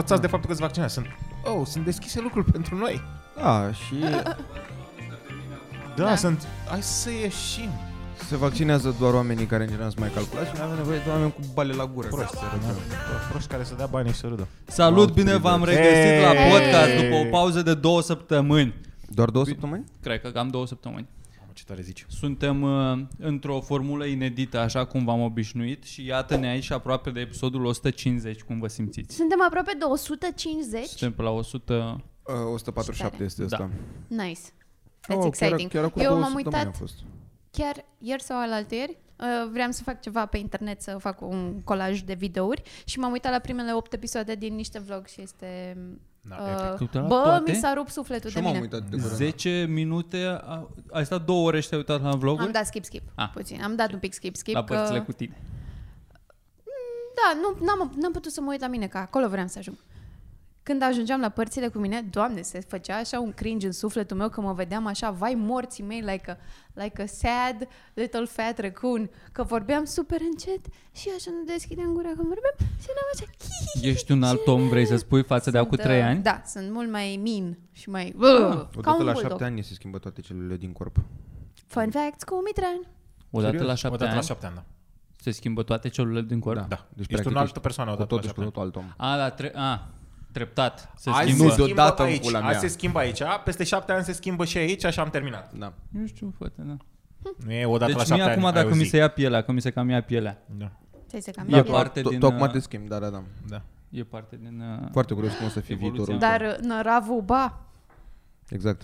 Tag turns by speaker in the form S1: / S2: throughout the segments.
S1: forțați de faptul că sunt vaccinați. Sunt, oh, sunt deschise lucruri pentru noi.
S2: Da, și
S1: Da,
S3: Da.
S1: sunt... Hai să ieșim.
S2: se vaccinează doar oamenii care în general sunt mai calculați și nu avem nevoie de oameni cu bale la gură. Prost, să rămână.
S1: Proști care să dea banii și să râdă.
S4: Salut, bine v-am regăsit la
S1: Hey!
S4: podcast după o pauză de două săptămâni.
S2: Doar două săptămâni?
S4: Cred că am două săptămâni.
S1: Mamă, ce tare zici.
S4: Suntem uh, într-o formulă inedită, așa cum v-am obișnuit și iată-ne aici aproape de episodul 150, cum vă simțiți.
S3: Suntem aproape de 150.
S4: Suntem pe la 100...
S2: Uh, 147 este
S4: Da.
S2: asta.
S3: Nice. That's
S2: Oh,
S3: oh,
S2: chiar-
S3: exciting.
S2: Chiar, acum
S3: Eu
S2: două
S3: m-am
S2: săptămâni
S3: uitat
S2: a fost.
S3: chiar ieri sau alaltăieri. Uh, vreau să fac ceva pe internet, să fac un colaj de videouri și m-am uitat la primele 8 episoade din niște vlog și este...
S1: Da,
S3: Uh,
S4: te-ai uitat la
S3: bă,
S4: toate?
S3: mi s-a rupt sufletul
S2: Și
S3: de
S2: eu m-am
S3: mine.
S2: uitat de curând.
S4: 10 minute, a- ai stat două ore și te-ai uitat la vloguri?
S3: Am dat skip-skip
S4: Ah.
S3: puțin. Am dat un pic skip-skip.
S4: la părțile
S3: că...
S4: cu tine.
S3: Da, nu, n-am, n-am putut să mă uit la mine, că acolo vreau să ajung. Când ajungeam la părțile cu mine, doamne, se făcea așa un cringe în sufletul meu că mă vedeam așa, vai morții mei, like a, like a sad little fat raccoon, că vorbeam super încet și așa nu deschideam gura când vorbeam și eram așa... "Hihihi."
S4: Ești un alt om, vrei să spui, față de
S3: Sunt,
S4: acum 3
S3: uh,
S4: ani?
S3: Da, sunt mult mai mean și mai... Uh, ca
S2: Odată
S3: un
S2: Ah, la
S3: bulldog.
S2: șapte ani se schimbă toate celulele din corp. Deci,
S3: Fun facts cu Mitran.
S4: Odată
S2: Serios?
S4: la 7
S1: Odată la
S4: ani
S1: șapte ani, da.
S4: se schimbă toate celulele din corp?
S1: Da.
S2: Deci,
S1: Deci,
S2: practic,
S1: ești un altă
S2: ești
S1: persoană
S2: Cu
S1: odată
S2: totul
S1: la
S2: și
S1: șapte
S2: cu
S1: ani.
S2: totul alt om.
S4: A, la tre- a, treptat. Se
S1: Azi
S4: schimbă.
S1: se
S2: schimbă
S1: schimbă
S2: deodată
S1: pe
S2: în
S1: aici,
S2: pula
S1: azi
S2: mea.
S1: se schimbă aici, peste șapte ani se schimbă și aici, așa am terminat.
S2: Da.
S4: Nu știu, fătă, da.
S1: Nu e odată la
S4: Deci
S1: șapte
S4: mie
S1: ani,
S4: acum
S1: ai
S4: dacă
S1: o
S4: mi
S1: zi.
S4: se ia pielea, că mi se cam ia pielea.
S1: Da,
S3: Ți-ai să cam
S4: E
S3: ia.
S4: parte
S2: To-
S4: din,
S2: Tocmai
S4: uh,
S2: te schimbi, da, da, da.
S1: da.
S4: E parte din... uh,
S2: Foarte curios cum o să fie
S4: Evoluția.
S2: viitorul.
S3: Dar uh, năravul, ba...
S2: Exact.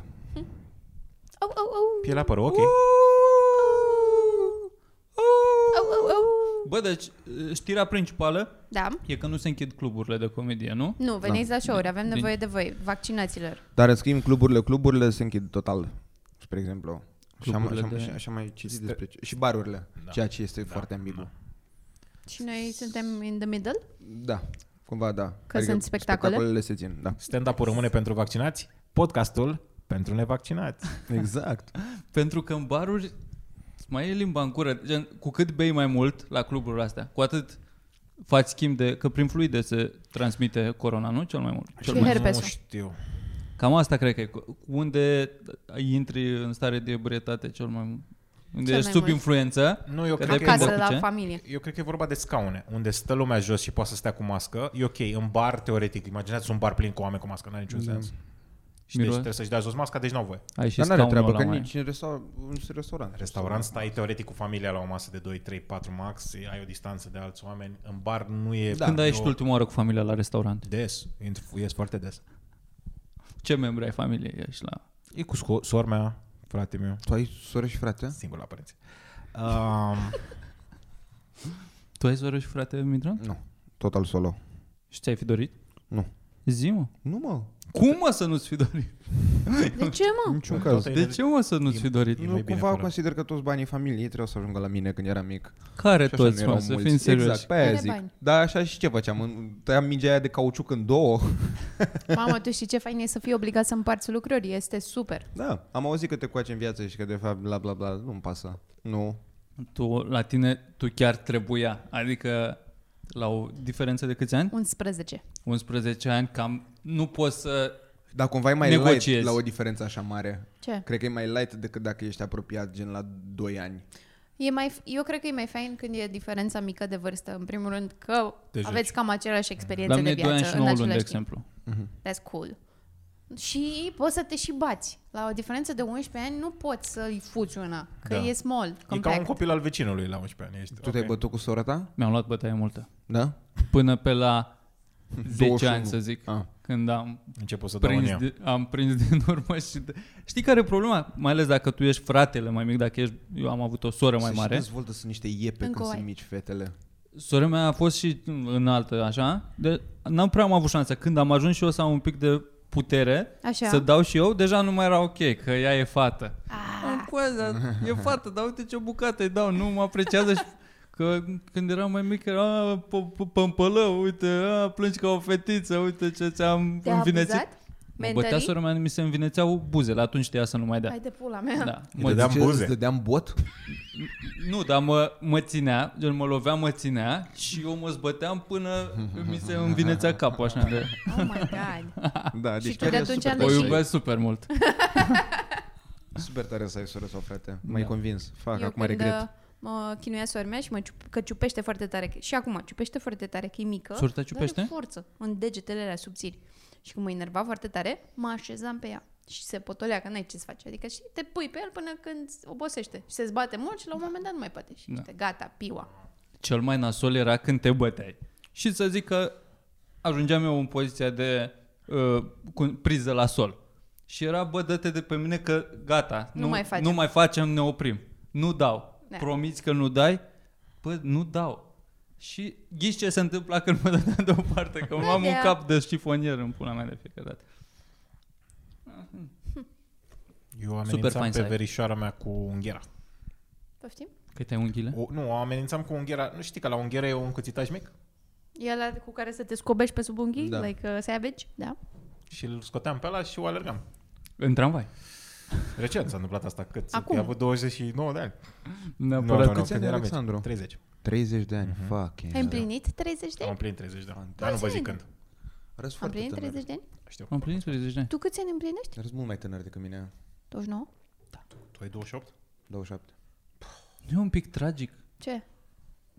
S3: Au, au, au,
S1: Pielea părul, ok.
S3: au, au, au.
S4: Bă, deci știrea principală
S3: Da.
S4: e că nu se închid cluburile de comedie, nu?
S3: Nu, veniți da. la show-uri, avem
S4: Bine.
S3: nevoie de voi, vaccinaților.
S2: Dar în schimb, cluburile, cluburile se închid total, spre exemplu. Și am, și,
S4: Cluburile
S2: am,
S4: de-
S2: și, și am mai citit despre... Și barurile, da. ceea ce este da. foarte ambigu. Da.
S3: Și noi suntem in the middle?
S2: da, cumva da. Că
S3: sunt spectacole?
S2: Spectacolele se țin, da.
S1: Stand-up-ul rămâne pentru vaccinați, podcastul pentru nevaccinați.
S2: Exact.
S4: Pentru că în baruri îți mai e limba în cură. Gen, cu cât bei mai mult la cluburile astea, cu atât faci schimb de... Că prin fluide se transmite corona, nu? Cel mai mult. Cel
S3: Și
S4: mai...
S3: herpesul.
S1: Nu știu.
S4: Cam asta cred că e. cu- Unde intri în stare de ebrietate cel mai mult. Unde
S3: Cel
S4: ești
S3: mai
S4: sub
S3: mult.
S4: influență.
S1: Nu, eu
S4: Că
S1: cred
S4: de
S1: că e
S4: Depinde
S3: Acasă,
S4: cu
S3: la
S4: ce.
S3: familie.
S1: Eu cred că e vorba de scaune, unde stă lumea jos și poate să stea cu mască. E ok, în bar, teoretic, imaginați un bar plin cu oameni cu mască, n-are niciun sens. Și deci
S4: Miroase.
S1: trebuie să-și dea jos masca, deci n-au voie.
S4: Ai și
S2: Dar n-are
S4: scaunul
S2: treabă,
S4: ăla
S2: că
S4: mai.
S2: nici în restaurant, în restaurant.
S1: Restaurant stai teoretic cu familia la o masă de 2, 3, 4 max, ai o distanță de alți oameni. În bar nu e...
S4: Da. Când ai
S1: e
S4: ieșit
S1: o-
S4: ultima oară cu familia la restaurant?
S1: Des, intru- ies foarte des.
S4: Ce membri ai familiei ești la...
S1: E cu sco- sora mea, frate meu,
S2: Tu ai soră și frate?
S1: singur la părinți. Um,
S4: Tu ai soră și frate, Mitran?
S2: Nu. Total solo.
S4: Și ți-ai fi dorit?
S2: Mm. Nu.
S4: Zi, mă.
S2: Nu mă,
S4: Cum mă să nu-ți fi dorit?
S3: De ce,
S2: în
S3: mă?
S2: niciun caz.
S1: toate-
S4: De ce mă să nu-ți fi dorit?
S1: E mai
S2: Nu,
S1: bine
S2: cumva
S1: fără.
S2: consider că toți banii familiei trebuiau să ajungă la mine când eram mic.
S4: Care
S2: Și așa
S4: toți,
S2: nu
S4: mă,
S2: erau
S4: să
S2: mulți.
S4: fim serioși.
S2: Exact, pe aia
S3: Câte
S2: zic.
S3: bani?
S2: Dar așa și ce făceam? În- Tăiam mingea aia de cauciuc în două.
S3: Mamă, tu știi ce fain e să fii obligat să împarți lucruri, este super.
S2: Da, am auzit că te coace în viață și că de fapt bla bla bla, nu-mi pasă. Nu.
S4: Tu, la tine, tu chiar trebuia. Adică, la o diferență de câți ani?
S3: 11.
S4: 11 ani, cam nu poți să...
S2: Dar cumva e mai
S4: Negociezi.
S2: light la o diferență așa mare.
S3: Ce?
S2: Cred că e mai light decât dacă ești apropiat gen la 2 ani.
S3: E mai, eu cred că e mai fain când e diferența mică de vârstă. În primul rând că
S1: Te joci.
S3: aveți cam aceleași experiențe
S4: La mine
S3: de
S4: e 2 ani
S3: viață
S4: și
S3: în
S4: 9 luni, de
S3: același timp.
S4: exemplu.
S3: That's cool. Și poți să te și bați. La o diferență de 11 ani nu poți să-i fuți una, că
S1: Da.
S3: e small,
S1: E ca un
S3: compact.
S1: copil al vecinului la 11 ani. Ești,
S2: Tu te-ai bătut cu sora ta?
S4: Mi-am luat bătaie multă.
S2: Da?
S4: Până pe la 10 ani,
S2: 21.
S4: să zic.
S2: Ah.
S4: Când am
S1: Început să dau în
S4: prins
S1: ea.
S4: de, am prins din urmă și de... Știi care e problema? Mai ales dacă tu ești fratele mai mic, dacă ești... Eu am avut o soră mai
S2: Se
S4: mare.
S2: Și dezvoltă sunt niște iepe
S3: Încă
S2: când
S3: o
S2: sunt
S3: ai.
S2: mici fetele.
S4: Sora mea a fost și înaltă, așa. De, n-am prea am avut șansa. Când am ajuns și eu să am un pic de putere,
S3: Așa.
S4: să dau și eu, deja nu mai era ok, că ea e fată.
S3: Ah,
S4: Am coaza, e fată, dar uite ce bucată îi dau, nu mă apreciază și Că când eram mai mic era "A, p- p- pămpălău, uite, a, plângi ca o fetiță, uite ce ți-am
S3: Te-a
S4: învinețit.
S3: abuzat?
S4: Mă bătea
S3: Mentally?
S4: sora mea, mi se învinețeau buzele, atunci știa să nu mai dea.
S3: Hai de pula mea.
S4: Da.
S2: Îi
S4: Mă
S1: dădeam
S2: zice,
S1: buze.
S2: Îți dădeam bot?
S4: Nu, dar mă, mă ținea, gen mă lovea, mă ținea și eu mă zbăteam până mi se învinețea capul așa de...
S3: Oh my god.
S2: Da,
S3: Și
S2: deci
S3: tu de
S2: chiar e
S3: atunci
S2: super,
S3: nu
S4: O
S3: și-
S4: iubesc super mult.
S2: super tare să ai soră sau frate. M-ai
S4: Da.
S2: convins. Fac,
S3: Eu
S2: acum
S3: când
S2: regret.
S3: uh, mă chinuia sora mea și mă ciup- că ciupește foarte tare, că- și acum ciupește foarte tare, că e mică.
S4: Sora ta
S3: dar
S4: ciupește?
S3: Are forță în degetele alea subțiri. Și când mă enerva foarte tare, mă așezam pe ea și se potolea, că n-ai ce să faci. Adică și te pui pe el până când obosește și se zbate mult și la un moment dat nu mai poate. Și
S4: Da.
S3: da. gata, piua.
S4: Cel mai nasol era când te băteai. Și să zic că ajungeam eu în poziția de uh, cu priză la sol. Și era, bă, dă-te de pe mine că gata,
S3: Nu mai facem.
S4: nu mai facem, ne oprim. Nu dau.
S3: Da.
S4: Promiți că nu dai? Bă, nu dau. Și ghiși ce se întâmpla când mă dădeam de o parte, că am un
S3: Vedea.
S4: cap de șifonier în pula mea de fiecare dată.
S1: Eu
S4: Super fine
S1: amenințam pe
S4: side.
S1: verișoara mea cu unghiera.
S3: Poftim?
S4: Că te-ai unghiile?
S1: O, nu, o amenințam cu unghiera. Nu știi că la unghiera e un cuțitaj mic?
S3: E ăla cu care să te scobești pe sub unghii?
S2: Da.
S3: Da. Like uh, savage? Da.
S1: Și îl scoteam pe ăla și o alergam.
S4: În tramvai.
S1: Recent s-a întâmplat asta. Cât?
S3: Acum.
S1: E avut 29 de ani.
S4: Neapărat.
S2: nu. Câți ani
S1: eram
S2: are
S1: mic.
S2: Alexandru?
S1: 30.
S2: 30 de
S4: Mhm.
S2: ani, fuck.
S3: Ai împlinit 30 de
S1: Am
S3: ani?
S1: împlinit 30 de ani.
S2: Fantastic.
S1: Dar nu vă zic când.
S2: Arăți
S3: Am
S2: foarte
S3: împlinit
S2: tânăr.
S3: 30 de ani?
S1: Știu.
S4: Am plinit 30 de ani.
S3: Tu câți ani împlinești?
S2: Arăți mult mai tânăr decât mine.
S3: 29?
S1: Tu ai 28?
S2: 27.
S4: Nu E un pic tragic
S3: Ce?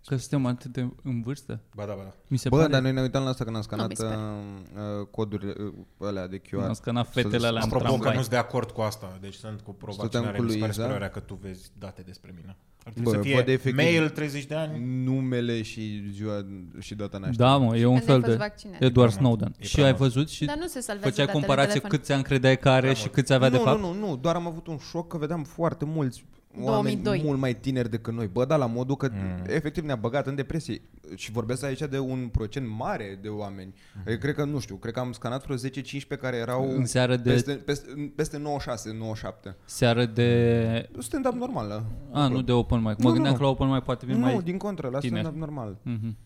S4: că suntem atât de în vârstă.
S1: Ba da, ba da.
S4: Mi se
S2: Bă,
S4: pare
S2: dar noi ne uitam la asta când am
S3: mi
S2: scanat
S3: se pare.
S2: uh, uh, codurile uh, alea de QR.
S4: Am scanat
S2: Să
S4: fetele
S2: zic-
S4: alea în
S1: Apropo că
S4: tramvai.
S1: nu sunt de acord cu asta, deci sunt cu
S2: Stăteam
S1: provocarea
S2: cu
S1: mi se
S2: lui
S1: pare
S2: Iza.
S1: superioară că tu vezi date despre mine. Ar
S2: Bă,
S1: trebui să
S2: văd
S1: fie
S2: efectiv- Mm.
S1: mail 30 de ani,
S2: Numele și ziua și data nașterii.
S4: Da, mă, e un
S3: Când ai
S4: fel
S3: fost
S4: de
S3: vaccinat?
S4: Edward
S1: E prea mult.
S4: Snowden.
S1: E
S4: Și
S1: prea
S4: ai
S1: mult.
S4: văzut și
S3: Dar nu se salvează
S4: făceai
S3: datele în
S4: comparație
S3: telefon.
S4: câți ani credeai că are
S1: Prea
S4: și
S1: mult.
S4: câți avea
S2: nu,
S4: de fapt.
S2: Nu, nu, nu, doar am avut un șoc că vedeam foarte mulți oameni
S3: 2002.
S2: mult mai tineri decât noi. Bă, da, la modul că mm. efectiv ne-a băgat în depresie. Și vorbesc aici de un procent mare de oameni. Mm. Eu cred că, nu știu, cred că am scanat vreo 10-15 care erau
S4: În seară de-
S2: peste, peste, peste 96-97.
S4: Seară de...
S2: Stand-up normal. la-
S4: A, nu de open mic.
S2: Nu,
S4: Mă
S2: nu,
S4: gândeam
S2: nu.
S4: că la open mic poate vin
S2: nu,
S4: mai...
S2: din contră, la
S4: tineri.
S2: stand-up normal.
S4: Mhm.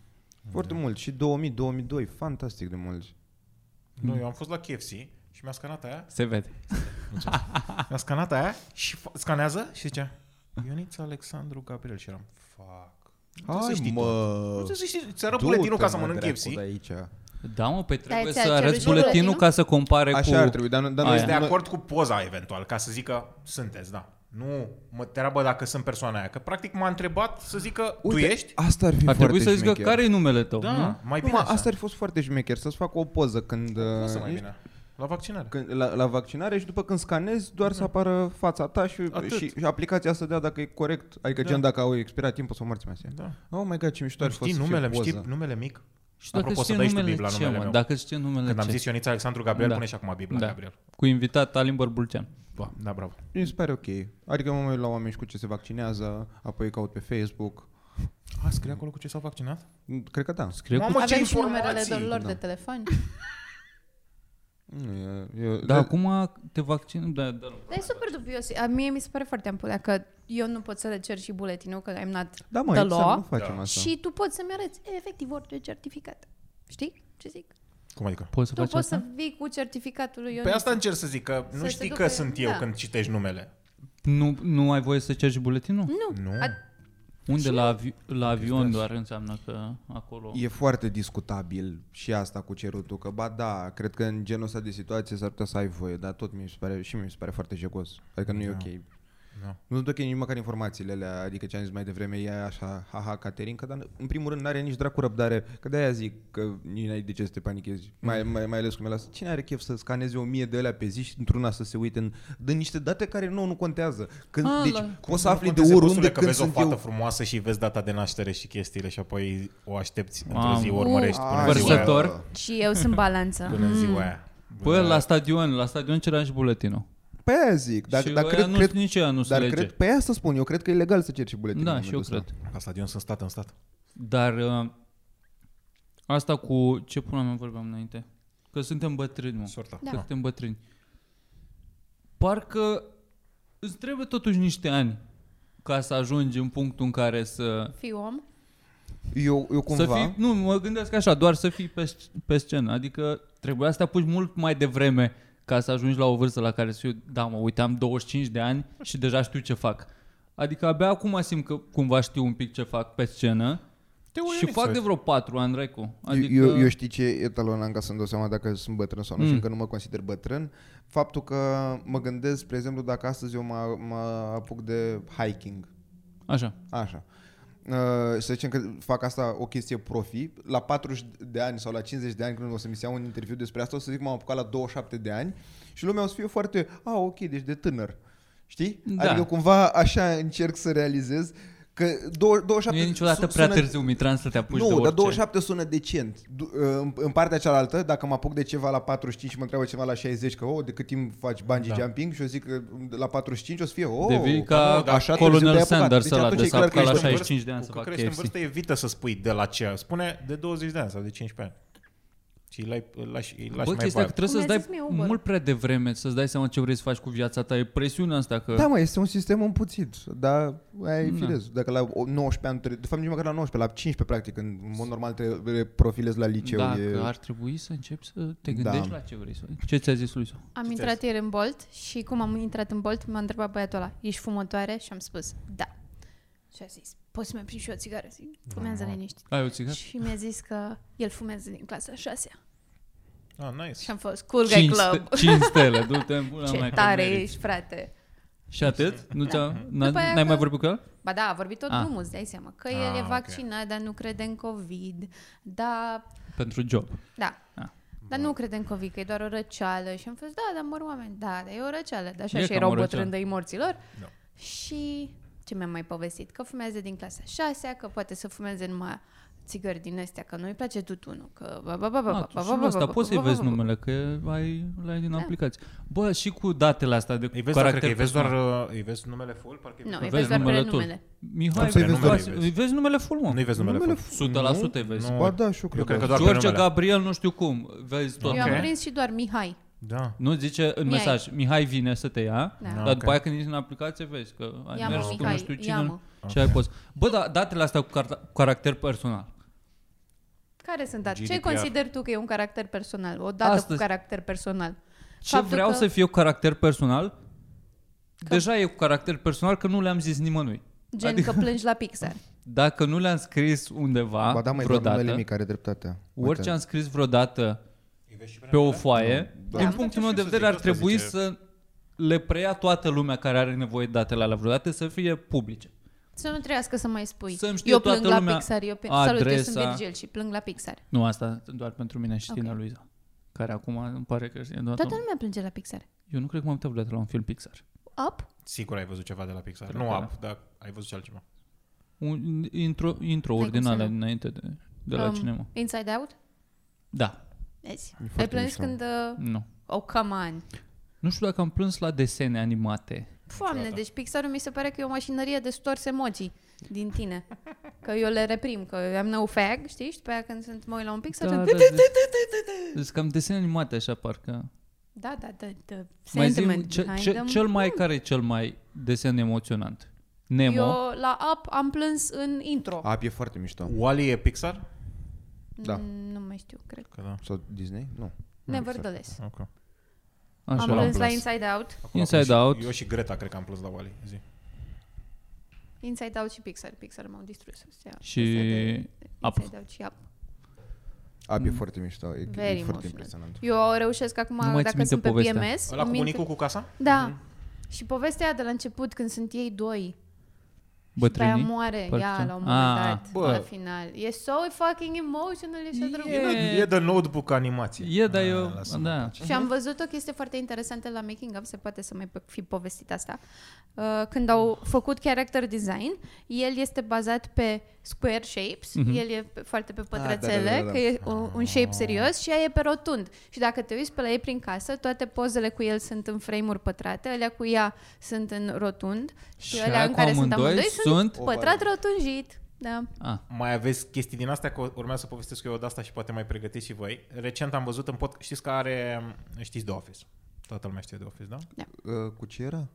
S2: Foarte mult. Și 2000-2002, fantastic de mulți.
S1: nu, eu am fost la KFC și mi-a scanat aia,
S4: Se vede.
S1: mi-a scanat aia și fa- scanează și zicea Ionița Alexandru Gabriel și eram, fuck. Nu trebuie să știi tu. Nu
S2: mă!
S1: trebuie să știi, ți arăt buletinul ca să mănânc KFC.
S2: De aici.
S4: Da, mă, pe trebuie
S3: ți-a
S4: să
S3: cerut
S4: arăți
S3: și buletinul?
S4: buletinul ca să compare cu...
S2: Așa ar trebui, dar, nu- dar
S4: Aia.
S2: noi
S1: Sunt de
S2: suntem-
S1: acord cu poza eventual, ca să zică sunteți, da. Nu mă treabă dacă sunt persoana aia, că practic m-a întrebat să zică tu
S2: Uite,
S1: ești?
S2: Asta ar fi
S4: Ar
S2: foarte
S4: trebui să zică
S2: șmecher.
S4: care e numele tău, nu?
S1: Da, mai bine
S2: Numai,
S1: așa.
S2: asta ar fi fost foarte șmecher, să-ți fac o poză când,
S1: Nu
S2: uh,
S1: să mai
S2: ești-
S1: bine. La vaccinare.
S2: când la, la vaccinare și după când scanezi doar să apară fața ta și,
S1: Atât.
S2: și, și aplicația să dea dacă e corect, adică
S1: Da.
S2: gen dacă au expirat timpul sau morți mai
S1: Da.
S2: Oh my god, ce mișto ar fi fost
S1: Știi
S2: să fie
S1: numele,
S2: poză.
S1: știi numele mic?
S4: Și dacă
S1: Apropo,
S4: știe
S1: să dai și tu
S4: numele,
S1: Biblia
S4: ce,
S1: numele
S4: mă?
S1: meu.
S4: Dacă știe numele,
S1: Când am
S4: ce?
S1: zis Ionița Alexandru Gabriel,
S4: Da.
S1: pune și acum Biblia
S4: Da.
S1: Gabriel.
S4: Cu invitat Alin Bărbulcean.
S1: Ba, da, bravo.
S2: Mi se pare ok. Adică mă uit la oameni și cu ce se vaccinează, apoi caut pe Facebook.
S1: A, scrie acolo cu ce s-au vaccinat?
S2: Cred că da.
S4: Scrie cu...
S1: Mamă, ce
S3: Avem și numerele
S1: informații!
S3: de lor
S2: Da.
S3: de telefon.
S2: Nu, e, e,
S4: Da, acum te vaccin... Da, da, nu.
S3: Dar e super dubios. A, mie mi se pare foarte ampulea că eu nu pot să le cer și buletinul, că I'm not
S2: da, mă,
S3: the
S2: exact,
S3: law.
S2: nu facem
S1: Da.
S2: asta.
S3: Și tu poți să-mi arăți efectiv orice certificat. Știi ce zic?
S1: Cum adică?
S4: Poți să
S3: Tu
S4: faci
S3: poți
S4: asta?
S3: să vii cu certificatul lui
S1: Pe
S3: Ionuț.
S1: asta încerc să zic, că
S3: se
S1: nu știi
S3: ducă
S1: că
S3: el.
S1: sunt eu
S3: Da.
S1: când citești numele.
S4: Nu, nu ai voie să cerci buletinul?
S3: Nu.
S1: Nu.
S3: A,
S4: Unde la, avi- la avion doar înseamnă că acolo...
S2: E foarte discutabil și asta cu cerutul, că ba da, cred că în genul ăsta de situație s-ar putea să ai voie, dar tot mi se pare, și mi se pare foarte jegos. Adică nu e ok.
S1: Da.
S2: Nu sunt ok nici măcar informațiile alea, adică ce am zis mai devreme, ea e așa, haha, Caterinca, dar în primul rând n-are nici dracu răbdare, că de-aia zic că nici n-ai de ce să te panichezi, mai,
S1: Mm-hmm.
S2: mai, mai ales cum e la asta. Cine are chef să scaneze o mie de alea pe zi și într-una să se uite în, de niște date care nu, nu contează. Când,
S4: Ah,
S2: deci,
S4: la-
S2: poți să
S1: Nu
S2: afli de
S1: contează,
S2: oriunde
S1: postule, că
S2: când
S1: vezi o
S2: sunt
S1: fată
S2: eu.
S1: frumoasă și vezi data de naștere și chestiile și apoi o aștepți într-o
S4: Mamă.
S1: zi, o urmărești până în ziua aia.
S4: Vărsător.
S3: și eu sunt balanță.
S1: Până în ziua aia.
S4: Bă, Păi,
S2: Da.
S4: la stadion, la stadion ceram și buletinul.
S2: Pe Păi aia zic, dar,
S4: și
S2: dar
S4: ăia
S2: cred,
S4: nu,
S2: cred,
S4: nici ea nu se
S2: Dar
S4: lege.
S2: cred, pe asta spun, eu cred că e legal să ceri și buletinul.
S4: da,
S2: în
S4: și eu
S2: momentul
S4: cred.
S1: La stadion sunt stat în stat.
S4: Dar uh, asta cu ce până mea vorbeam înainte? Că suntem bătrâni, mă.
S1: Sorta.
S3: Da.
S4: Că suntem bătrâni. Parcă îți trebuie totuși niște ani ca să ajungi în punctul în care să...
S3: Fii om.
S2: ăsta. Eu, eu cumva...
S4: Să fii, nu, mă gândesc așa, doar să fii pe, sc- pe scenă. Adică trebuia să te apuci mult mai devreme ca să ajungi la o vârstă la care să fiu, da, mă, uite, am 25 de ani și deja știu ce fac. Adică abia acum simt că cumva știu un pic ce fac pe scenă
S1: Te uiți,
S4: și fac
S1: să
S4: de
S1: vezi.
S4: vreo patru ani, Recu. Adică,
S2: Adică... Eu, eu știi ce e talonam ca să-mi dau seama dacă sunt bătrân sau nu mm. și încă nu mă consider bătrân. Faptul că mă gândesc, spre exemplu, dacă astăzi eu mă, mă apuc de hiking,
S4: Așa.
S2: așa, Uh, să zicem că fac asta o chestie profi, la 40 de ani sau la 50 de ani când o să mi se ia un interviu despre asta, o să zic m-am apucat la 27 de ani și lumea o să fie foarte, a, ok, deci de tânăr, știi?
S4: Da.
S2: Adică cumva așa încerc să realizez că dou- 27
S4: Nu e niciodată
S2: sun-
S4: prea
S2: sună-
S4: târziu, Mitran, să te apuci
S2: nu,
S4: de orice.
S2: dar 27 sună decent. Du- ă, În, în partea cealaltă, dacă mă apuc de ceva la 45 și mă întreabă ceva la 60, că, oh, de cât timp faci bungee
S4: Da.
S2: jumping? Și eu zic că la 45 o să fie, oh,
S4: Devii
S2: mamă,
S4: ca
S2: dar așa târziu
S4: Colonel
S2: te-ai apucat. Deci
S4: Sanders ăla
S2: atunci
S4: de
S2: e
S4: s-a
S2: clar că
S4: apucat
S2: ești
S4: la
S2: în
S4: 65 de ani să
S1: Cu
S4: fac
S1: care ești în
S4: KFC.
S1: vârstă, evită să spui de la ce. Spune de 20 de ani sau de 15 ani. Și îi lași, îl lași, îi lași
S4: Bă,
S1: mai
S4: chestia e
S1: bani.
S4: că trebuie
S3: Cum
S4: să-ți
S3: mi-a
S4: dai
S3: zis mie Uber.
S4: mult prea devreme, să-ți dai seama ce vrei să faci cu viața ta. E presiunea asta că...
S2: Da, mă, este un sistem împuțit, dar aia e
S4: Da.
S2: firesc. Dacă la o- 19 ani, tre- de fapt nici măcar la 19, la 15 practic, în în mod normal te reprofilezi la liceu.
S4: da,
S2: e...
S4: că ar trebui să începi să te
S2: Da.
S4: gândești la ce vrei să faci. Ce ți-a zis lui Isu?
S3: Am intrat ieri în Bolt și cum am intrat în Bolt, m-a întrebat băiatul ăla, ești fumătoare? Și am spus, da. Și a zis, poți să-mi aprind și eu o țigară? Zic, fumează liniștit.
S4: Ai o țigară?
S3: Și mi-a zis că el fumează din clasa a șasea.
S1: Ah,
S3: Și
S1: nice.
S3: am fost, cool guy
S4: Cinci ste-
S3: club.
S4: cinci stele, du-te în pula
S3: Ce
S4: mea. că
S3: tare
S4: meriți.
S3: ești, frate.
S4: Și atât? Nu ți-a, n-a-
S3: După aia
S4: n-ai
S3: că-
S4: mai vorbit cu el?
S3: Ba da, a vorbit tot
S4: Ah.
S3: drumul, îți dai seama. Că
S1: Ah,
S3: el e
S1: ok.
S3: vaccinat, dar nu crede în COVID. Da,
S4: Pentru job.
S3: da.
S4: Ah.
S3: Dar nu crede în COVID, că e doar o răceală. Și am fost, da, dar mor oameni. Da, dar e o răceală. Dar așa
S4: E
S3: și
S4: cam
S3: erau
S4: o răceală.
S3: bătrâni de morților.
S1: Da.
S3: Și ce mi-am mai povestit? Că fumează din clasa 6 că poate să fumeze numai țigări din astea, că nu-i place tutunul, că... ba, ba, ba, ba,
S4: Ah,
S3: ba,
S4: tu
S3: ba,
S4: și
S3: ba,
S4: în
S3: ba,
S4: ăsta
S3: ba,
S4: poți
S3: ba,
S4: să-i
S3: ba,
S4: vezi
S3: ba, Da. ba.
S4: numele, că ai, l-ai din aplicație. Bă, și cu datele astea de
S1: Îi vezi, doar, cred
S4: caracter
S1: că îi vezi
S4: personal.
S1: doar, uh, îi vezi numele full? Parcă îi
S3: Nu,
S1: vezi-
S3: îi vezi doar numele.
S4: Mihai,
S2: Să-i vezi
S4: îi vezi,
S1: doar-
S4: doar, îi vezi numele full, mă.
S1: Nu-i vezi numele,
S2: Numele
S1: full.
S4: 100% îi vezi.
S1: Nu.
S2: Ba da, și
S1: Eu
S2: eu cred,
S1: cred că
S2: asta.
S1: doar pe
S4: George
S1: numele.
S4: Gabriel, nu știu cum, vezi tot.
S3: Eu am
S1: Ok.
S3: prins și doar Mihai.
S1: Da.
S4: Nu zice în
S3: Mihai.
S4: mesaj, Mihai vine să te ia,
S3: Da.
S4: dar
S1: Ah,
S4: după
S1: ok.
S4: aia când ești în aplicație vezi că ai
S3: Ia-mă,
S4: mers cu nu
S3: Mihai,
S4: știu cine
S3: ia-mă.
S4: și ai post. Bă, da, datele astea cu, car- cu caracter personal.
S3: Care sunt date? Ce
S1: GDPR.
S3: consideri tu că e un caracter personal? O dată
S4: Astăzi.
S3: cu caracter personal.
S4: Ce
S3: Faptul
S4: vreau
S3: că-
S4: să fie cu caracter personal, deja e cu caracter personal că nu le-am zis nimănui.
S3: Gen
S4: Adică-
S3: că plângi la Pixar.
S4: Dacă nu le-am scris undeva
S2: Ba da, mai doar
S4: vreodată,
S2: numele mic are dreptatea.
S4: orice am scris vreodată
S1: Îi vezi și
S4: pe o foaie,
S3: Da.
S4: din
S3: Da.
S4: punctul
S1: Ce
S4: meu de
S1: să
S4: vedere
S1: zic,
S4: ar
S1: asta
S4: trebui
S1: zice-
S4: să le preia toată lumea care are nevoie de datele alea vreodată să fie publice.
S3: Să nu trebuiască să mai spui.
S4: Să-mi știe
S3: eu plâng
S4: toată
S3: la
S4: lumea
S3: Pixar, eu pe...
S4: adresa.
S3: Salut, eu sunt Virgil și plâng la Pixar.
S4: Nu, asta doar pentru mine și
S3: Ok.
S4: tine, Luiza. Care acum îmi pare că e doar
S3: Toată
S4: tu.
S3: lumea plânge la Pixar.
S4: Eu nu cred că m-am uitat vreodată la un film Pixar.
S3: Up?
S1: Sigur ai văzut ceva de la Pixar.
S4: Cred
S1: Nu
S4: că
S1: up,
S4: da.
S1: dar ai văzut și altceva.
S4: Un intro, intro
S3: N-ai cum
S4: ordinal
S3: să nu.
S4: înainte de, de la
S3: Um,
S4: cinema.
S3: Inside Out?
S4: Da,
S3: Vezi?
S2: foarte
S3: Ai plâns
S2: mișto.
S3: când... uh,
S4: nu.
S3: Oh, come on.
S4: Nu știu dacă am plâns la desene animate.
S3: Foamne, deci Pixarul mi se pare că e o mașinărie de stors emoții din tine. Că eu le reprim, că am no fag, știi? Și pe aia când sunt mă uit la un Pixar, da,
S4: da. Deci cam desene animate așa parcă.
S3: da, da, da, da.
S4: Mai zi,
S3: Sentiment
S4: ce,
S3: behind
S4: ce,
S3: them.
S4: cel mai care e cel mai desen emoționant? Nemo.
S3: Eu la Up am plâns în intro.
S1: Ah,
S2: Ap e foarte mișto.
S1: Wall-E e Pixar?
S2: Da.
S3: Mm, Nu mai știu, cred.
S1: Că da.
S2: Sau Disney? Nu.
S1: exact.
S3: Nevertheless.
S1: Ok.
S4: Așa.
S3: Am plâns la Inside Out.
S1: Acum
S4: Inside
S1: acum și-
S4: Out.
S1: Eu și Greta cred că am plâns la Wall-E. Zi.
S3: Inside Out și Pixar. Pixar m-au distrus. Astea-
S4: Și
S3: astea de
S4: Up.
S3: Inside Out și Up.
S2: Ap e foarte mișto, e,
S3: Mhm. Very
S2: e foarte
S3: emotional.
S2: impresionant.
S3: Eu reușesc acum,
S4: Nu mai ții
S3: dacă
S4: minte
S3: sunt pe
S4: povestea.
S3: PMS...
S1: Ăla cu
S3: îmi
S1: bunicul Mhm.
S3: minte-
S1: cu casa?
S3: Da. Și povestea de la început, când sunt ei doi. Bătrânii? Și pe
S4: Bătrânii?
S3: aia moare
S4: Parcă-
S3: ea la un moment
S4: Ah.
S3: dat,
S1: Bă.
S3: la final. E so fucking emotional, e așa drăguț.
S1: E, e de notebook animație.
S4: E, dar eu...
S1: lasă-mă.
S4: Da.
S3: Și
S2: Mhm.
S3: am văzut o chestie foarte interesantă la Making Up, se poate să mai po- fi povestit asta. Uh, Când au făcut character design, el este bazat pe square shapes, el e pe- foarte pe
S2: da, da,
S3: pătrățele,
S2: Mhm. da, da.
S3: că e un- un shape serios și ea e pe rotund. Și dacă te uiți pe la ei prin casă, toate pozele cu el sunt în frame-uri pătrate, alea cu ea sunt în rotund și,
S4: Și
S3: alea
S4: aia
S3: în
S4: cu
S3: care sunt
S4: amândoi
S3: amândoi sunt
S4: sunt-
S3: pătrat rotunjit. Da.
S4: Ah.
S1: Mai aveți chestii din astea, că urmează să povestesc eu de asta și poate mai pregătiți și voi. Recent am văzut în podcast, știți că are, știți de Office. Toată lumea știe de Office, da?
S2: Uh, cu ce era?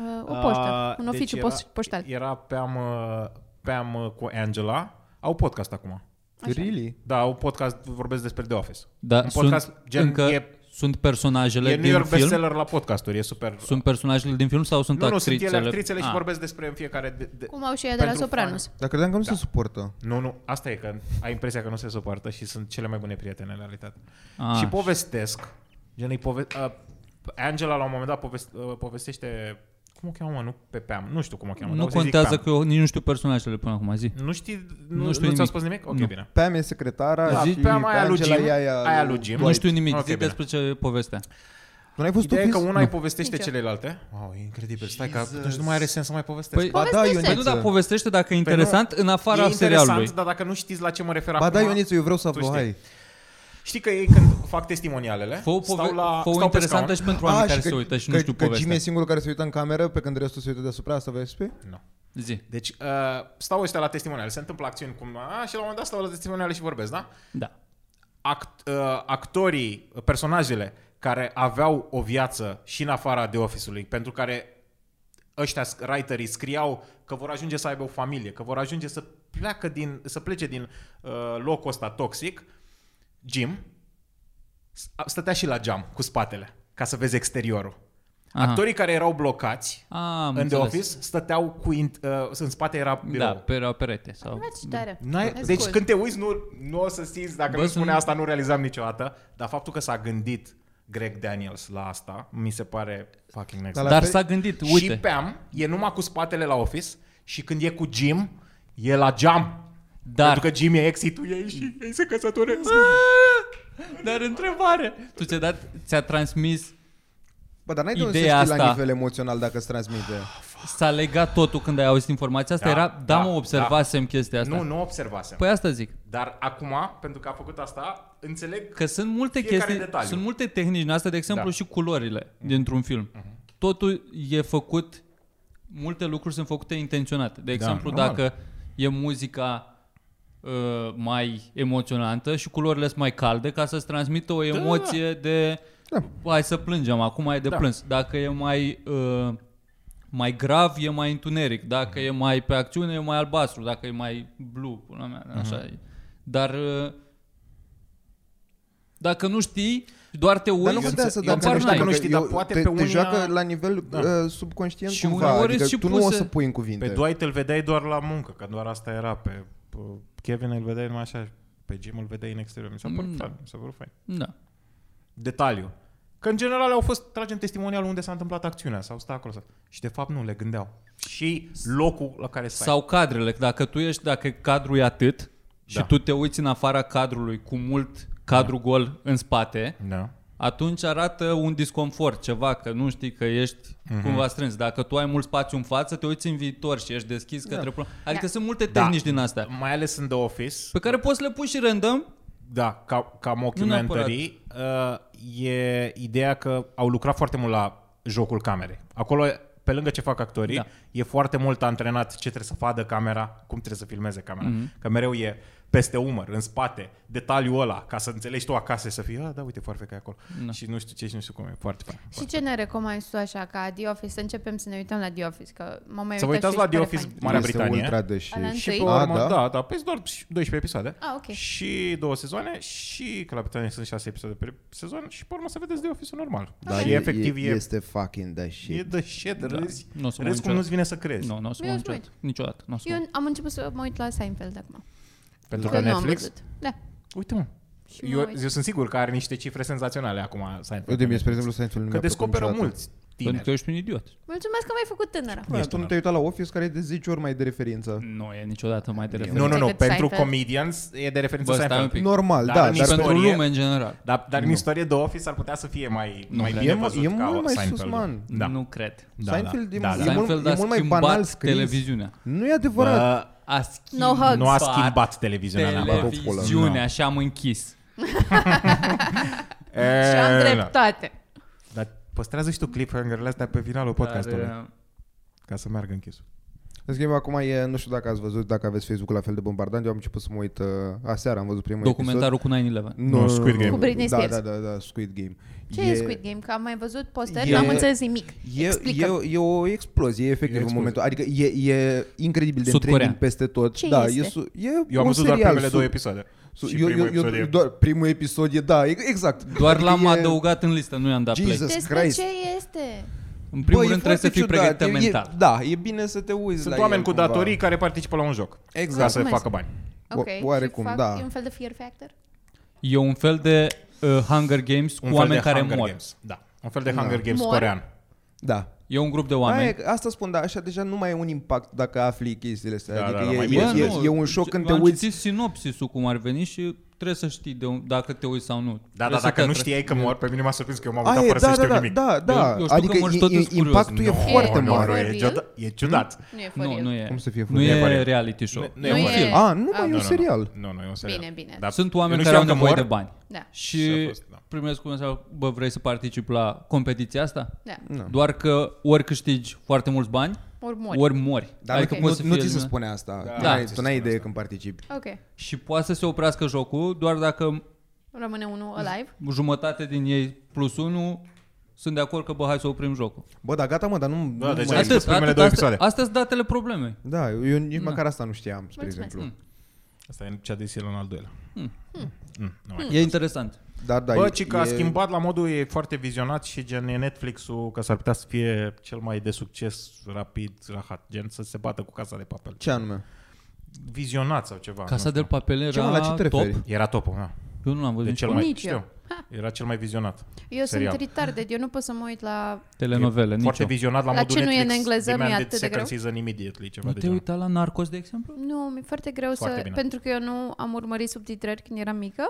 S3: Uh, O poștă,
S1: Ah,
S3: un
S1: deci
S3: oficiu
S1: era,
S3: poș- poștal.
S1: Era Peam, uh, Peam uh, cu Angela. Au podcast acum.
S3: Așa.
S2: Really?
S1: Da, au podcast, vorbesc despre The Office.
S4: Da,
S1: un
S4: sunt
S1: podcast gen
S4: încă
S1: e
S4: Sunt personajele
S1: E
S4: din
S1: New York
S4: film?
S1: bestseller la podcasturi, e super...
S4: Sunt personajele din film sau sunt
S1: nu, nu, sunt
S4: actrițele?
S1: ele actrițele și
S4: Ah.
S1: vorbesc despre fiecare... De, de...
S3: Cum au și ea de la
S1: Pentru
S3: Sopranos.
S2: Dar credeam că nu
S1: Da.
S2: se suportă.
S1: Nu, nu, asta e că ai impresia că nu se suportă și sunt cele mai bune prietene în realitate.
S4: Ah,
S1: și povestesc, gen îi pove- uh, Angela la un moment dat povest- uh, povestește, cum o cheamă, mă, nu pe Pam, nu știu cum o cheamă.
S4: nu
S1: dar o să-i zic
S4: contează
S1: Pam.
S4: că eu nici nu știu personajele până acum, zi.
S1: Nu știi, nu,
S4: Nu
S1: nu,
S4: știu
S1: știu nu ți-au
S4: nimic.
S1: spus nimic? Ok,
S4: Nu.
S1: bine.
S2: Pam e secretara
S1: Da,
S2: și
S1: Pam,
S2: pe
S1: aia lui
S2: Angela
S1: Jim,
S2: e aia, uh,
S1: aia lui Jim.
S4: Nu știu nimic,
S1: Ok,
S4: zi
S1: bine.
S4: despre ce povestea.
S2: Tu n-ai fost
S1: Ideea e
S2: tu
S1: că
S2: fix?
S1: una îi povestește
S3: Nicio.
S1: celelalte. Wow, e incredibil. Stai că
S2: Jesus.
S1: atunci nu mai are sens să mai povestesc.
S4: Păi,
S2: Ba da,
S3: Povestește.
S4: păi
S2: Ioniță.
S4: nu, dar povestește dacă
S1: Păi
S4: e
S1: nu,
S4: interesant în
S1: e
S4: afara serialului.
S1: interesant, dar dacă nu știți la ce mă refer
S2: Ba
S1: acum...
S2: da, Ioniță, eu vreau să
S1: tu
S2: aflu,
S1: știi.
S2: hai.
S1: Știi că ei când fac testimonialele,
S4: Fă o,
S1: stau la,
S4: pove- fă
S1: stau
S4: o
S1: pe
S4: interesantă
S1: scaun.
S4: și pentru oamenii
S2: Ah,
S4: care
S2: și
S4: se uită și nu știu
S2: că Jimmy e
S4: povestea.
S2: singurul care se uită în cameră, pe când restul se uită deasupra, asta vrei să Păi, spui?
S1: Nu.
S4: Zi.
S1: Deci uh, stau ăștia la testimoniale, se întâmplă acțiuni cum... A, și la un moment dat stau la testimoniale și vorbesc, da?
S4: Da.
S1: Act, uh, actorii, personajele care aveau o viață și în afara de office-ului, pentru care ăștia sc- writerii scriau că vor ajunge să aibă o familie, că vor ajunge să, pleacă din, să plece din uh, locul ăsta toxic, Jim s- stătea și la geam cu spatele ca să vezi exteriorul.
S4: Aha.
S1: Actorii care erau blocați
S4: Ah, am
S1: în The
S4: înțeles.
S1: Office stăteau cu int- uh, în spate era birou.
S4: Da, pe la perete. Sau...
S3: Mergi tare.
S1: N-ai,
S3: That's
S1: deci
S3: cool.
S1: când te uiți, nu, nu o să simți, dacă
S4: Bă,
S1: nu spune
S4: sunt-
S1: asta, nu realizam niciodată, dar faptul că s-a gândit Greg Daniels la asta, mi se pare fucking next.
S2: Dar
S1: level.
S4: Dar
S2: fel-
S4: s-a gândit,
S1: Și
S4: uite.
S1: Pam e numai cu spatele la office și când e cu Jim, e la geam.
S4: Dar,
S1: Pentru că Jim e exitul ei și ei se căsătoresc.
S4: Ah! dar întrebare. Tu ți-a dat, ți-a transmis,
S2: Bă, dar n-ai de unde să știi
S4: Ideea
S2: la
S4: asta-
S2: nivel emoțional dacă îți transmite.
S4: s-a legat totul când ai auzit informația asta?
S1: Da,
S4: era, da,
S1: da,
S4: mă, observasem chestia asta.
S1: Nu, nu observasem.
S4: Păi asta zic.
S1: Dar acum, pentru că a făcut asta, înțeleg
S4: Că sunt multe
S1: Fiecare
S4: chestii,
S1: detaliu.
S4: sunt multe tehnici în asta, de exemplu
S1: Da. Mhm.
S4: și culorile dintr-un film. Totul e făcut, multe lucruri sunt făcute intenționat. De exemplu,
S1: Da, normal.
S4: dacă e muzica uh, mai emoționantă și culorile sunt mai calde ca să-ți transmită o emoție de hai să plângem, acum e de
S1: Da.
S4: plâns. Dacă e mai... Uh, mai grav e mai întuneric,
S1: Mhm.
S4: dacă e mai pe acțiune e mai albastru, dacă e mai blu, pula mea,
S1: Mhm.
S4: așa e. Dar uh, dacă nu știi, doar te uiți,
S2: Dar nu contează
S1: înțeleg-
S2: dacă
S4: habar
S1: eu
S4: n-ai.
S1: dacă nu
S2: că
S1: știi, dar
S2: eu-
S1: poate
S2: te,
S1: pe
S2: Te
S1: unii
S2: joacă
S1: a-
S2: la nivel
S1: Da.
S2: uh, subconștient
S4: Și
S2: cumva,
S4: uneori
S2: adică
S4: și
S2: tu nu o
S4: puse-
S2: să pui în cuvinte.
S1: Pe Dwight îl vedeai doar la muncă, că doar asta era. Pe pe Kevin îl vedeai numai așa, pe Jim îl vedeai în exterior. Mi s-a părut
S4: Mm, da.
S1: fain, mi s-a părut fain.
S4: Da.
S1: Detaliu. Că în general au fost, tragem testimonial unde s-a întâmplat acțiunea sau stă acolo. Sau. Și de fapt nu, le gândeau. Și locul la care stai.
S4: Sau cadrele, dacă tu ești, dacă cadrul e atât și
S1: Da.
S4: tu te uiți în afara cadrului cu mult cadru gol în spate,
S1: Da.
S4: atunci arată un disconfort, ceva, că nu știi că ești
S1: Mhm.
S4: mm-hmm. cumva strâns. Dacă tu ai mult spațiu în față, te uiți în viitor și ești deschis către... Da. Adică
S3: Da.
S4: sunt multe
S1: Da.
S4: tehnici din astea.
S1: Mai ales în The Office,
S4: Pe care poți să le pui și random.
S1: da, ca, ca mockumentary, uh, e ideea că au lucrat foarte mult la jocul camerei. Acolo, pe lângă ce fac actorii,
S4: Da.
S1: da. e foarte mult antrenat ce trebuie să facă camera, cum trebuie să filmeze camera. Mm-hmm. Că mereu e peste umăr, în spate, detaliul ăla, ca să înțelegi tu acasă să fii, "Ah, da, uite, foarfeca e acolo. Da. Și nu știu ce și nu știu cum e. Foarte fain.
S3: Și ce ne recomanzi tu așa, ca The Office, să începem să ne uităm la The Office, că m-am mai
S1: Să vă
S3: uitat
S1: uitați
S3: și
S1: la
S3: mi
S1: The
S3: se
S1: Office
S3: pare fain.
S1: Marea
S2: este
S1: Britanie.
S2: ultra deși.
S3: Ala
S1: Și pe
S3: întâi?
S1: urmă,
S2: A,
S1: da,
S2: da?
S1: da, da pe doar 12 episoade.
S3: Ah, ok.
S1: Și două sezoane și că la Britanie sunt 6 episoade pe sezon și pe urmă să vedeți de ofisul normal.
S5: Dar
S1: Da, și
S5: e,
S1: efectiv Ah. e, e,
S5: este fucking the shit.
S1: e de shit, da. râzi,
S4: Nu o să mă
S1: râzi cum
S4: uit
S1: nu-ți vine să crezi.
S4: Nu, nu o să mă
S3: Eu
S4: uit
S3: sunt
S4: niciodată. Niciodată. Nu o să mă uit.
S3: Eu am început să mă uit la Seinfeld acum.
S1: Pentru
S3: că
S1: că
S3: nu am
S1: Netflix,
S3: văzut. Da.
S1: uite mă,
S3: Și mă
S1: eu,
S3: uit.
S1: eu, sunt sigur că are niște cifre senzaționale acum Seinfeld.
S2: Eu de mie, spre exemplu, Seinfeld nu
S1: Că
S2: mi-a plăcut
S1: descoperă
S2: niciodată.
S1: mulți
S4: Pentru că
S1: tineri.
S4: ești un idiot.
S3: Mulțumesc că m-ai făcut tânără.
S2: Bă, tu nu te-ai uitat la Office care e de 10 ori mai de referință.
S4: Nu e niciodată mai de referință.
S1: Nu, nu, nu,
S3: Decât
S1: pentru
S3: Seinfeld.
S1: comedians e de referință
S4: Bă, stai un
S1: Seinfeld.
S4: pic.
S2: Normal,
S1: Păi, Dar
S2: da,
S1: în
S2: dar
S1: istorie-
S4: Pentru lume în general.
S1: Dar, dar în istorie de Office ar putea să fie mai, mai
S4: cred.
S1: bine
S2: E mu-
S1: văzut
S2: e
S1: ca
S2: mult mai sus,
S1: Seinfeld-ul.
S2: man.
S1: Da.
S4: Nu cred.
S1: Da, da,
S2: Seinfeld e
S1: da,
S2: mult-
S1: da.
S2: e mult-
S4: Seinfeld a
S2: mult mai
S4: schimbat
S2: banal scris.
S4: televiziunea.
S2: Nu e adevărat.
S1: Bă,
S4: A schimbat
S3: No hugs.
S1: nu a schimbat televiziunea. Tele...
S4: televiziunea și am închis.
S3: Și am
S1: da.
S3: dreptate.
S1: Dar păstrează și tu cliffhanger-urile astea pe finalul podcastului,
S2: da.
S4: Dar, uh,
S1: ca să meargă închisul.
S2: În schimb, acum e, nu știu dacă ați văzut, dacă aveți Facebook-ul la fel de bombardant, eu am început să mă uit uh, aseară, am văzut primul episod.
S4: Documentarul cu 9-11.
S1: Nu, Squid Game. Cu
S3: Britney
S2: da,
S3: Spears.
S2: da, da, da, Squid Game.
S3: Ce e, Squid Game? Că am mai văzut postări,
S2: E-
S3: n-am înțeles nimic.
S2: E, e,
S3: Explică.
S2: e o explozie, e efectiv,
S1: E explozie.
S2: e în momentul. Adică e, e incredibil de
S4: Sud-Corea.
S2: trending peste tot.
S3: Ce
S2: da,
S3: este?
S2: E, su- e
S1: Eu am
S2: un
S1: văzut doar
S2: serial
S1: primele
S2: sud-
S1: două episoade. Și primul episod e-
S2: doar, primul episod e, da, e- exact.
S4: Doar
S2: Adică
S4: l-am
S2: e-
S4: adăugat în listă, nu i-am dat play.
S2: Jesus
S3: Despre
S2: Christ.
S3: ce este?
S4: În primul
S2: Bă, e
S4: rând trebuie să
S2: foarte
S4: fii
S2: ciudat,
S4: pregătit
S2: e- e-
S4: mental.
S2: Da, e bine să te uiți
S1: Sunt
S2: la
S1: oameni
S2: el
S1: cu
S2: cumva.
S1: datorii care participă la un joc.
S2: Exact.
S1: Ca să
S3: Mulțumesc.
S1: facă bani.
S2: O-
S3: Ok.
S2: oarecum,
S3: și fac,
S2: da.
S3: E un fel de fear factor?
S4: E un fel de uh, Hunger Games
S1: Un
S4: cu
S1: fel
S4: oameni
S1: de
S4: care
S1: Hunger
S4: mor.
S1: Games. Da. Un fel de Hunger Games
S3: Mor?
S1: corean.
S2: Da.
S4: E un grup de oameni.
S2: Aia, e- asta spun, da, așa deja nu mai e un impact dacă afli chestiile astea.
S1: Da,
S2: adică
S1: da, da, mai
S2: e,
S1: bine.
S2: e,
S1: Bă,
S2: e,
S1: nu,
S2: e, un șoc când te
S4: am
S2: uiți.
S4: citit sinopsisul cum ar veni și trebuie să știi de un, dacă te uiți sau nu.
S1: Da,
S4: Trebuie
S1: da,
S4: să
S1: dacă
S4: te
S1: nu
S4: atragi.
S1: știai că mor, pe mine m-a surprins că eu m-am
S2: Aia
S1: uitat
S2: e,
S1: fără să
S2: da, da,
S1: știu
S2: da,
S1: nimic.
S2: da, da.
S4: Eu- eu știu
S2: adică
S4: că mor și tot
S2: e- e-
S4: sunt curios.
S2: impactul e
S1: No,
S2: foarte
S1: no,
S2: mare.
S1: nu, e
S3: Real?
S1: ciudat- E ciudat.
S3: Nu e for
S4: Nu,
S3: real.
S4: nu e.
S2: Cum să fie
S4: nu
S2: fără?
S1: E
S4: e
S1: pariu.
S4: reality show.
S1: Nu- nu
S4: e
S1: e
S4: un
S1: pariu.
S4: film.
S2: A, nu,
S3: Ah,
S2: mai e
S1: Nu,
S2: un
S1: nu,
S2: serial.
S1: Nu, nu, e un serial.
S3: Bine, bine.
S1: Dar
S4: Sunt
S1: eu
S4: oameni
S1: nu
S4: care au
S1: știam că
S4: nevoie
S1: mor.
S4: de bani.
S3: Da.
S1: Și
S4: Și
S1: a fost, da.
S4: primesc cum să bă, vrei să participi la competiția asta?
S3: Da.
S4: Doar că ori câștigi foarte mulți bani,
S3: Ori mori.
S4: ori mori.
S2: Dar
S4: adică
S2: Da, nu-
S4: poți să
S2: nu,
S4: fii
S2: nu ți se
S4: eliminat.
S2: spune asta.
S1: Da.
S2: Tu
S4: Da.
S2: n-ai- Tu n-ai idee când participi.
S3: Ok.
S4: Și poate să se oprească jocul doar dacă
S3: Rămâne unul alive.
S4: jumătate din ei plus unul sunt de acord că bă, hai să oprim jocul.
S2: Bă, da, gata, mă, dar nu...
S1: Da,
S2: nu
S1: deci
S2: mai-
S1: ai- primele două episoade.
S4: Astea, astea sunt datele problemei.
S2: Da, eu nici măcar asta nu știam, spre
S3: Mulțumesc.
S2: exemplu.
S4: Mm.
S1: Asta e cea de Silon al doilea.
S3: Hmm.
S1: Mm, nu mai.
S4: E interesant.
S2: Dar da,
S1: Bă,
S2: e-
S1: ci că a
S2: e-
S1: schimbat la modul, e foarte vizionat și gen e Netflix-ul, că s-ar putea să fie cel mai de succes, rapid, rahat, gen să se bată cu Casa de Papel.
S2: Ce anume?
S1: Vizionat sau ceva.
S4: Casa
S1: nu
S4: del
S1: știu.
S4: Papel era
S2: Ce, mă, la ce te
S4: top.
S2: referi?
S1: Era topul, da.
S4: Eu nu l-am văzut
S1: De
S4: nici
S1: cel
S4: pe
S1: mai,
S3: Nici eu.
S1: știu, era cel mai vizionat.
S3: Eu
S1: serial.
S3: sunt retarded, eu nu pot să mă uit la...
S4: telenovele, nici
S1: Foarte
S4: eu.
S1: vizionat la,
S3: La
S1: modul
S3: ce nu e
S1: Netflix.
S3: în engleză, mi-e
S1: demanded
S3: atât de
S1: second
S3: greu.
S1: season immediately, ceva
S4: Nu
S1: de
S4: te
S1: genul.
S4: uita la Narcos, de exemplu?
S3: Nu, mi-e foarte greu
S1: Foarte
S3: să...
S1: bine.
S3: Pentru că eu nu am urmărit subtitrări când eram mică.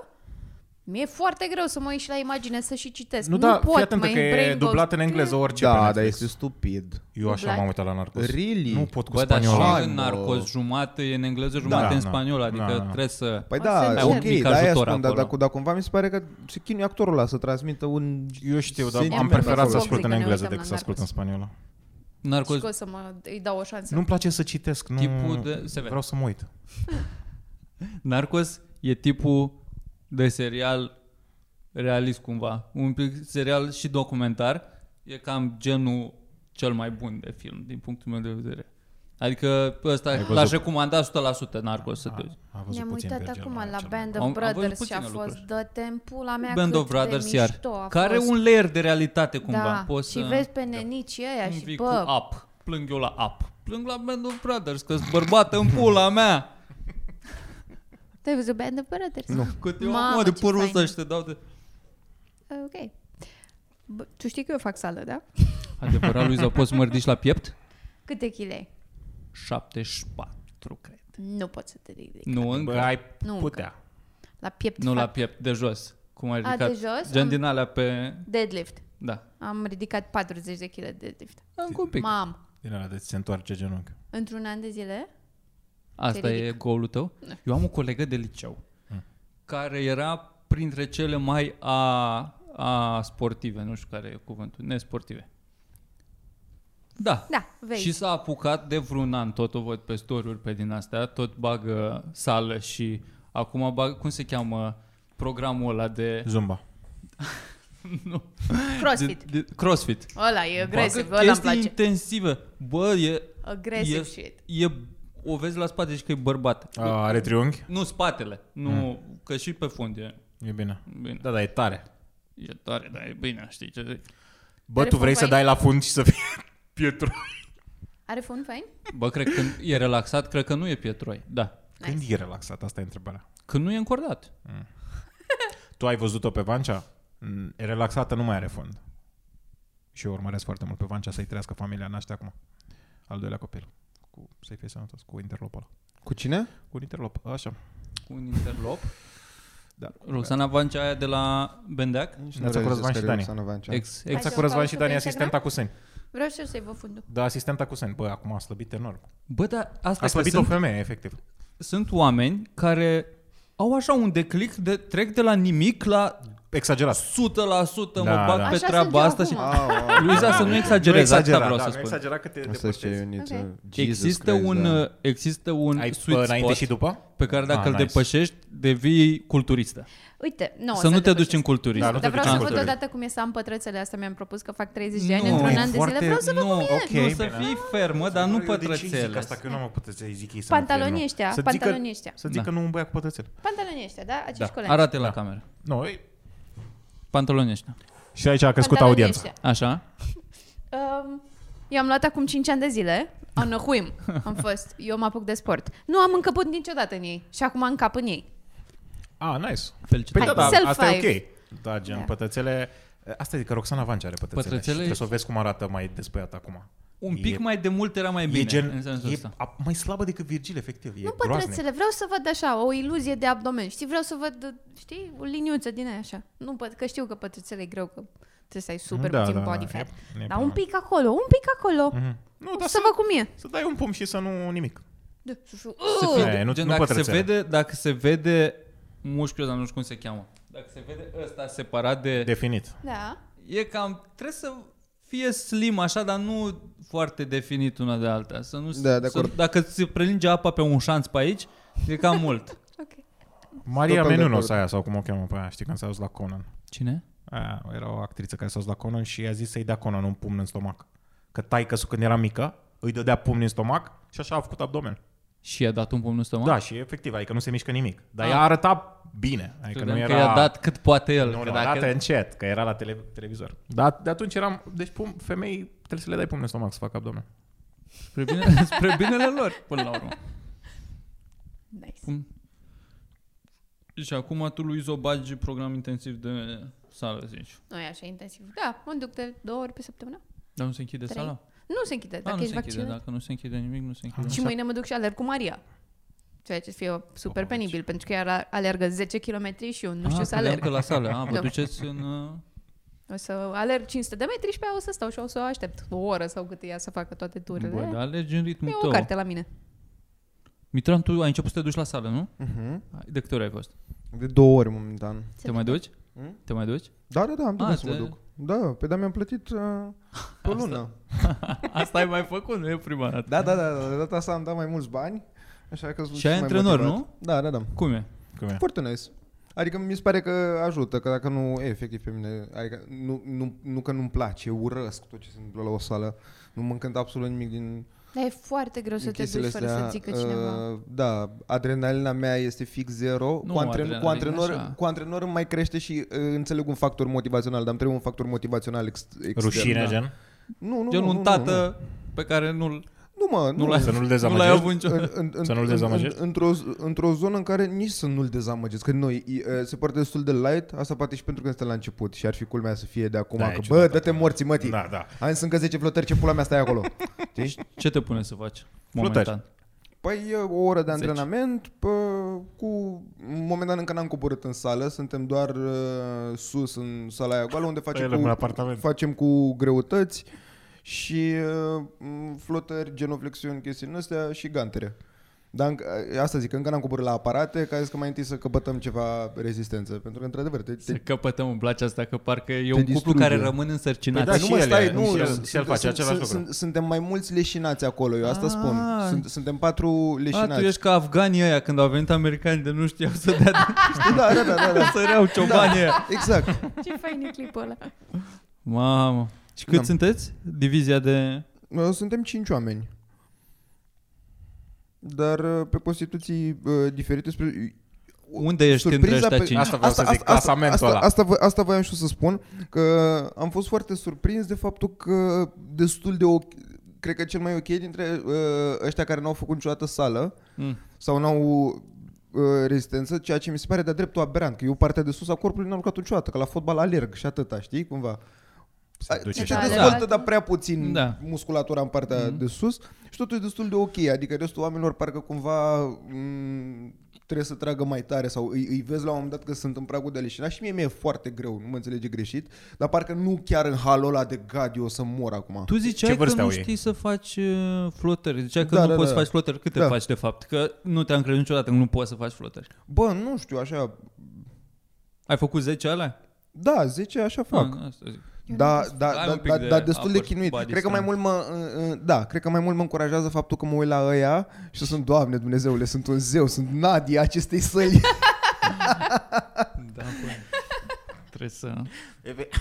S3: Mi-e foarte greu să mă uit și la imagine să și citesc.
S1: Nu,
S3: Nu,
S1: da,
S3: pot,
S1: fii atentă
S3: mă,
S1: că e
S3: brain goes-
S1: dublat în engleză orice pe
S2: Da,
S1: Netflix.
S2: dar este stupid.
S1: Eu așa
S3: Dublat.
S1: m-am uitat la Narcos.
S2: Really?
S1: Nu pot cu
S4: Bă, da, dar și
S1: spaniola.
S2: Hai,
S4: în
S2: mă.
S4: Narcos jumate e în engleză, jumate
S1: Da,
S4: în
S1: da.
S4: spaniolă, adică
S1: Da, da.
S4: trebuie să...
S2: Păi
S3: O
S2: da,
S3: să
S2: da
S3: încerc.
S2: ok,
S4: mic
S2: dar aia
S4: ajutor
S2: spun, dar
S4: acolo.
S2: dacă, dacă cumva mi se pare că se chinuie actorul ăla să transmită un...
S1: Eu știu, dar am
S2: sentiment
S1: preferat să
S2: acolo.
S3: Fox
S1: ascult
S3: zic
S1: în
S3: că ne
S1: engleză
S3: uităm
S1: decât
S3: la
S1: să ascult în
S3: Narcos.
S1: spaniolă.
S4: Narcos
S3: Și că o să mă, îi dau o șansă.
S1: Nu-mi place să citesc, nu...
S4: Tipul de- se vede.
S1: Vreau să mă uit.
S4: Narcos e tipul de serial realist cumva, un pic serial și documentar, e cam genul cel mai bun de film din punctul meu de vedere. Adică pe ăsta l-aș recomanda 100% Narcos
S1: Ah.
S4: să te uiți.
S1: Am văzut
S3: Ne-am
S1: puțin
S3: uitat
S1: Virgil
S3: acum
S1: cel
S3: la
S1: mai
S3: Band
S1: bun.
S4: Am-
S3: of
S4: am văzut
S3: Brothers și
S4: puține
S3: a fost
S4: lucruri.
S3: dă tempul la mea
S4: Band
S3: cât
S4: of Brothers
S3: de
S4: iar,
S3: mișto a
S4: care
S3: fost.
S4: un layer de realitate cumva.
S3: da,
S4: Poți
S3: și
S4: să...
S3: vezi pe nenicii ăia
S4: Nu
S3: și
S4: vii
S3: bă,
S4: cu up. Plâng eu la up. Plâng la Band of Brothers, că-s bărbat în pula mea.
S3: te-ai văzut Band of Brothers? Nu.
S4: Că te iau
S3: Mamă,
S4: acum de
S3: ce
S4: părul
S3: fain.
S4: ăsta și te dau de...
S3: Ok. Bă, tu știi că eu fac sală, da?
S4: Adevărat, Luiza, poți să mă ridici la piept?
S3: Câte chile ai?
S4: 74, cred.
S3: Nu pot să te ridic.
S4: Nu, încă.
S1: Bă, ai
S3: Nu încă.
S1: putea.
S3: La piept
S4: Nu
S3: fac
S4: la piept, de jos. Cum ai
S3: A,
S4: ridicat?
S3: de jos?
S4: Gen
S3: Am-
S4: din alea pe...
S3: deadlift.
S4: Da.
S3: Am ridicat 40 de kg de deadlift.
S4: Încă un pic.
S3: Mam,
S1: Din ăla de ți se întoarce genunchi.
S3: într-un an de zile?
S4: Asta
S3: te
S4: e
S3: ridic.
S4: goalul tău?
S3: Da.
S4: Eu am o colegă de liceu care era printre cele mai a, a sportive, nu știu care e cuvântul, nesportive. Da.
S3: Da, vei.
S4: Și s-a apucat de vreun an, tot o văd pe story pe din astea, tot bagă sală și acum bagă, cum se cheamă programul ăla de...
S1: Zumba.
S4: Nu,
S3: Crossfit.
S4: De, de, crossfit.
S3: Ăla e
S4: Bagă
S3: agresiv, ăla îmi
S4: chestii
S3: place.
S4: intensive. Bă, e...
S3: Agresiv
S4: e,
S3: shit.
S4: e, o vezi la spate și că e bărbat.
S1: A,
S3: Păi-
S1: are triunghi?
S4: Nu spatele, nu, mm. că și pe fund e
S1: E bine.
S4: bine. Da.
S1: Da, da, e tare.
S4: E tare, dar e bine, știi ce zic.
S1: Bă,
S3: Are
S1: tu vrei să
S3: fumbai?
S1: dai la fund și să fie pietru.
S3: Are fun fain?
S4: Bă, cred că e relaxat, cred că nu e pietroi, da.
S1: Când e relaxat? Asta e întrebarea.
S4: Când nu e încordat.
S1: Tu ai văzut-o pe Vancea? Mm, E relaxată, nu mai are fund. Și eu urmăresc foarte mult pe Vancea să-i trăiască familia, naște acum. Al doilea copil. Cu, să-i fie sănătos, cu interlopul ăla.
S2: Cu cine?
S1: Cu un interlop, așa.
S4: Cu un interlop.
S2: Da.
S4: Roxana Vancea aia de la Bendeac.
S2: Nici
S1: Neața
S2: realizez
S1: Corozvan
S2: că
S1: și
S2: are
S1: Dani.
S2: Roxana Vancea.
S4: Ex,
S3: Hai
S4: exact.
S3: să-
S1: Cu Răzvan și
S3: pauză
S1: Dani,
S3: pe
S1: asistenta
S3: Instagram?
S1: cu sâni.
S3: Vreau și eu să-i văd fundul.
S1: Da, asistenta cu sâni. Bă, acum a slăbit enorm.
S4: Bă, dar asta
S1: A
S4: e că
S1: slăbit o
S4: sunt,
S1: femeie, efectiv.
S4: sunt oameni care au așa un declic, de, trec de la nimic la
S1: exagerat.
S4: 100% da, mă
S1: Da,
S4: bag
S1: da.
S4: pe
S3: Așa
S4: treaba
S3: sunt
S4: asta
S3: eu
S4: și...
S3: acum.
S2: Au, au,
S4: Luiza, să nu exagerezi, asta
S1: exagera,
S4: exact, vreau
S1: da,
S4: să
S1: nu
S4: spun.
S1: exagera că te
S2: Asta
S1: depășezi.
S2: e Ioniță.
S3: Ok.
S2: Jesus
S4: Există
S2: Christ,
S4: un, uh,
S2: da.
S4: există un
S1: Ai
S4: sweet
S1: pă, înainte
S4: spot
S1: și după?
S4: pe care dacă
S1: Ah,
S4: îl
S1: nice.
S4: depășești, devii culturistă.
S3: Uite, nu, o
S4: să nu te
S3: depășesc.
S4: duci în culturist.
S1: Da, nu te
S3: Dar vreau
S1: duci
S3: să
S1: în
S3: văd
S1: culturist.
S3: odată cum e să am pătrățele astea. Mi-am propus că fac 30 de ani
S4: Nu,
S3: într-un
S4: e
S3: an de zile.
S1: foarte-
S3: Vreau să văd
S4: nu,
S3: cum e.
S1: ok,
S4: nu să
S1: bine,
S4: fii fermă, dar nu
S1: Eu de ce zic
S4: pătrățele.
S1: asta că eu nu am pătrățele, zic ei să
S3: Pantalonii
S1: nu fie, nu.
S3: ăștia,
S1: Să zică-
S3: pantalonii ăștia.
S1: Să zic
S4: Da.
S1: că nu un băiat cu pătrățele.
S3: Pantalonii ăștia, da? Acești
S1: Da.
S3: colegi.
S4: Arate la
S1: Da.
S4: cameră.
S1: Nu, e-
S4: Pantaloni ăștia.
S1: și aici a crescut
S3: Pantalonii
S1: audiența.
S3: ăștia.
S4: Așa?
S1: Păi
S3: Um, eu am luat acum 5 ani de zile, în huim am fost, eu mă apuc de sport. Nu am încăput niciodată în ei și acum încap în ei.
S1: Ah, nice. Păi
S4: Felicitări.
S1: da,
S3: Hai,
S1: da,
S3: self
S1: asta e
S3: five.
S1: ok. Da, gen,
S3: Da.
S1: pătrățele... Asta e că Roxana Vanci are pătrățele,
S4: Pătrățele
S1: și trebuie
S4: e-
S1: să o vezi cum arată mai despăiat acum.
S4: Un
S1: E-
S4: pic mai de mult era mai bine,
S1: e gen,
S4: în sensul
S1: e
S4: ăsta.
S1: a, mai slabă decât Virgil, efectiv. E
S3: nu
S1: groaznic.
S3: pătrățele, vreau să văd așa, o iluzie de abdomen. Știi, vreau să văd, știi, o liniuță din aia așa. Nu, pă- că știu că pătrățele e greu, că trebuie să ai super
S1: Da,
S3: puțin
S1: da, da,
S3: body
S1: e-
S3: fat.
S1: e
S3: Dar
S1: până-
S3: un pic acolo, un pic acolo.
S1: Nu, dar
S3: Să
S1: să,
S3: văd cum e.
S1: să dai un pum și să nu nimic.
S3: Da, și fiu,
S4: Să
S3: "Ugh!"
S4: fii
S1: E,
S4: de-
S1: nu-
S4: gen,
S1: nu
S4: dacă, se
S1: pătrățele.
S4: vede, dacă se vede mușchiul ăsta, nu știu cum se cheamă, dacă se vede ăsta separat de...
S1: Definit.
S3: Da.
S4: E cam... Trebuie să fie slim așa, dar nu foarte definit una de alta. Să nu,
S2: Da, de
S4: să,
S2: acord.
S4: dacă ți se prelinge apa pe un șanț pe aici, e cam mult.
S3: Ok.
S1: Maria
S2: Total de
S1: Menunos
S2: acord.
S1: aia, sau cum o cheamă pe aia, știi, când s-a dus la Conan.
S4: Cine?
S1: Aia, era o actriță care s-a dus la Conan și i-a zis să-i dea Conan un pumn în stomac. Că taică su când era mică, îi dădea pumn în stomac și așa a făcut abdomen.
S4: Și i-a dat un pumn în stomac?
S1: Da, și efectiv, adică nu se mișcă nimic. Dar
S4: Ah.
S1: ea arăta bine. Adică
S4: Credeam
S1: nu
S4: că
S1: era...
S4: i-a dat cât poate el.
S1: Nu,
S4: că
S1: nu,
S4: dacă...
S1: arată încet, că era la tele, televizor. Dar de atunci eram... Deci pum, femei trebuie să le dai pumn în stomac să facă abdomen.
S4: Spre, bine, spre binele lor, până la urmă.
S3: Nice.
S4: Cum? Și acum tu, Luiz, o bagi program intensiv de sală, zici.
S3: Nu e așa intensiv. Da, mă duc de două ori pe săptămână.
S4: Dar nu se închide
S3: Trei.
S4: sala?
S3: Nu se
S1: Ah,
S3: închide,
S4: A,
S3: dacă
S4: nu
S3: ești
S4: se închide.
S3: vaccinat.
S4: Dacă nu se închide nimic, nu se
S1: da.
S4: închide.
S3: Și mâine mă duc și alerg cu Maria. Ceea ce fie super
S1: deci-
S3: penibil, pentru că ea alergă 10 km și eu nu știu
S4: Ah,
S3: să
S4: credeam
S3: alerg.
S4: că la sală. A, vă
S3: Nu.
S4: duceți în... uh,
S3: O să alerg 500 de metri și pe aia o să stau și o să o aștept o oră sau cât e ea să facă toate turile.
S4: Bă, da. dar alegi în ritmul
S3: e o
S4: tău.
S3: carte la mine.
S4: Mitran, tu ai început să te duci la sală, nu?
S2: Mhm.
S4: De câte ori ai fost?
S2: De două ori momentan.
S4: Te mai duci?
S2: Hmm?
S4: Te mai duci?
S2: Da, da, da, am
S4: Ah,
S2: trebuit să mă
S4: te-
S2: duc. Da, pe da mi-am plătit uh, pe lună.
S4: Asta ai mai făcut, nu e prima dată.
S2: Da, da, da, da, de data asta am dat mai mulți bani. Așa că sunt
S4: Și ai
S2: mai
S4: antrenor,
S2: motivat.
S4: nu?
S2: Da, da, da.
S4: Cum e?
S1: Cum e?
S2: Foarte nice. Adică mi se pare că ajută, că dacă nu, e, efectiv pe mine, adică nu, nu, nu că nu-mi place, urăsc tot ce se întâmplă la o sală, nu mă încânt absolut nimic din
S3: Dar Da, e foarte greu să te duci
S2: chestiile
S3: fără să zică cineva.
S2: Uh, da, adrenalina mea este fix zero.
S4: Nu,
S2: cu, antren- cu,
S4: adrenalina
S2: antrenor,
S4: așa.
S2: cu antrenor îmi mai crește și uh, înțeleg un factor motivațional, dar îmi trebuie un factor motivațional ex- extern.
S1: Rușine,
S4: da.
S1: gen?
S2: Nu, nu,
S4: Gen
S2: nu,
S4: un
S2: nu,
S4: tată pe care nu-l
S2: Nu, nu mă, nu.
S4: nu l-ai
S1: Să nu-l
S4: nu l-ai
S1: dezamăgești?
S4: avut
S2: În,
S4: niciodată.
S2: în, în,
S1: Să nu-l
S2: în-
S1: dezamăgești?
S2: în- într-o, z- într-o zonă în care nici să nu-l dezamăgesc, că noi i- uh, se poate destul de light, asta poate și pentru că suntem la început și ar fi culmea să fie de acum,
S1: Da, e
S2: că bă,
S1: ciudat
S2: dă-te morții, mătii,
S1: Da, da.
S2: hai sunt încă 10 flotări, ce pula mea stai acolo. Deci,
S4: Ce te pune să faci?
S1: Flotări.
S4: Momentan.
S2: Păi eu, o oră de
S4: Zece.
S2: antrenament, pă, cu momentan încă n-am coborât în sală, suntem doar uh, sus în sala aia goală unde facem
S1: Păi el în
S2: cu,
S1: un apartament.
S2: facem cu greutăți și uh, m, flotări, genoflexiuni, chestii din astea și gantere. Dar încă, uh, asta zic, încă n-am coborât la aparate, ca zic că mai întâi să căpătăm ceva rezistență, pentru că într-adevăr te,
S4: Să
S2: te,
S4: căpătăm, îmi place asta, că parcă e
S2: Te
S4: un cuplu
S2: distruge.
S4: care rămân însărcinați.
S1: Păi da, și
S2: mă,
S1: ele,
S2: stai,
S1: și el-
S2: sunt-
S1: și el face
S2: sunt-
S1: același
S2: sunt-
S1: lucru.
S2: sunt- Suntem mai mulți leșinați acolo, eu asta
S4: Ah.
S2: spun. Sunt, suntem patru
S1: Ah,
S2: leșinați.
S4: A, Ah, tu ești ca afganii ăia când au venit americani de nu știau să dea
S2: da, da, da, da, da.
S4: să reau ciobanii ăia.
S2: Exact.
S3: Ce fain e clipul ăla.
S4: Mamă. Și cât
S2: Da.
S4: sunteți? Divizia de...
S2: Uh, Suntem cinci oameni. Dar uh, pe constituții uh, diferite spre...
S4: Unde ești între
S2: surpriza
S4: ăștia
S2: pe-
S4: cinci?
S1: Asta vreau să zic, clasamentul
S2: asta,
S1: ăla.
S2: asta, vă- asta voiam și eu să spun, că am fost foarte surprins de faptul că destul de ok, cred că cel mai ok dintre uh, ăștia care n-au făcut niciodată sală
S4: Mm.
S2: sau n-au uh, rezistență, ceea ce mi se pare de-a dreptul aberant, că eu partea de sus a corpului n-am lucrat niciodată, că la fotbal alerg și atâta, știi, cumva.
S1: Se duce
S2: Se
S1: și
S3: da,
S1: acolo.
S3: da.
S2: dezvoltă, dar prea puțin
S4: Da. Mhm.
S2: da. musculatura în partea mm-hmm. de sus și totul e destul de ok. Adică restul oamenilor parcă cumva m- trebuie să tragă mai tare sau îi, îi vezi la un moment dat că sunt în pragul de leșinat și mie mi-e foarte greu, nu mă înțelege greșit, dar parcă nu chiar în halul ăla de gad, eu o să mor acum.
S4: Tu ziceai
S1: Ce
S4: că
S1: vârstă
S4: nu
S1: au ei?
S4: știi să faci uh, flotări. Ziceai că
S2: Da,
S4: nu
S2: da,
S4: poți să
S2: da.
S4: faci flotări. Câte
S2: Da.
S4: faci de fapt? Că nu te-am crezut niciodată că nu poți să faci flotări.
S2: Bă, nu știu, așa,
S4: Ai făcut 10 alea?
S2: Da, 10 așa fac.
S4: Ah, asta zic.
S2: Da, da,
S4: Ai
S2: da,
S4: un pic
S2: da,
S4: de
S2: da, destul de
S4: upper
S2: chinuit.
S4: body
S2: Cred că mai mult mă, uh, uh, da, cred că mai mult mă încurajează faptul că mă uit la ăia și sunt, Doamne Dumnezeule, sunt un zeu, sunt Nadia acestei săli.
S4: Da, bă. Trebuie să...
S1: Da. Efe-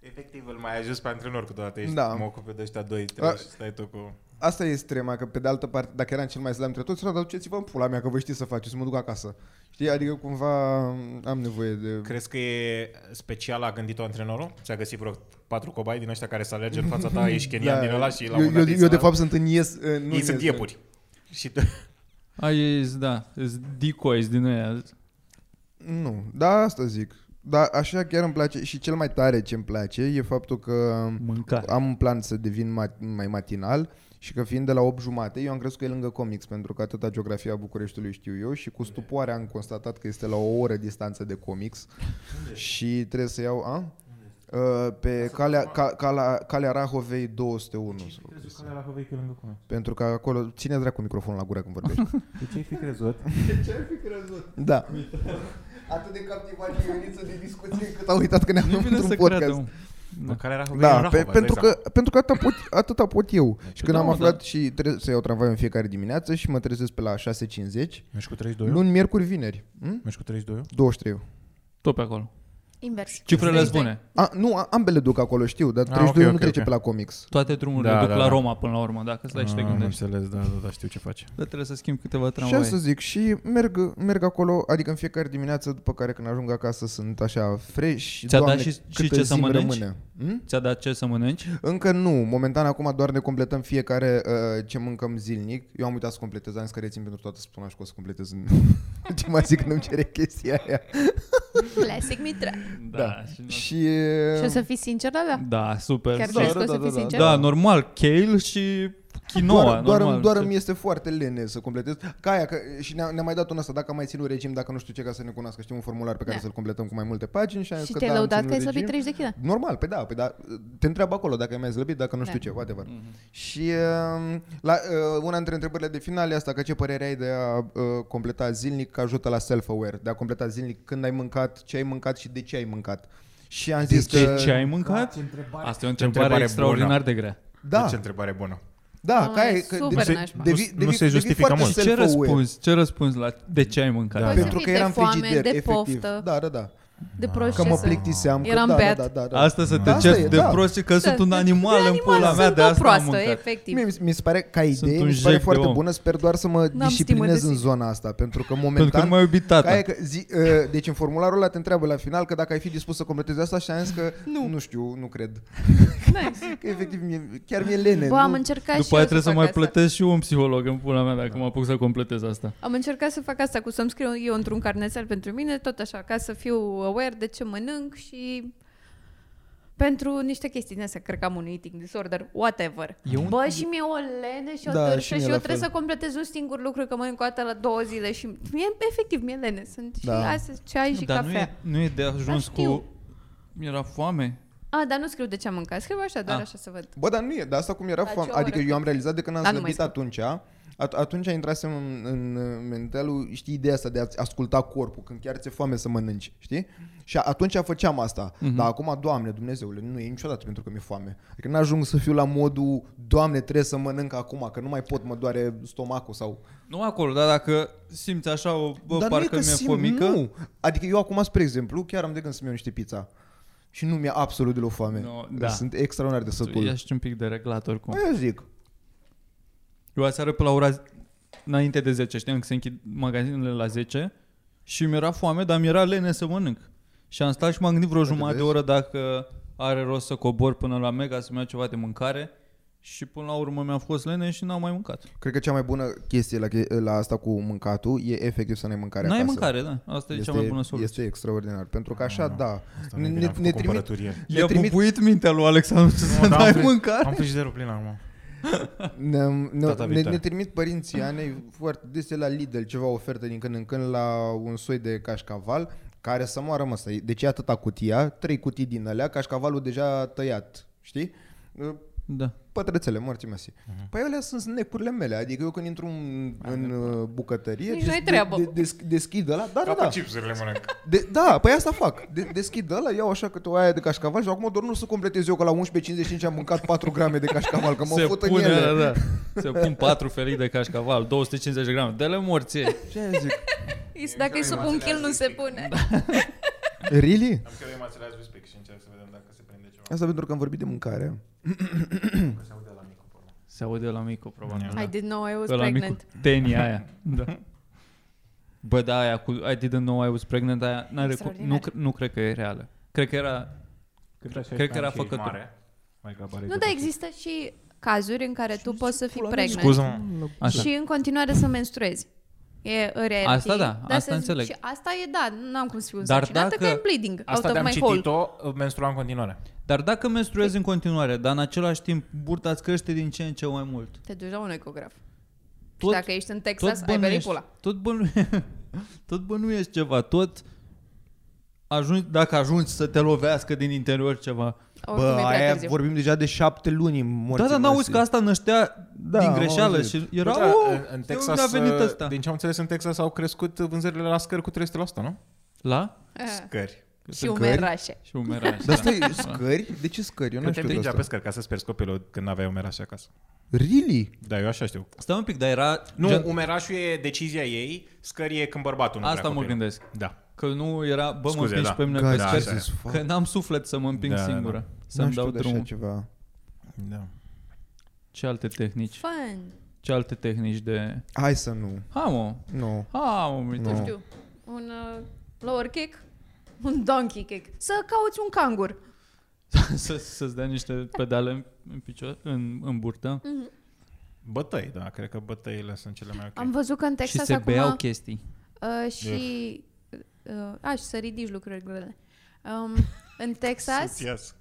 S1: Efectiv, îl mai ajuns pe antrenor câteodată. Ești,
S2: Da.
S1: da. Mă ocupe de ăștia doi, trei
S2: A-
S1: și stai tu cu...
S2: Asta e extrema, că pe de altă parte, dacă eram cel mai slab între toți, era, dar duceți-vă în pula mea, că vă știți să faceți, să mă duc acasă. Știi, adică cumva m, am nevoie de...
S1: Crezi că e special a gândit-o antrenorul? Ți-a găsit vreo patru cobai din ăștia care să alerge în fața ta, ești kenian din ăla și la un
S2: Da. eu,
S1: moment dat
S2: eu,
S1: ești
S2: eu, de
S1: ăla.
S2: fapt sunt în ies, uh, nu în
S1: Ei sunt
S2: ies,
S1: iepuri. Și tu...
S4: Ai, e- da, e decoys din aia.
S2: Nu, da, asta zic. Dar așa chiar îmi place și cel mai tare ce îmi place e faptul că
S4: Mâncare.
S2: am un plan să devin mat- mai matinal și că fiind de la 8 jumate, eu am crezut că e lângă comics, pentru că atâta geografia Bucureștiului știu eu și cu stupoare am constatat că este la o oră distanță de comics și trebuie să iau... A? Uh, Pe calea, ca, calea, calea Rahovei 201 sau cum se- Pentru că acolo Ține dracu microfonul la gură când vorbești
S1: De ce ai fi crezut?
S2: Da Atât de captivat și Ioniță de discuție Cât a uitat că ne-am
S4: Nu vine
S2: într-un
S4: să
S2: podcast
S4: credem.
S1: Mă, care era
S4: Păi
S2: Da, pe, pentru, că, pentru că atâta pot, atâta pot eu. Și când
S4: da,
S2: am
S4: mă,
S2: aflat
S4: da.
S2: și trebuie să iau tramvaiul în fiecare dimineață și mă trezesc pe la 6.50,
S1: Mergi cu 32
S2: luni, miercuri, vineri. Hm?
S1: Mergi cu 32
S2: 23.
S4: Tot pe acolo.
S3: Invers.
S4: Cifrele sunt
S3: Stai,
S4: bune.
S2: A, nu, a- ambele duc acolo, știu, dar
S1: Ah,
S2: 32
S1: ok,
S2: nu
S1: ok,
S2: trece
S1: ok.
S2: pe la comics.
S4: Toate drumurile
S1: Da,
S4: duc
S1: da,
S4: la
S1: da.
S4: Roma până la urmă, dacă stai și te
S1: Am
S4: gândești.
S1: înțeles, da, da, da, știu ce faci.
S4: Dar trebuie să schimbi câteva
S2: Și asta
S4: tramvaie.
S2: zic, și merg, merg acolo, adică în fiecare dimineață, după care când ajung acasă sunt așa fresh și
S4: Ți-a dat
S2: doamne,
S4: și- și
S2: câtă
S4: ce să
S2: zi-mi
S4: mănânci?
S2: rămâne. Hm?
S4: Ți-a dat ce să mănânci?
S2: Încă nu, momentan acum doar ne completăm fiecare uh, ce mâncăm zilnic. Eu am uitat să completez, am zis că rețin pentru toată săptămâna și că o să completez în ce mai zic când îmi cere chestia aia.
S3: Classic Mitra.
S4: Da. și nu-
S2: Și... uh,
S3: Și o să fii sincer la da?
S4: Da, super.
S3: Chiar
S4: Da,
S3: crezi că o
S2: da,
S3: să
S2: da,
S3: fii
S2: da,
S3: sincer?
S4: Da, normal, kale și quinoa.
S2: doar, doar,
S4: normal.
S2: îmi- doar îmi este foarte lene să completez. Ca aia, că, și ne-a, ne-a mai dat un asta, dacă am mai ținut regim, dacă nu știu ce, ca să ne cunoască, știm un formular pe care
S3: Da.
S2: să-l completăm cu mai multe pagini. Și, am zis
S3: Și
S2: că
S3: te-ai
S2: da, am
S3: lăudat că
S2: ținut
S3: ai slăbit
S2: regim.
S3: 30 de kg.
S2: Normal, pe da, pe da. Te întreabă acolo dacă ai mai slăbit, dacă nu știu
S3: Da.
S2: ce, whatever. Și uh, la, uh, una dintre întrebările de final e asta, că ce părere ai de a uh, completa zilnic că ajută la self-aware, de a completa zilnic când ai mâncat, ce ai mâncat și de ce ai mâncat. Și am zis
S4: Ce,
S2: că...
S4: ce ai mâncat? Asta e o întrebare
S1: întrebare
S4: extraordinar
S1: bună.
S4: de grea.
S2: Da,
S1: Ce întrebare bună.
S2: da,
S3: Nu,
S2: ca
S3: e
S2: e, că
S3: Ah, super
S2: devii-
S3: nașpa.
S2: devii-
S1: Nu- nu
S2: devii-
S1: se
S2: devii
S1: justifică
S2: foarte
S1: mult.
S4: Ce
S2: self-aware.
S4: răspunzi? Ce răspunzi la de ce ai mâncat?
S1: Da,
S3: Păi
S2: Pentru
S3: să
S2: că
S3: fii de
S2: eram
S3: foame,
S2: frigider,
S3: de
S2: efectiv.
S3: poftă.
S2: Da, da, da.
S3: De
S2: Că mă
S3: procesă.
S2: plictiseam.
S3: Eram
S2: că, da,
S3: beat.
S2: da, da, da.
S4: Asta să te
S2: Asta e,
S4: ceri de
S2: da.
S4: prost că sunt un animal în pula mea,
S3: sunt
S4: de
S3: o
S4: asta am
S3: proastă,
S4: mâncat.
S3: efectiv.
S2: Mie, mi se- mi se pare ca idee,
S4: un
S2: mi se pare
S4: jec de
S2: foarte
S4: om.
S2: bună, sper doar să mă
S3: stimă
S2: disciplinez
S3: de
S2: în
S3: sine.
S2: zona asta, pentru că momentan...
S4: Pentru că nu mai iubit
S2: Ca e
S4: tata.
S2: că zi, uh, deci în formularul ăla te întreabă la final că dacă ai fi dispus să completezi asta și am zis că nu, nu știu, nu cred.
S3: Nice.
S2: Că efectiv mie, chiar mi-e lene.
S3: Bă, am
S2: nu?
S3: încercat și
S4: După aia
S3: eu
S4: trebuie să
S3: fac
S4: mai
S3: asta.
S4: plătesc și un psiholog în pula mea dacă mă apuc să completez asta.
S3: Am încercat să fac asta cu să-mi scriu eu într-un carnețel pentru mine, tot așa, ca să fiu aware de ce mănânc și pentru niște chestii din astea, cred că am un eating disorder, whatever.
S4: Eu-
S3: Bă, și mie o lene și o
S2: Da,
S3: da,
S2: și
S3: târșă
S2: mie
S3: și,
S2: la
S3: eu trebuie
S2: fel.
S3: să completez un singur lucru, că mănânc o dată la două zile și mie, efectiv, mi-e lene. Sunt
S2: Da.
S3: și astăzi ceai și
S4: Dar nu
S3: cafea.
S4: e, nu e de ajuns
S3: Dar
S4: cu...
S3: știu.
S4: Mi-era foame?
S3: A, dar nu scriu de ce am mâncat, scriu așa, doar
S4: A.
S3: așa să văd.
S2: Bă, dar nu e, dar asta cum era
S3: La
S2: foame.
S3: ce oră?
S2: Adică eu am realizat de când am
S3: Dar nu mai
S2: slăbit
S3: spun.
S2: atunci, at- atunci intrasem în, în uh, mentalul, știi, ideea asta de a asculta corpul, când chiar ți-e foame să mănânci, știi? Și a- atunci făceam asta.
S4: Mhm.
S2: Mm-hmm. Dar acum, Doamne, Dumnezeule, nu e niciodată pentru că mi-e foame. Adică n-ajung să fiu la modul, Doamne, trebuie să mănânc acum, că nu mai pot, mă doare stomacul sau...
S4: Nu acolo, dar dacă simți așa o... Bă,
S2: Dar
S4: parcă
S2: nu e că
S4: mi-e
S2: simt,
S4: fomică.
S2: Nu. Adică eu acum, spre exemplu, chiar am de gând să-mi iau niște pizza. Și nu mi-e absolut deloc foame.
S4: No, da.
S2: Sunt extraordinar de
S4: Tu
S2: sătul.
S4: ești un pic de reglat oricum.
S2: Eu zic.
S4: Eu aseară pe la ora z- înainte de 10, știam că se închid magazinele la 10 și mi-era foame, dar mi-era lene să mănânc. Și am stat și m-am gândit vreo
S2: Uite,
S4: jumătate de
S2: vezi?
S4: oră dacă are rost să cobor până la Mega să-mi iau ceva de mâncare și până la urmă mi-a fost lene și n-am mai mâncat.
S2: Cred că cea mai bună chestie la, che- la asta cu mâncatul e efectiv să n-ai mâncare
S4: N-ai
S2: acasă.
S4: mâncare, da. Asta este, e cea mai bună soluție. Ah,
S2: Este extraordinar, pentru că așa, da,
S1: Asta
S2: ne,
S1: nu-i bine, am
S2: ne, ne
S1: făcut
S2: trimit...
S1: cumpărăturie.
S2: ne
S4: I-a
S2: trimit-
S4: bubuit mintea lui Alexandru să
S1: Nu, dar
S4: n-ai
S1: am- Am
S4: mâncare. Da,
S1: frigiderul plin acum.
S2: Ne, ne,
S1: Data
S2: ne,
S1: viitoare.
S2: ne trimit părinții Anei foarte dese la Lidl ceva ofertă din când în când la un soi de cașcaval care să moară mă să Deci e atâta cutia, trei cutii din alea, cașcavalul deja tăiat, știi?
S4: Da.
S2: pătrățele morții masi.
S1: Mhm.
S2: Uh-huh. Păi alea sunt necurile mele, adică eu când intru în, în uh, bucătărie,
S3: Nici
S2: des-
S3: n-ai treabă.
S2: De, de, des- deschid ăla, da,
S1: Ca
S2: da,
S1: pe
S2: da.
S1: chipsurile mănânc.
S2: De, da, păi asta fac. De, deschid ăla, iau așa câte o aia de cașcaval și acum doar nu să completez eu că la 11.55 am mâncat 4 grame de cașcaval, că mă
S4: se
S2: fut în
S4: pune,
S2: ele.
S4: da, da. Se pun patru felii de cașcaval, 250 de grame. Dă-le morție.
S2: Ce aia zic?
S3: Is- Dacă îi sup un kill, nu se pune.
S2: Da. Really?
S1: Am cheltuit mațele azi speak și încerc să vedem dacă se prinde ceva.
S2: Asta pentru că am vorbit de mâncare.
S1: Că se aude la micul.
S4: Se aude la micu, probabil.
S1: da.
S3: I didn't know I was
S4: Ăla
S3: pregnant.
S4: micu, tenia aia. Da. Bă, da, aia cu I didn't know I was pregnant, aia n-are cu, nu,
S3: Extraordinar.
S4: cre- nu cred că e reală. Cred că era... Cred că era făcătură.
S1: Mare. Mai grabă are
S3: Nu, dar există și cazuri în care tu poți să fii pregnant
S1: Scuză mă
S4: Așa.
S3: și în continuare să menstruezi. E rarity.
S4: Asta da, asta
S3: se-
S4: înțeleg.
S3: Și asta e, da, n-am cum să fiu
S4: Dar
S3: însărcinată,
S4: dacă-
S3: că e bleeding
S1: Asta
S3: out of
S1: de-am
S3: my hole.
S1: citit-o, menstrua în continuare.
S4: Dar dacă menstruezi în continuare, dar în același timp burta îți crește din ce în ce mai mult.
S3: Te duci la un ecograf.
S4: Tot-
S3: și dacă ești în Texas, Exact, ai venit pula.
S4: tot, bănu- tot bănuiești ceva, tot ajungi, dacă ajungi să te lovească din interior ceva.
S3: Oricum e prea târziu.
S2: vorbim deja de șapte luni morții
S4: da, dar n-auzi că asta năștea
S2: Da,
S4: din
S2: am
S4: greșeală
S2: auzit.
S4: și era...
S1: Bă, da,
S4: "Oh,
S1: în,
S4: de
S1: în
S4: unde
S1: Texas, uh,
S4: a venit ăsta?
S1: din ce am înțeles, în Texas au crescut vânzările la scări cu 300%, nu?
S4: La?
S3: Ah,
S1: Scări.
S3: Și
S2: Sunt cări.
S3: umerașe.
S4: Și umeraș.
S2: Dar stai, scări? De ce scări? Eu
S1: Că
S2: nu
S1: te
S2: știu de
S1: împingea
S2: asta.
S1: pe scări ca să-ți pierzi copilul când aveai umeraș acasă.
S2: Really?
S1: Da, eu așa știu.
S4: Stai un pic, dar era...
S1: Nu,
S4: gen-
S1: Gen... umerașul e decizia ei, scări e când bărbatul nu
S4: Asta
S1: vrea
S4: mă
S1: copilul.
S4: gândesc.
S1: Da.
S4: Că nu era, bă, mă
S1: Scuze,
S4: împingi
S1: da.
S4: pe mine
S2: God,
S4: pe
S1: da,
S4: scări,
S1: așa e.
S4: că n-am suflet să mă împing
S1: Da, da, da.
S4: singură,
S2: Nu
S4: să-mi dau
S2: știu de așa
S4: drumul.
S2: ceva.
S1: da.
S4: Ce alte tehnici?
S3: Fun.
S4: Ce alte tehnici de...
S2: Hai să nu.
S4: Ha, mă,
S2: Nu.
S4: ha, mă, uite.
S2: Nu.
S4: Nu.
S3: Știu. Un uh, lower kick, un donkey kick. Să cauți un cangur.
S4: să, să-ți dea niște pedale în, în, picior, în, în burtă
S1: Bătăi, da, cred că bătăile sunt cele mai ok.
S3: Am văzut că în
S4: și
S3: Texas
S4: se
S3: acum...
S4: beau chestii.
S3: Uh, și... Uh, a, și să ridici lucruri grele. Um, în Texas,
S1: Yes.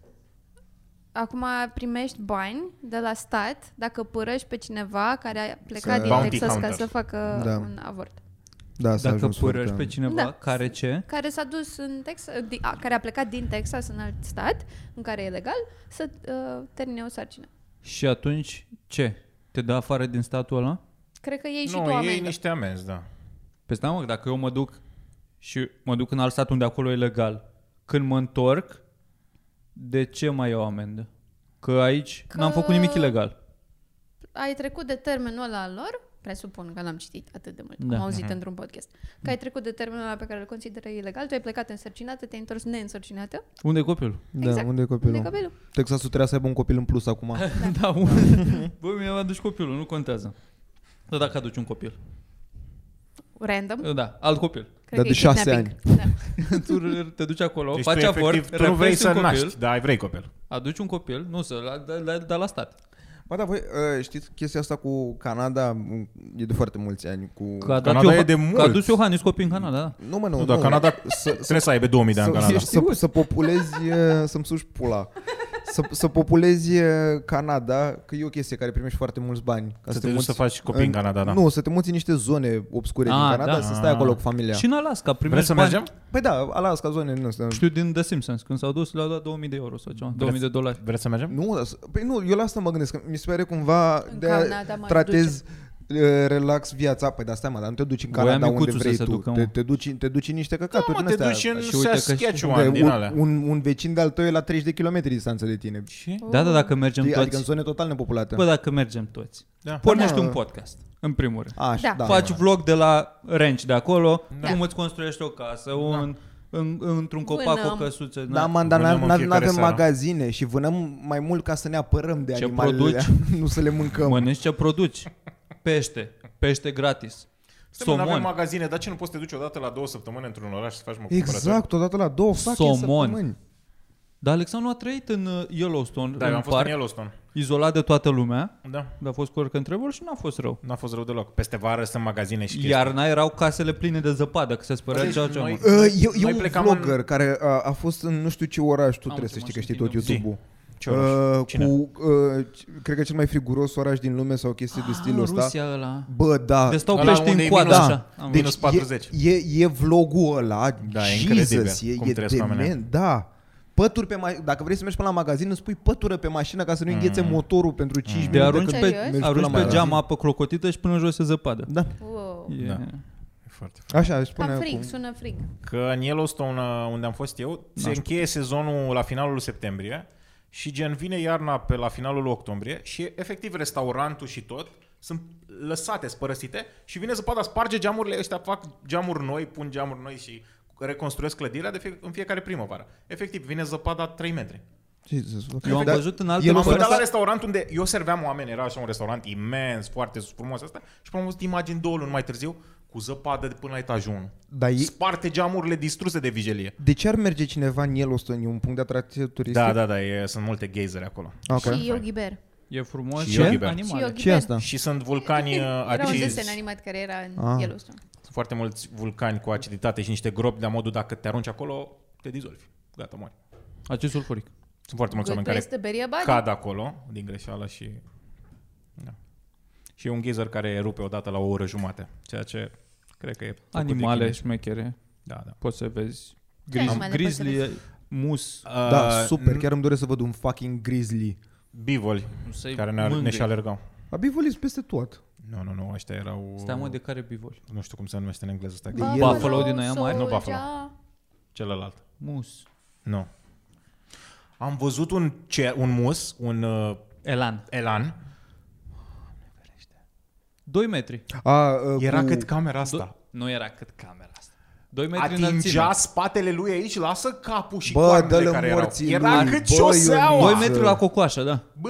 S3: acum primești bani de la stat dacă părăști pe cineva care a plecat
S2: Să-
S3: din
S1: Bounty
S3: Texas
S1: hunter.
S3: ca să facă
S2: Da.
S3: un avort.
S2: Da, s-a
S4: Dacă
S2: ajuns
S4: părăști pe
S2: foarte-
S4: cineva da.
S3: Da.
S4: care ce,
S3: Care s-a dus în Texas, di, a, care a plecat din Texas în alt stat, în care e legal, să uh, termine o sarcină.
S4: și atunci ce? Te dă afară din statul ăla?
S3: Cred că ei și tu
S1: Nu, ei
S3: amendă.
S1: niște amenzi, da.
S4: Păi stai mă, dacă eu mă duc și mă duc în alt stat unde acolo e legal, când mă întorc, de ce mai iau amendă? Că aici
S3: Că-
S4: n-am făcut nimic ilegal.
S3: ai trecut de termenul ăla al lor, presupun că l-am citit atât de mult,
S4: Da.
S3: da. am
S1: Mhm.
S3: auzit într-un podcast, că ai trecut de termenul ăla pe care îl consideră ilegal, tu ai plecat însărcinată, te-ai întors neînsărcinată.
S4: Unde e copilul?
S2: Da,
S3: Exact.
S2: unde e copilul?
S3: Unde e copilul?
S2: Texasul trebuia să aibă un copil în plus acum.
S4: Da, da unde? Bă, mi-a adus copilul, nu contează. Dar dacă aduci un copil?
S3: Random.
S4: Da, alt copil.
S2: Dar
S3: Cred că
S2: de
S3: e
S2: șase
S3: kidnapping. Da.
S4: tu te duci acolo,
S1: Deci
S4: faci
S1: tu,
S4: avort,
S1: efectiv, tu nu vrei
S4: reprezi
S1: să
S4: un copil,
S1: naști, dar ai vrei copil.
S4: aduci un copil, nu să, la, da, la, da, la stat.
S2: Ba da, voi uh, știți chestia asta cu Canada m, e de foarte mulți ani cu
S4: Că a dat
S1: Canada
S4: Ioha-
S1: e de
S4: Că
S1: mult.
S4: a dus Iohannis copii în Canada, da.
S2: Nu, mă, nu,
S1: Nu, dar
S2: nu.
S1: Canada,
S2: să, să,
S1: trebuie să aibă 2000 de ani în
S2: să,
S1: Canada.
S2: să, să populezi, uh, să-mi suși pula. Să, să populezi uh, Canada, că e o chestie care primești foarte mulți bani. Ca
S1: Să te duci să faci copii în Canada, da.
S2: Nu, să te muți în niște zone obscure din
S4: Ah,
S2: Canada,
S4: da.
S2: să stai acolo cu familia.
S4: Și în Alaska
S1: Vreți
S4: primești
S1: să
S4: bani.
S1: mergem?
S2: Păi da, Alaska, zone din astea.
S4: Știu din The Simpsons, când s-au dus, le-au dat 2000 de euro sau ceva, 2000 de dolari.
S1: Vreți să mergem?
S2: Nu, dar, s- păi nu, eu la asta mă gândesc. că Mi se pare cumva
S3: În
S2: de
S3: Canada mă
S2: tratez uh, relax viața. Păi da, stai mă, dar nu te duci în
S4: Voia
S2: Canada unde
S4: micuțul să
S2: vrei
S4: se
S2: tu.
S4: ducă, mă.
S2: te, te, duci, te duci în niște căcaturi
S1: Da, mă,
S2: din
S1: te
S2: astea.
S1: duci în
S4: și uite că și-
S1: Saskatchewan
S2: unde
S1: din
S2: un,
S1: alea.
S2: un, un, vecin de-al tău e la 30 de km distanță de tine.
S4: Și?
S1: Oh.
S4: Da, da, dacă mergem
S2: Știi? Adică în
S4: toți.
S2: zone total nepopulate.
S4: Bă, dacă mergem toți.
S1: Da.
S4: Pornești
S2: Da, mă.
S4: un podcast, în primul rând.
S2: Aș,
S3: Da.
S2: da.
S4: Faci
S2: mă.
S4: vlog de la ranch de acolo,
S3: Da.
S4: cum îți construiești o
S1: Da.
S4: casă, un, în, într-un copac,
S3: Vânăm.
S4: o căsuță.
S2: Da, man, dar
S1: Vânăm în
S2: n- n-
S1: fiecare
S2: n-avem
S1: seară.
S2: magazine și vânăm mai mult ca să ne apărăm de
S4: Ce
S2: animalele alea, nu să le mâncăm.
S4: Mănânci ce produci. Pește. Pește gratis.
S1: Stai, mă, n-avem
S4: Somon.
S1: magazine, dar ce nu poți să te duci odată la două săptămâni într-un oraș să faci mă cumpărături?
S2: Exact, odată la două fucking
S4: Somon.
S2: săptămâni.
S4: Dar Alexandru a trăit în uh, Yellowstone,
S1: Da, eu
S4: în
S1: am fost
S4: parc,
S1: în Yellowstone.
S4: izolat de toată lumea,
S1: Da.
S4: dar a fost cu orică întrebări și n-a fost rău.
S1: N-a fost rău deloc. Peste vară sunt magazine și chestii.
S4: Iarna erau casele pline de zăpadă, că se spărea
S1: Deci
S4: deci ceva
S1: noi-
S4: noi...
S2: Uh, eu, eu
S1: Noi
S2: un
S1: plecam
S2: vlogger
S1: în-
S2: în... care a, a fost în nu știu ce oraș, tu trebuie să
S4: mă,
S2: știi că
S4: și
S2: știi
S4: din
S2: tot YouTube-ul.
S1: Ce oraș?
S2: Uh,
S1: Cine?
S2: cu, uh, c- cred că cel mai friguros oraș din lume sau chestii
S1: Ah,
S2: de stilul ăsta.
S4: Ah, Rusia ăla.
S2: Bă, da.
S4: De stau
S1: Ăla
S4: pești
S1: unde e
S4: în coadă,
S1: minus-
S4: așa.
S1: Da.
S4: Am
S1: Din-
S4: văzut.
S1: Minus 40.
S2: Deci E, e, e vlogul ăla,
S1: Da, e
S2: Jesus,
S1: incredibil
S2: e,
S1: cum
S2: e
S1: trăiesc oamenii.
S2: dement, da. pături pe ma- dacă vrei să mergi până la magazin, îți pui pătură pe mașină ca să nu înghețe motorul pentru 5
S4: De
S2: minute.
S4: arunci
S2: când
S3: Serios?
S4: pe,
S3: Mergi
S2: până la
S4: arunci pe
S2: magazin.
S4: geam apă crocotită și până jos e zăpadă.
S2: Da.
S3: Wow.
S4: E-
S1: Da. E foarte
S2: Așa, își spune
S3: Cam frig,
S2: acum.
S3: sună frig.
S1: Că în Yellowstone, uh, unde am fost eu, se încheie sezonul la finalul septembrie și gen vine iarna pe la finalul octombrie și efectiv restaurantul și tot sunt lăsate, spărăsite și vine zăpada, sparge geamurile ăștia, fac geamuri noi, pun geamuri noi și reconstruiesc clădirea de fie, în fiecare primăvară. Efectiv, vine zăpada 3 metri.
S2: Jesus, bă.
S4: Eu am
S2: Dar
S4: văzut în alte
S2: el
S1: M-am
S4: părți-
S2: oferă
S1: uitat la
S2: asta-
S1: restaurant unde eu serveam oameni, era așa un restaurant imens, foarte frumos asta, și am văzut imagini două luni mai târziu cu zăpadă de până la etajul 1.
S2: Dar ei-
S1: Sparte geamurile distruse de vigilie.
S2: De ce ar merge cineva în Yellowstone? E un punct de atracție turistic?
S1: Da, da, da, e, sunt multe geizere acolo.
S4: Ah.
S2: Ok.
S3: Și Yogi Bear.
S4: E frumos
S1: Și
S4: și,
S1: Yogi Bear.
S3: Și
S4: animale.
S3: Yogi
S2: Ce e
S3: Bear.
S2: asta?
S1: Și sunt vulcani uh,
S3: Era un
S1: acizi,
S3: desen animat care era în
S2: Ah.
S3: Yellowstone.
S1: sunt foarte mulți vulcani cu aciditate și niște gropi, la modul dacă te arunci acolo, te dizolvi. Gata, mori.
S4: Acest sulfuric.
S1: Sunt foarte mulți oameni
S3: Good
S1: care
S3: place to bury a body.
S1: cad acolo din greșeală și... Da. Și e un geyser care rupe odată la o oră jumate, ceea ce cred că e... făcut de
S4: Animale
S1: chinezi.
S4: șmechere.
S1: Da, da.
S4: Poți să vezi.
S3: Ce
S4: Grizz,
S3: animale poți să
S4: grizzly, mus.
S2: Da,
S1: Uh,
S2: super, chiar îmi doresc să văd un fucking grizzly.
S1: Bivoli,
S4: Să-i
S1: care ne, ne
S4: mângâi.
S1: și alergau.
S2: Abivolis peste tot.
S1: Nu, nu, nu, ăștia erau...
S4: Stai mă, de care bivoli?
S1: Nu știu cum se numește în engleză, stai.
S2: De-
S1: că-
S4: Buffalo din aia mari?
S1: Nu
S3: soldier.
S1: Buffalo. Celălalt.
S4: Mus.
S1: Nu. Am văzut un, cer, un mus, un uh,
S4: Elan.
S1: elan.
S4: 2 metri.
S2: A, uh,
S1: Era
S2: cu...
S1: cât camera
S4: Do-
S1: asta.
S4: nu era cât camera asta. 2 metri înălțime.
S1: Atingea spatele lui aici, lasă capul și
S2: Bă,
S1: coarnele
S2: dă-le
S1: care erau.
S2: morții
S1: Era
S2: lui,
S1: cât
S2: bă,
S1: șoseaua.
S2: Ioniță.
S4: 2 metri la cocoașă, da.
S1: Bă,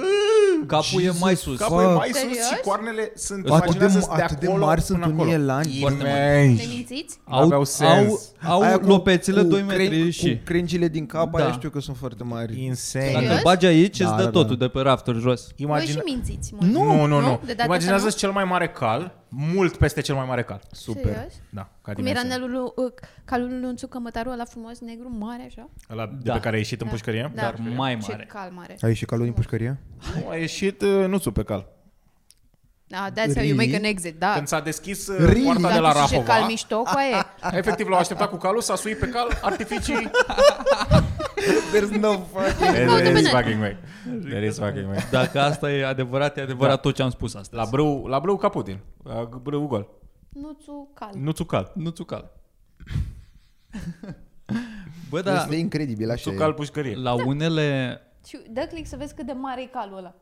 S4: Capul e mai sus.
S1: capul e mai sus
S3: Serios?
S1: și coarnele sunt...
S2: Atât de,
S1: imaginează-ți
S2: atât de
S1: acolo
S2: mari sunt
S1: până
S2: unii
S1: acolo.
S2: elani.
S4: Foarte mari.
S3: Ne
S1: Imensi.
S3: mințiți?
S1: N-aveau sens.
S4: Au,
S2: Aia
S4: au
S2: cu-
S4: lopețile
S2: cu
S4: 2 metri
S2: cren-
S4: și...
S2: Cu crengile din cap,
S4: Da.
S2: aia știu că sunt foarte mari.
S1: Insane.
S3: Serios?
S4: Dacă îl bagi aici,
S2: Da,
S4: îți dă
S2: da, da.
S4: totul de pe rafturi jos.
S3: Voi și
S1: Imagine...
S3: mințiți mult.
S1: Nu, nu, nu. nu.
S3: De data
S1: Imaginează-ți
S3: asta
S1: cel mai mare cal, mult peste cel mai mare cal.
S3: Super. Serios?
S1: Da, ca
S3: Cum era
S1: dimensiune.
S3: nelul, lui- uh, calul lui Unțu Cămătaru, ăla frumos, negru, mare, așa?
S1: Ăla de
S4: Da.
S1: pe care a ieșit în
S3: Da.
S1: pușcărie?
S3: Da.
S4: dar mai mare.
S3: Ce cal mare.
S2: Ai ieșit calul din pușcărie?
S1: Nu, a ieșit uh, nu sub pe cal.
S3: Da, that's how you make an exit, da.
S1: Când s-a deschis uh,
S2: Really?
S1: poarta
S3: Dar
S1: de la
S3: tu știi Ce cal
S1: Rahova,
S3: mișto, cu aia e.
S1: efectiv l-au așteptat cu calul, s-a suit pe cal, artificii...
S2: There's no fucking...
S3: Caută pe net.
S1: fucking way. There is fucking way.
S4: Dacă asta e adevărat, e adevărat
S2: Da.
S4: tot ce am spus asta.
S1: La brâu, la brâu caputin. La brâu gol.
S3: Nuțu cal.
S1: Nu țucal.
S4: Nu țucal. Bă,
S2: Da.
S4: dar
S2: Este incredibil, așa
S1: Țucal
S2: e.
S1: pușcărie.
S3: Da.
S4: la unele...
S3: Și dă click să vezi cât de mare e calul ăla.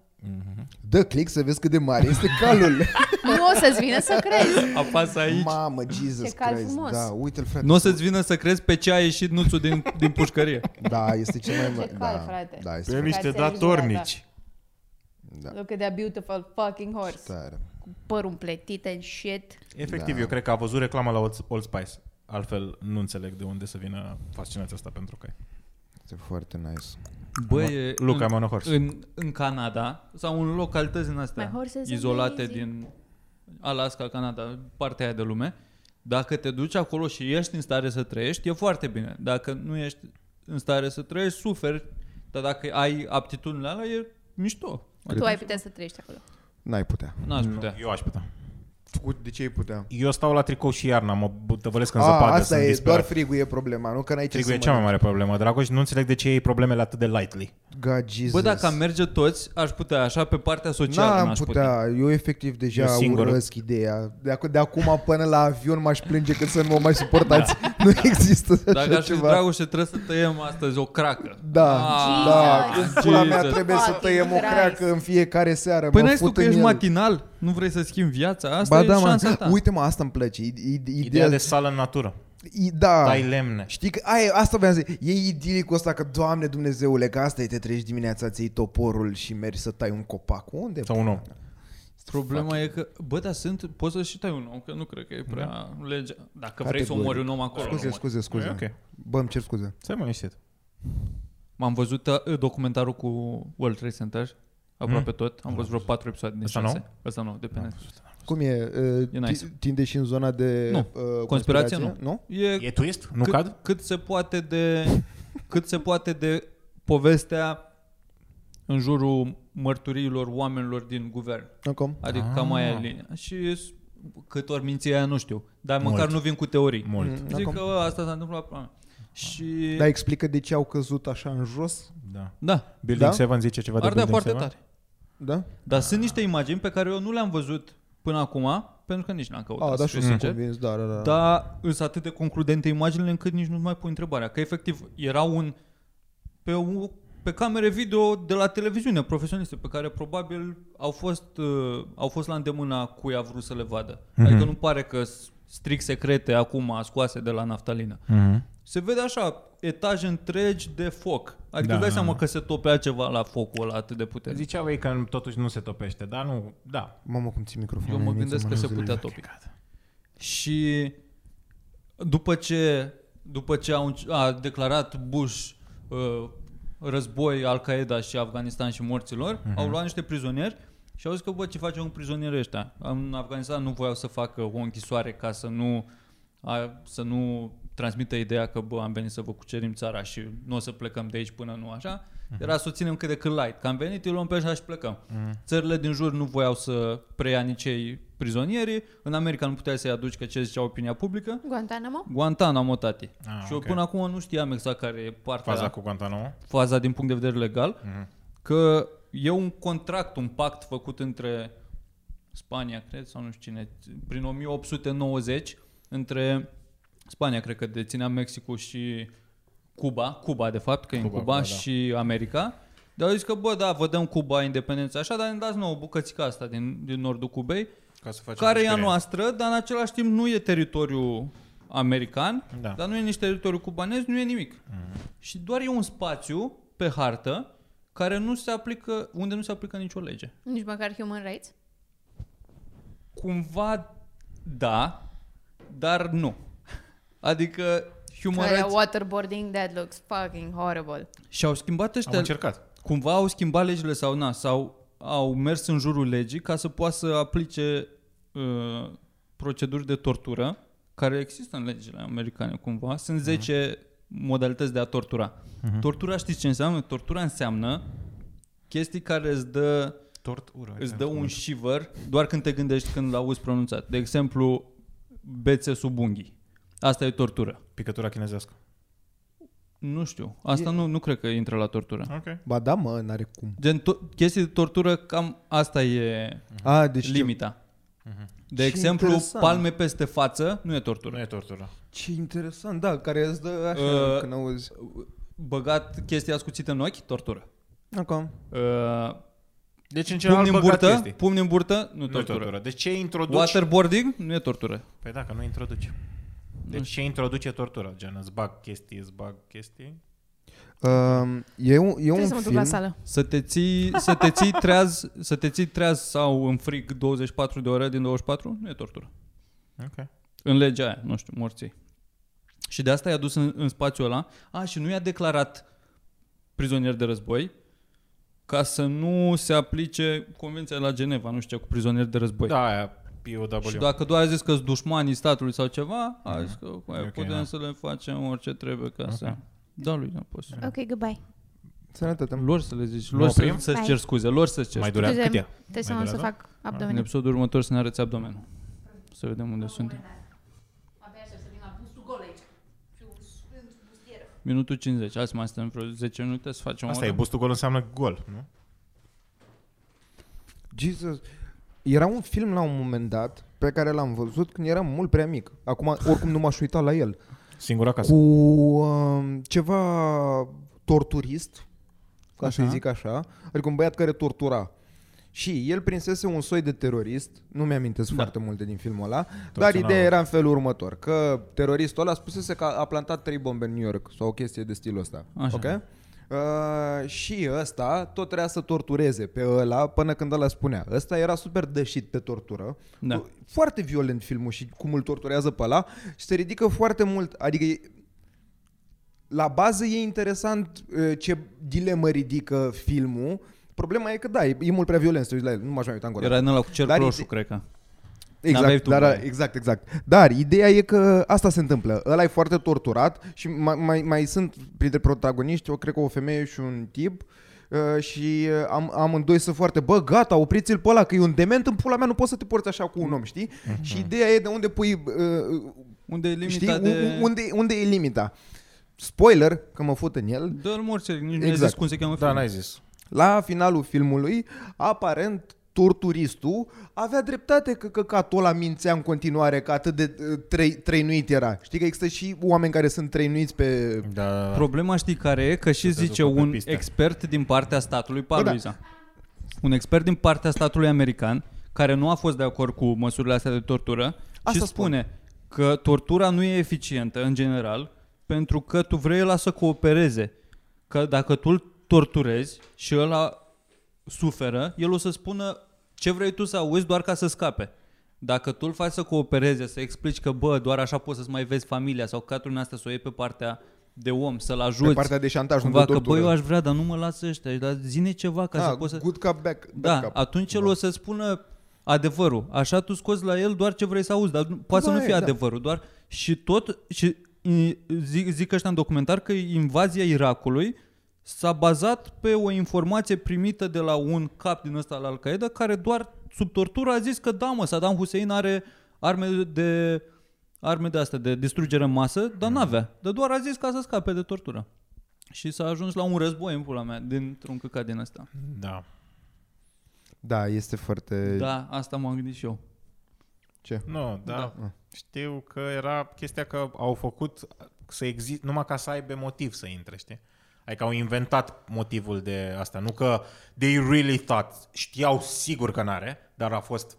S2: Dă click să vezi cât de mare este calul.
S3: Nu o să-ți vină să crezi.
S4: apasă aici.
S2: Mamă, Jesus
S3: Ce cal
S2: Christ.
S3: frumos.
S2: Da, uite-l, frate.
S4: Nu o să-ți vină să crezi pe ce a ieșit nuțul din, din pușcărie.
S2: Da, este cel mai
S3: Ce
S2: mare.
S3: cal,
S2: Da,
S3: frate.
S2: da,
S1: Pe
S2: este foarte
S1: niște
S3: Care ți-ai
S1: datornici.
S2: Da.
S3: Look at that beautiful fucking horse.
S2: tare.
S3: Cu părul împletit and shit.
S1: Efectiv, eu cred că a văzut reclama la Old- Old Spice. Altfel nu înțeleg de unde să vină fascinația asta pentru că
S2: Este foarte nice.
S4: Bă, e
S1: Luca,
S4: în,
S1: I'm on a horse.
S4: în, în Canada sau în localități din astea
S3: My horse is
S4: izolate
S3: amazing.
S4: din Alaska, Canada, partea aia de lume, dacă te duci acolo și ești în stare să trăiești, e foarte bine. Dacă nu ești în stare să trăiești, suferi, dar dacă ai aptitudinile alea, e mișto.
S3: Tu ai putea să trăiești acolo.
S2: N-ai putea.
S4: N-aș putea.
S1: eu aș putea.
S2: Cu- De ce ai putea?
S1: Eu stau la tricou și iarna, mă butăvălesc în
S2: A,
S1: zăpadă,
S2: asta
S1: sunt
S2: e,
S1: disperat.
S2: doar frigul e problema, nu că n-ai ce
S1: Frigul
S2: să
S1: e cea mai mare problemă, Dragoș, nu înțeleg de ce iei problemele atât de lightly.
S2: mănânci. God, Jesus.
S4: Bă, dacă am merge toți, aș putea, așa pe partea socială
S2: N-am
S4: n-aș
S2: putea.
S4: putea.
S2: eu efectiv deja
S1: Eu singur.
S2: urăsc ideea. De, ac- de acum până la avion m-aș plânge că să nu mă mai suportați. nu există așa
S4: Dacă aș fi
S2: ceva.
S4: Dragoșe, trebuie să tăiem astăzi o cracă.
S2: Da,
S4: Ah,
S2: da,
S3: Jesus.
S2: cu pula mea
S4: Jesus.
S2: trebuie să
S3: Fucking
S2: tăiem o
S3: Christ.
S2: creacă în fiecare seară.
S4: Păi
S2: mă
S4: n-ai zis tu
S2: fut
S4: că
S2: în
S4: ești
S2: el.
S4: matinal, nu vrei să schimbi viața, asta
S2: Ba
S4: e
S2: da,
S4: șansa ta.
S2: mă, uite mă, asta îmi place. I- i- ideea,
S1: Ideea de sală în natură.
S2: I,
S4: Ah.
S2: da.
S1: Dai lemne.
S2: Știi că ai, asta vreau să zic, e idilicul ăsta că, Doamne Dumnezeule, că asta e, te treci dimineața, ți iei toporul și mergi să tai un copac. Unde?
S1: Sau un om.
S4: Problema e că, bă, dar sunt, poți să și tai un om, că nu cred că e prea legea. Dacă vrei să
S2: Categoric.
S4: omori un om acolo, îl
S2: Da. Scuze,
S4: omori.
S2: scuze, scuze.
S1: E ok.
S2: Bă, îmi cer scuze.
S1: Stai mă liniștit.
S4: M-am văzut uh, documentarul cu World Trade Center,
S2: Mm.
S4: aproape tot. Am văzut vreo patru episoade din
S1: Ăsta
S4: șase.
S1: nou?
S4: Ăsta nou, de pe net.
S2: Cum e? Uh,
S4: E nice.
S2: ti- Tinde și în zona de
S4: Nu.
S2: uh,
S4: Conspirație,
S2: Nu?
S1: E twist? Nu
S4: cât,
S1: cad?
S4: cât se poate de cât se poate de povestea în jurul mărturiilor oamenilor din guvern.
S2: Acum.
S4: Adică cam aia
S2: Ah.
S4: e linia. Și s- cât ori minții aia nu știu. Dar
S1: Mult.
S4: măcar nu vin cu teorii.
S1: Mult.
S4: Zic că bă, asta s-a întâmplat. pula mea. Și...
S2: Da, Dar explică de ce au căzut așa în jos,
S1: Da.
S4: Da,
S1: Building
S2: Da?
S1: 7 zice ceva de
S4: ardea
S1: Building
S4: foarte
S1: 7?
S4: tare.
S2: da?
S4: Dar sunt niște imagini pe care eu nu le-am văzut până acum, pentru că nici n-am căutat.
S2: Ah, da,
S4: să
S2: și
S4: fiu
S2: eu sunt
S4: sincer.
S2: convins, da, da, da.
S4: Dar îs atât de concludente imaginile încât nici nu mai pui întrebarea. Că efectiv era un pe, o, pe camere video de la televiziune profesioniste pe care probabil au fost, uh, au fost la îndemâna cui a vrut să le vadă. Mm-hmm. Adică nu pare că s- strict secrete acum scoase de la naftalină.
S1: Mhm.
S4: Se vede așa etaje întregi de foc. Adică
S1: Da.
S4: da. dai seama că se topea ceva la focul ăla atât de puternic.
S1: Ziceau ei că totuși nu se topește, dar nu, da.
S2: Mamă, cum ții microfonul.
S4: Eu mă
S2: Ionuț,
S4: gândesc
S2: mă,
S4: că se
S2: zilele.
S4: putea topi. Și după ce, după ce au, înce- a declarat Bush uh, război Al-Qaeda și Afganistan și morților, uh-huh.
S1: Mhm.
S4: au luat niște prizonieri și au zis că, bă, ce facem cu prizonierii ăștia? În Afganistan nu voiau să facă o închisoare ca să nu, a, să nu transmită ideea că, bă, am venit să vă cucerim țara și nu o să plecăm de aici până nu așa.
S1: Mhm.
S4: Era să o ținem cât de cât light. Că am venit, îi luăm pe ăștia și plecăm. Țările din jur nu voiau să preia nici ei prizonierii. În America nu puteai să-i aduci că ce zicea opinia publică.
S3: Guantanamo?
S4: Guantanamo, tati.
S1: Ah,
S4: și eu
S1: ok.
S4: până acum nu știam exact care e partea,
S1: Faza
S4: faza,
S1: cu Guantanamo?
S4: faza din punct de vedere legal,
S1: Mhm.
S4: că e un contract, un pact făcut între Spania, cred, sau nu știu cine, prin 1890, între Spania, cred că deținea Mexicul și Cuba, Cuba de fapt, că e în
S1: Cuba,
S4: Cuba,
S1: Cuba, da.
S4: și America, dar au zis că, bă, da, vă dăm Cuba independența așa, dar ne dați nouă bucățica asta din, din nordul Cubei,
S1: Ca să facem
S4: care e a
S1: mișcare.
S4: noastră, dar în același timp nu e teritoriu american,
S1: Da. Mhm.
S4: dar nu e nici teritoriu cubanez, nu e nimic. Și doar e un spațiu pe hartă care nu se aplică, unde nu se aplică nicio lege.
S3: Nici măcar human rights?
S4: Cumva da, dar nu. Adică human
S3: Aia
S4: rights
S3: waterboarding, that looks fucking horrible.
S4: și-au
S1: Am
S4: schimbat ăștia,
S1: încercat.
S4: cumva au schimbat legile sau na, sau au mers în jurul legii ca să poată să aplice uh, proceduri de tortură care există în legile americane cumva. Sunt 10 modalități de a tortura. Tortura știți ce înseamnă? Tortura înseamnă chestii care îți dă
S1: Tortură.
S4: Îți dă un shiver doar când te gândești când l-auzi pronunțat. De exemplu, bețe sub unghii. Asta e tortură.
S1: Picătura chinezească.
S4: Nu știu. Asta nu, nu cred că intră la tortură.
S1: Ok.
S2: Ba da, mă, n-are cum.
S4: Gen, to- chestii de tortură, cam asta e
S2: A, deci ce,
S4: limita. De
S2: Ce
S4: exemplu,
S2: interesant.
S4: palme peste față nu e
S1: Nu
S4: tortură.
S1: e tortură.
S2: ce interesant, da, care îți dă așa
S4: Uh,
S2: când auzi.
S4: Băgat chestii ascuțite în ochi, tortură.
S2: Acum.
S4: Uh,
S1: Deci în general
S4: pumni în
S1: băgat
S4: burtă,
S1: chestii.
S4: pumni în burtă, nu
S1: Nu e
S4: tortură.
S1: tortură. Deci ce introduci...
S4: Waterboarding nu e tortură.
S1: Păi da, că nu introduci. Deci ce introduce tortura? Gen, îți bag chestii, îți bag chestii.
S2: Uh, e un, e
S3: Trebuie
S2: un
S3: să mă duc la
S2: film,
S3: sală.
S4: Să te ții, să te ții treaz, să te ții treaz sau în frig 24 de ore din 24 nu e tortură.
S1: Ok.
S4: În legea aia, nu știu, morții. Și de asta i-a dus în, în spațiul ăla. A, și nu i-a declarat prizonier de război ca să nu se aplice convenția de la Geneva, nu știu ce, cu prizonieri de război.
S1: Da, aia POW.
S4: Și dacă doar ai zis că sunt dușmanii statului sau ceva, ai zis că
S1: E
S4: okay,
S1: ok,
S4: putem
S1: da.
S4: să le facem orice trebuie ca să... Da, lui, nu poți.
S3: Ok, goodbye.
S2: sănătate.
S4: Lor să le zici, lor să,
S1: oprim?
S4: să-ți
S3: Bye.
S4: cer scuze, lor să-ți cer
S1: Mai
S4: scuze.
S1: durea. Cât e?
S3: Trebuie să
S1: Mai
S3: mă
S1: durează?
S3: să fac
S4: În
S3: abdomen.
S4: episodul următor să ne arăți abdomenul. Să vedem unde suntem. Minutul 50. Azi mai stăm vreo 10 minute să facem
S1: Asta
S4: o
S1: e,
S4: oră.
S1: bustul gol înseamnă gol, nu?
S2: Jesus. Era un film la un moment dat pe care l-am văzut când eram mult prea mic. Acum, oricum, nu m-aș uita la el.
S1: Singura
S2: Cu
S1: casă.
S2: um, ceva torturist, ca să-i
S4: Așa.
S2: zic așa, adică un băiat care tortura. Și el prinsese un soi de terorist, nu mi-amintesc da. foarte multe din filmul ăla, dar ideea era în felul următor, că teroristul ăla spusese că a plantat trei bombe în New York sau o chestie de stilul ăsta.
S4: Așa.
S2: Ok? Uh, și ăsta tot trebuia să tortureze pe ăla până când ăla spunea. Ăsta era super dășit pe tortură.
S4: Da.
S2: Foarte violent filmul și cum îl torturează pe ăla și se ridică foarte mult. Adică e- la bază e interesant uh, ce dilemă ridică filmul. Problema e că da, e, e mult prea violent să te uiți la el. Nu m-aș mai uita încă o dată.
S4: Era în ăla cu cer
S2: Dar
S4: roșu,
S2: ide-
S4: cred că. N-aveai
S2: Exact,
S4: tu
S2: dar,
S4: voie.
S2: exact, exact. Dar ideea e că asta se întâmplă. Ăla e foarte torturat și mai, mai, mai sunt printre protagoniști, eu cred că o femeie și un tip uh, și uh, am, amândoi sunt foarte, bă, gata, opriți-l pe ăla, că e un dement, în pula mea nu poți să te porți așa cu un om, știi? Și ideea e de unde pui, uh,
S4: Unde e Mhm. limita
S2: știi,
S4: de...
S2: de... unde, unde e limita.
S5: Spoiler, că mă fut în el.
S4: Dă-l morțel, nici nu ai
S5: Exact.
S4: zis cum se cheamă
S1: Da,
S4: filmul.
S1: n-ai zis.
S5: La finalul filmului, aparent, torturistul avea dreptate că căcatul ăla mințea în continuare că atât de uh, trei, trăinuit era. Știi că există și oameni care sunt trăinuiți pe...
S1: Da.
S4: Problema știi care e? Că și
S1: Să te
S4: zice
S1: ducă pe
S4: un
S1: piste.
S4: expert din partea statului, pa,
S5: Bă, da.
S4: Luiza. Un expert din partea statului american care nu a fost de acord cu măsurile astea de tortură
S5: Asta
S4: și spune că tortura nu e eficientă în general pentru că tu vrei ăla să coopereze. Că dacă tu îl torturezi și ăla suferă, el o să spună ce vrei tu să auzi doar ca să scape. Dacă tu îl faci să coopereze, să explici că bă, doar așa poți să-ți mai vezi familia sau căturile astea să o iei pe partea de om, să-l ajuți.
S5: Pe partea de șantaj, nu
S4: cumva,
S5: de
S4: că bă,
S5: tortură. Da,
S4: eu aș vrea, dar nu mă lasă ăștia, dar zine ceva ca să poți să...
S5: good cup, back, back
S4: Da,
S5: cup.
S4: atunci el o să spună adevărul. Așa tu scoți la el doar ce vrei să auzi, dar nu- poate să
S5: Bă,
S4: nu fie
S5: e, da.
S4: adevărul, doar și tot și i- zic, zic ăștia în documentar că invazia Irakului s-a bazat pe o informație primită de la un cap din ăsta al Al-Qaeda care doar sub tortură a zis că da, mă, Saddam Hussein are arme de arme de astea de distrugere în masă,
S5: Mm.
S4: dar n-avea. Dar doar a zis ca să scape de tortură. Și s-a ajuns la un război în pula mea, dintr-un căcat din ăsta.
S1: Da.
S5: Da, este foarte...
S4: Da, asta m-am gândit și eu.
S5: Ce?
S1: Nu, da.
S4: Da.
S1: da. Știu că era chestia că au făcut să exist, numai ca să aibă motiv să intre, știi? Adică au inventat motivul de asta. Nu că they really thought, știau sigur că n-are, dar a fost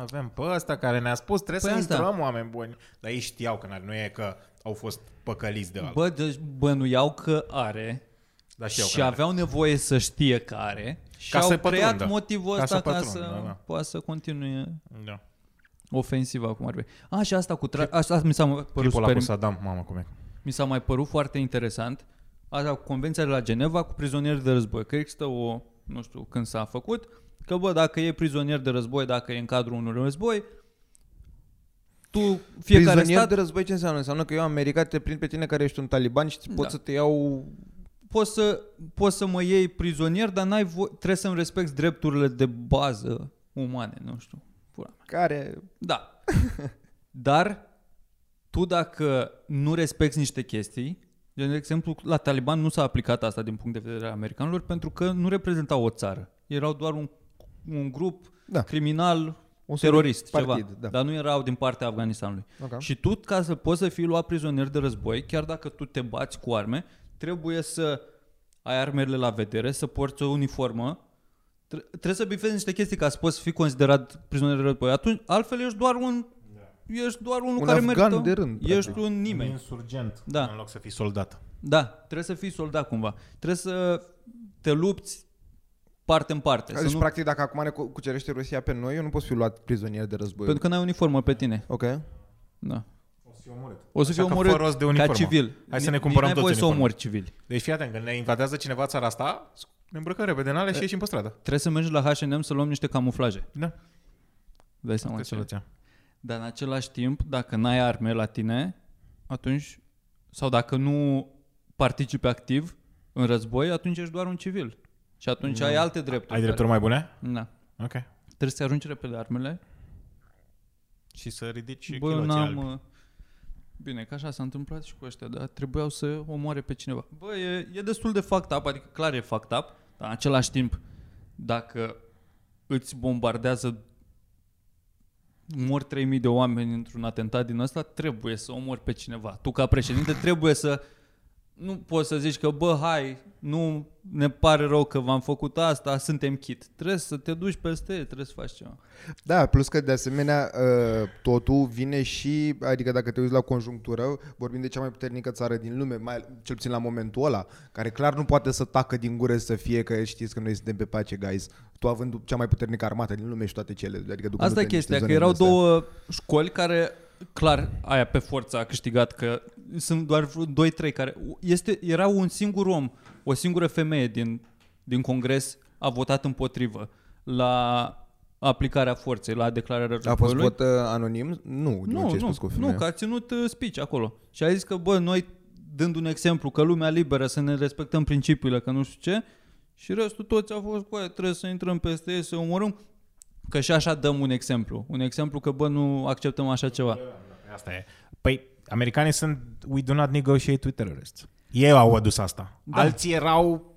S1: avem pe ăsta care ne-a spus trebuie
S4: Păi
S1: păi să
S4: asta.
S1: asta. intrăm oameni buni. Dar ei știau că n-are, nu e că au fost păcăliți de altă.
S4: Bă, deci bănuiau că are
S1: Dar știau
S4: și
S1: că n-are.
S4: aveau nevoie să știe că are și
S1: Ca
S4: au
S1: să
S4: creat
S1: pătrundă.
S4: motivul
S1: Ca
S4: ăsta
S1: să
S4: ca să,
S1: pătrundă, da.
S4: poată să continue
S1: Da.
S4: ofensiva cum ar fi. A, și asta cu tra- asta mi s-a mai părut
S1: Clipul ăla
S4: super,
S1: cu Saddam, mamă cum e.
S4: mi s-a mai părut foarte interesant. Asta cu convenția de la Geneva cu prizonieri de război. Că există o, nu știu când s-a făcut, că bă, dacă e prizonier de război, dacă e în cadrul unui război, tu fiecare
S5: Prizonier
S4: stat
S5: de război ce înseamnă? Înseamnă că eu America te prind pe tine care ești un taliban și
S4: Da.
S5: pot să te iau...
S4: poți să, poți să mă iei prizonier, dar n-ai vo- trebuie să-mi respecti drepturile de bază umane, nu știu. Pula mea.
S5: Care...
S4: Da. Dar tu dacă nu respecti niște chestii, de exemplu, la Taliban nu s-a aplicat asta din punct de vedere al americanilor pentru că nu reprezentau o țară. Erau doar un, un grup
S5: Da.
S4: criminal,
S5: Un
S4: terorist,
S5: partid,
S4: ceva.
S5: da.
S4: Dar nu erau din partea Afganistanului.
S5: Ok.
S4: Și tu, ca să poți să fii luat prizonier de război, chiar dacă tu te bați cu arme, trebuie să ai armele la vedere, să porți o uniformă, tre- trebuie să bifezi niște chestii ca să poți fi considerat prizonier de război. Atunci, altfel ești doar un...
S1: Da.
S4: Ești doar unul
S5: Un
S4: care
S5: afgan
S4: merită.
S5: de rând,
S4: Ești
S5: practic.
S4: un
S1: Un
S4: nimeni.
S1: Insurgent,
S4: Da.
S1: în loc să fii soldat.
S4: Da, trebuie să fii soldat cumva. Trebuie să te lupți parte în parte. Să
S5: Deci,
S4: nu...
S5: practic, dacă acum ne cu- cucerește Rusia pe noi, eu nu pot fi luat prizonier de război.
S4: Pentru că n-ai uniformă pe tine.
S5: Ok.
S4: Da.
S1: O să fii omorât.
S4: O să
S1: Așa
S4: fii
S1: că
S4: omorât
S1: fă rost de
S4: ca
S1: uniformă.
S4: civil.
S1: Hai să ne
S4: Nici
S1: cumpărăm
S4: n-ai
S1: toți
S4: voie să
S1: uniformă.
S4: omori civili.
S1: Deci fii atent, când ne invadează cineva țara asta, ne îmbrăcăm repede în ale și ieșim pe stradă.
S4: Trebuie să mergi la H&M să luăm niște camuflaje.
S1: Da,
S4: Dai seama
S1: asta
S4: ce.
S1: ce
S4: Dar în același timp, dacă n-ai arme la tine, atunci, sau dacă nu participi activ în război, atunci ești doar un civil. Și atunci ai alte drepturi.
S1: Ai drepturi mai bune?
S4: Care... Da.
S1: Ok.
S4: Trebuie să arunci repede armele.
S1: Și să ridici
S4: Bă,
S1: chiloții
S4: n-am...
S1: albi.
S4: uh, Bine, că așa s-a întâmplat și cu ăștia, dar trebuiau să omoare pe cineva. Bă, e, e destul de fucked up, adică clar e fucked up, dar în același timp, dacă îți bombardează mor 3000 de oameni într-un atentat din ăsta, trebuie să omori pe cineva. Tu ca președinte trebuie să nu poți să zici că bă, hai, nu ne pare rău că v-am făcut asta, suntem chit. Trebuie să te duci peste, el, trebuie să faci ceva.
S5: Da, plus că de asemenea uh, totul vine și, adică dacă te uiți la conjunctură, vorbim de cea mai puternică țară din lume, mai, cel puțin la momentul ăla, care clar nu poate să tacă din gură să fie că știți că noi suntem pe pace, guys. Tu având cea mai puternică armată din lume și toate cele, adică ducându-te
S4: Asta e
S5: în niște
S4: chestia, că
S5: zone
S4: erau
S5: din astea.
S4: două școli care, clar, aia pe forță a câștigat, că sunt doar vreo 2-3 care... Este, era un singur om, o singură femeie din, din congres a votat împotrivă la aplicarea forței, la declararea
S5: A fost
S4: războiului.
S5: vot uh, anonim? Nu, nu, ce ai spus cu femeia.
S4: nu, că a ținut uh, speech acolo. Și a zis că, bă, noi dând un exemplu, că lumea liberă, să ne respectăm principiile, că nu știu ce, și restul toți au fost cu aia, trebuie să intrăm peste ei, să omorâm, că și așa dăm un exemplu. Un exemplu că, bă, nu
S1: Da.
S4: acceptăm așa ceva.
S1: Asta e. Păi, americanii sunt, we do not negotiate with terrorists. Ei au adus asta. Da. Alții erau,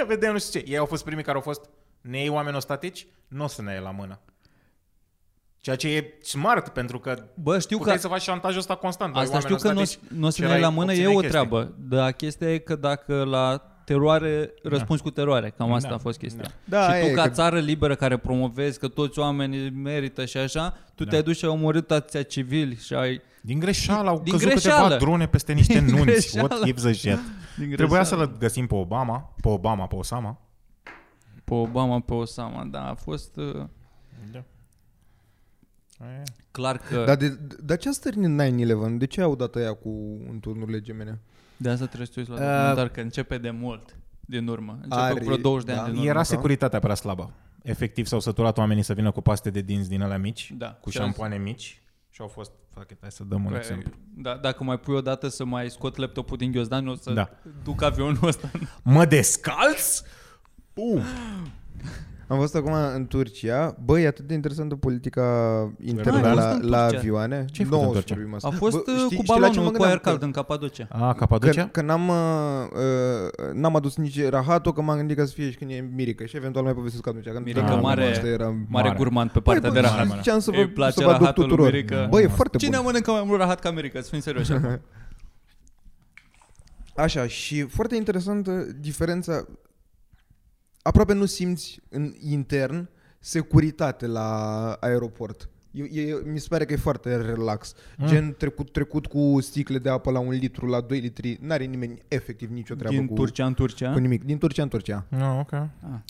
S1: e, vedem nu știu ce. Ei au fost primii care au fost, ne iei oameni ostatici, nu o să ne iei la mână. Ceea ce e smart, pentru că
S4: Bă, știu
S1: puteai
S4: că
S1: să faci șantajul ăsta deci constant. ai
S4: Asta
S1: oameni
S4: știu că nu,
S1: ostatici
S4: nu o
S1: și
S4: să ne
S1: erai-
S4: la mână, e
S1: obțineai
S4: o
S1: chestii.
S4: treabă. Dar chestia e că dacă la teroare
S1: Da.
S4: răspunzi cu teroare, cam asta a fost chestia.
S2: Da. Da,
S4: și
S2: e
S4: tu ca
S2: că-
S4: țară liberă care promovezi că toți oamenii merită și așa, tu
S1: Da.
S4: te-ai dus și ai omorât atâția civili și ai...
S1: Din greșeală au
S4: Din
S1: căzut
S4: greșeală.
S1: câteva drone peste niște
S4: Din
S1: nunți.
S4: greșeală.
S1: What gives a shit? Trebuia să-l găsim pe Obama, pe Obama, pe Osama.
S4: Pe Obama, pe Osama, da, a fost uh,
S1: Da. E,
S4: clar că...
S2: Dar de, de, de ce a stărit în 9-11? De ce au dat aia cu înturnurile gemene?
S4: De asta trebuie să te uiți la documentar, că începe de mult din urmă. Începe
S2: Uh, Are-
S4: cu vreo 20 de
S2: da.
S4: ani din urmă.
S1: Era securitatea prea slabă. Efectiv s-au săturat oamenii să vină cu paste de dinți din alea mici,
S4: Da.
S1: cu
S4: Și
S1: șampoane mici și au fost, fuck it, hai să dăm un
S4: Păi,
S1: exemplu.
S4: Da, dacă mai pui odată să mai scot laptopul din ghiozdan, o să
S1: Da.
S4: da. duc avionul ăsta.
S1: Mă descalți? Uh,
S2: Am fost acum în Turcia. Băi, e atât de interesantă politica internă
S1: Ai
S2: la,
S4: fost în
S2: la
S4: Turcia?
S2: avioane.
S1: Ce-ai făcut
S2: Nouă
S1: în
S2: să
S1: Turcia?
S2: vorbim asta.
S4: A fost
S2: Bă,
S4: Bă,
S2: știi-
S4: cu
S2: știi la ce mă
S4: balonul cu
S2: gândeam?
S4: aer
S2: Că-
S4: cald în Capadocia.
S1: a,
S2: Că,
S1: Capadocia?
S2: că n-am, uh, uh, n-am adus nici rahatul, că m-am gândit că să fie și când e Mirica și eventual mai povestesc atunci. Că
S4: Mirica
S2: da,
S4: mare-
S2: Asta era...
S4: Mare,
S1: Mare.
S4: gurmand pe partea de
S2: bă,
S4: rahat.
S2: și ziceam Păi să
S4: Îi
S2: vă,
S4: place
S2: să vă aduc
S4: rahatul lui
S2: tuturor.
S4: Mirica.
S2: Bă, e foarte
S4: Cine
S2: bun.
S4: mănâncă mai mult rahat ca America? Să fim serioși. acum.
S2: Așa, și foarte interesantă diferența. Aproape nu simți în intern securitate la aeroport. E, e, mi se pare că e foarte relax. Mm.
S4: Ah.
S2: Gen trecut, trecut cu sticle de apă la un litru, la 2 litri. N-are nimeni efectiv nicio treabă
S4: Din
S2: cu,
S4: Turcia în Turcia.
S2: cu nimic. Din Turcia în Turcia.
S1: Nu, ok.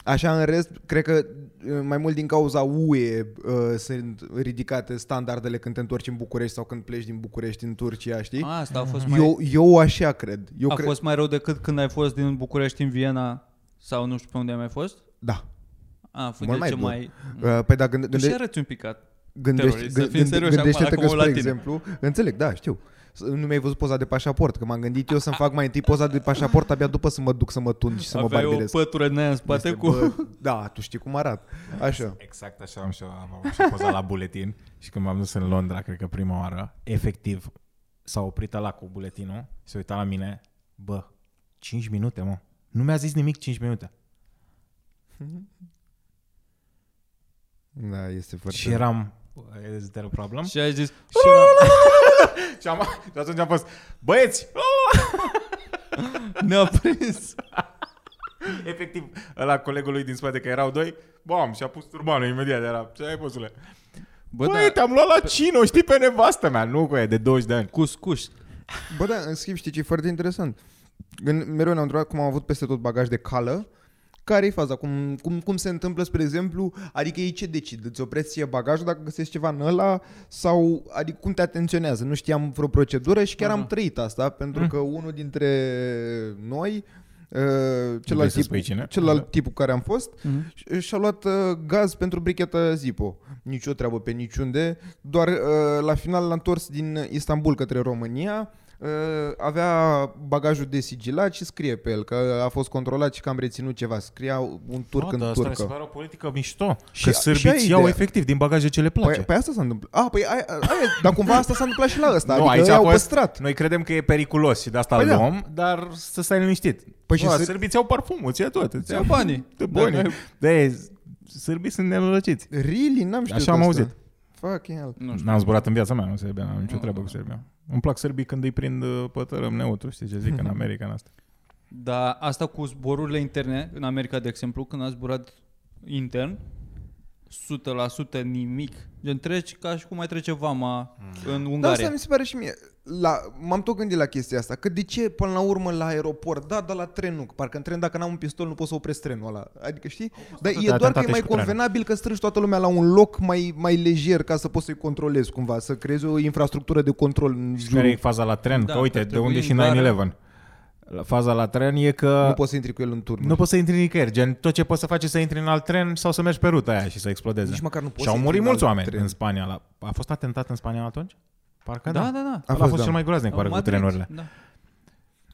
S2: Așa, în rest, cred că uh, mai mult din cauza UE uh, sunt ridicate standardele când te întorci în București sau când pleci din București în Turcia, știi?
S4: A, Asta a fost Ah, mai,
S2: eu, eu așa cred. Eu
S4: a
S2: cred...
S4: fost mai rău decât când ai fost din București în Viena sau nu știu pe unde ai mai fost.
S2: Da.
S4: A, a fost
S2: Mult
S4: de
S2: mai
S4: ce
S2: bun.
S4: mai...
S2: Uh, Păi da, gând,
S4: Tu și
S2: gânde,
S4: arăți un picat.
S2: gândește,
S4: terorist, să fim
S2: gând,
S4: serioși
S2: gândește-te
S4: acum,
S2: că,
S4: acum la
S2: spre
S4: tine.
S2: exemplu, înțeleg, da, știu. S- Nu mi-ai văzut poza de pașaport, că m-am gândit eu să-mi fac mai întâi poza de pașaport, abia după să mă duc să mă tund și să mă
S4: Aveai o
S2: barbilez.
S4: pătură din aia în spate
S2: Este,
S4: cu...
S2: bă, da, tu știi cum arat. Așa.
S1: Exact așa am și eu, am avut și poza la buletin și când m-am dus în Londra, cred că prima oară, efectiv s-a oprit ăla cu buletinul, se uita la mine, bă, 5 minute, mă. Nu mi-a zis nimic 5 minute.
S2: Da, este foarte...
S1: Și eram, "Uh, is there a problem? Și,
S4: Și ai zis,
S1: eram, și, am, și atunci am fost, băieți,
S4: ne-a prins.
S1: efectiv, la colegului din spate, că erau doi, bam, și-a pus turbanul imediat, era, ce ai pozule?
S4: Bă, da,
S1: Bă, Băi, te-am luat la cino, știi, pe nevastă mea, nu, cu e de 20 de ani.
S4: Cuscuș.
S2: Bă, da, în schimb, știi ce e foarte interesant? În, mereu ne-am întrebat cum am avut peste tot bagaj de cală, care e faza? Cum, cum, cum se întâmplă, spre exemplu, adică ei ce decid? Îți opresc ție bagajul dacă găsești ceva în ăla? Sau, adică, cum te atenționează? Nu știam vreo procedură și chiar am trăit asta, pentru
S1: Mm.
S2: că unul dintre noi, uh,
S1: vrei
S2: celălalt,
S1: să spui cine?
S2: tip, celălalt tip cu care am fost, și- și-a luat uh, gaz pentru bricheta Zippo. Nici o treabă pe niciunde, doar uh, la final l-a întors din Istanbul către România, uh, avea bagajul de sigilat și scrie pe el că a fost controlat și că am reținut ceva. Scria un turc
S1: Ah,
S2: în
S1: dar asta mi se
S2: turcă.
S1: pare o politică mișto.
S2: Și-
S1: Că
S2: și aia e
S1: sârbiți iau
S2: ideea.
S1: efectiv din bagaje ce le place.
S2: Păi, păi asta s-a întâmplat. Ah, păi aia, aia, dar cumva asta s-a întâmplat și la ăsta. adică
S1: aici a
S2: i-au
S1: fost-
S2: păstrat.
S1: Noi credem că e periculos și de asta
S2: Păi
S1: păi
S2: da.
S1: luăm, dar să stai liniștit. Păi
S2: și
S1: și
S2: sâr- Da,
S1: sârbiți au parfum, îți ia tot. Îți
S4: Ți-a
S1: ia
S4: banii. Da,
S1: de bani. De sârbii sunt nenorociți.
S2: Really? N-am știut
S1: Așa am
S2: asta.
S1: auzit.
S2: Fucking hell.
S4: Nu știu.
S1: N-am zburat în viața mea în Serbia, n-am nicio treabă cu Serbia. Îmi plac sârbii când îi prind uh, pe tărâm neutru, știi ce zic în America în asta.
S4: Dar Da, asta cu zborurile interne, în America, de exemplu, când a zburat intern, 100% nimic. Gen treci ca și cum mai trece vama în
S2: Dar
S4: Ungaria.
S2: Mm. Da, asta mi se pare și mie. La, m-am tot gândit la chestia asta, că de ce până la urmă la aeroport, da, dar la tren nu, parcă în tren dacă n-am un pistol nu pot să opresc trenul ăla, adică știi? Dar
S1: atâtea
S2: e doar că e
S1: atentate
S2: mai
S1: și cu trenul.
S2: convenabil că strângi toată lumea la un loc mai, mai lejer ca să poți să-i controlezi cumva, să creezi o infrastructură de control în
S1: Care e
S2: jurul.
S1: faza la tren?
S4: Da,
S1: că uite,
S4: ar
S1: de
S4: trebui
S1: unde
S4: în
S1: și
S4: vară.
S1: 9-11. La Faza la tren e că...
S2: Nu poți să intri cu el în turn.
S1: Nu poți să intri nicăieri, gen tot ce poți să faci e să intri în alt tren sau să mergi pe ruta aia și să explodeze.
S2: Nici măcar nu poți
S1: și au
S2: să
S1: murit
S2: intri în
S1: mulți
S2: alt
S1: oameni
S2: tren.
S1: în Spania. La... A fost atentat în Spania atunci? Parcă da.
S4: da, da, da.
S1: A fost, a
S2: fost,
S1: fost
S2: da.
S1: cel mai groaznic, pare, cu
S4: Madrid,
S1: trenurile.
S4: Da.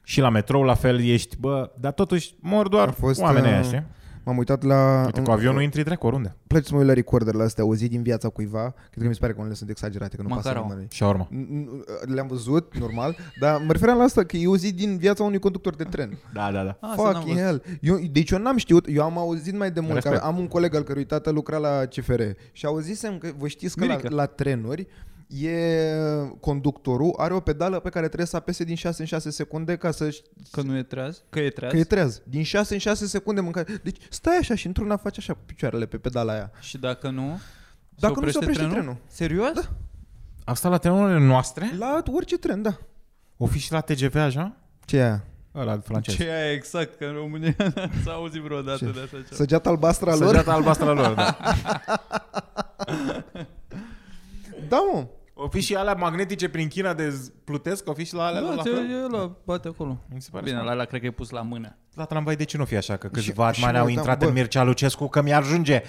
S1: Și la metrou la fel ești, bă, dar totuși mor doar
S2: A fost,
S1: oamenii
S2: uh,
S1: ăia, știi?
S2: M-am uitat la...
S1: Uite, cu avionul intri trec oriunde.
S2: Place să mă uit la recorderele astea, o zi din viața cuiva. Cred că mi se pare că unele sunt exagerate, că nu pasă
S4: Macarov.
S2: nimănui.
S1: Și urmă.
S2: N- n- Le-am văzut, normal, dar mă referam la asta, că e o zi din viața unui conductor de tren.
S1: Da, da, da.
S4: Ah, Asta n-am
S2: Fuck
S4: văzut.
S2: hell. Eu, deci eu n-am știut, eu am auzit mai de mult, că
S1: Respect.
S2: am un coleg al cărui tată lucra la CFR și auzisem că vă știți că la,
S4: Mirica.
S2: la trenuri e conductorul are o pedală pe care trebuie să apese din 6 în 6 secunde ca să
S4: Că nu e treaz? Că e treaz?
S2: că e treaz. Din 6 în 6 secunde mâncare. Deci stai așa și într-una faci așa cu picioarele pe pedala aia.
S4: Și dacă nu...
S2: Dacă nu se oprește trenul.
S4: Serios? Da.
S1: Asta la trenurile noastre?
S2: La orice tren, da.
S1: O fi și la TGV așa?
S2: Ce e aia?
S1: Ăla francez.
S4: Ce e exact, că în România n s-a auzit vreodată
S2: Ce?
S4: de așa ceva.
S2: Săgeata albastră a lor?
S1: Săgeata albastră lor, da.
S2: Da, mă.
S1: O fi și alea magnetice prin China de z- plutesc, o fi și la alea
S4: Da,
S1: la
S4: ți-
S1: fel?
S4: e la bate acolo.
S1: Mi se pare
S4: Bine,
S1: smart.
S4: la ăla cred că e pus la mână.
S1: La tramvai de ce nu fi așa? Că
S2: Și-
S1: câțiva
S2: și
S1: mai
S2: mă
S1: au
S2: uitam,
S1: intrat
S2: bă.
S1: în Mircea Lucescu că mi-ajunge.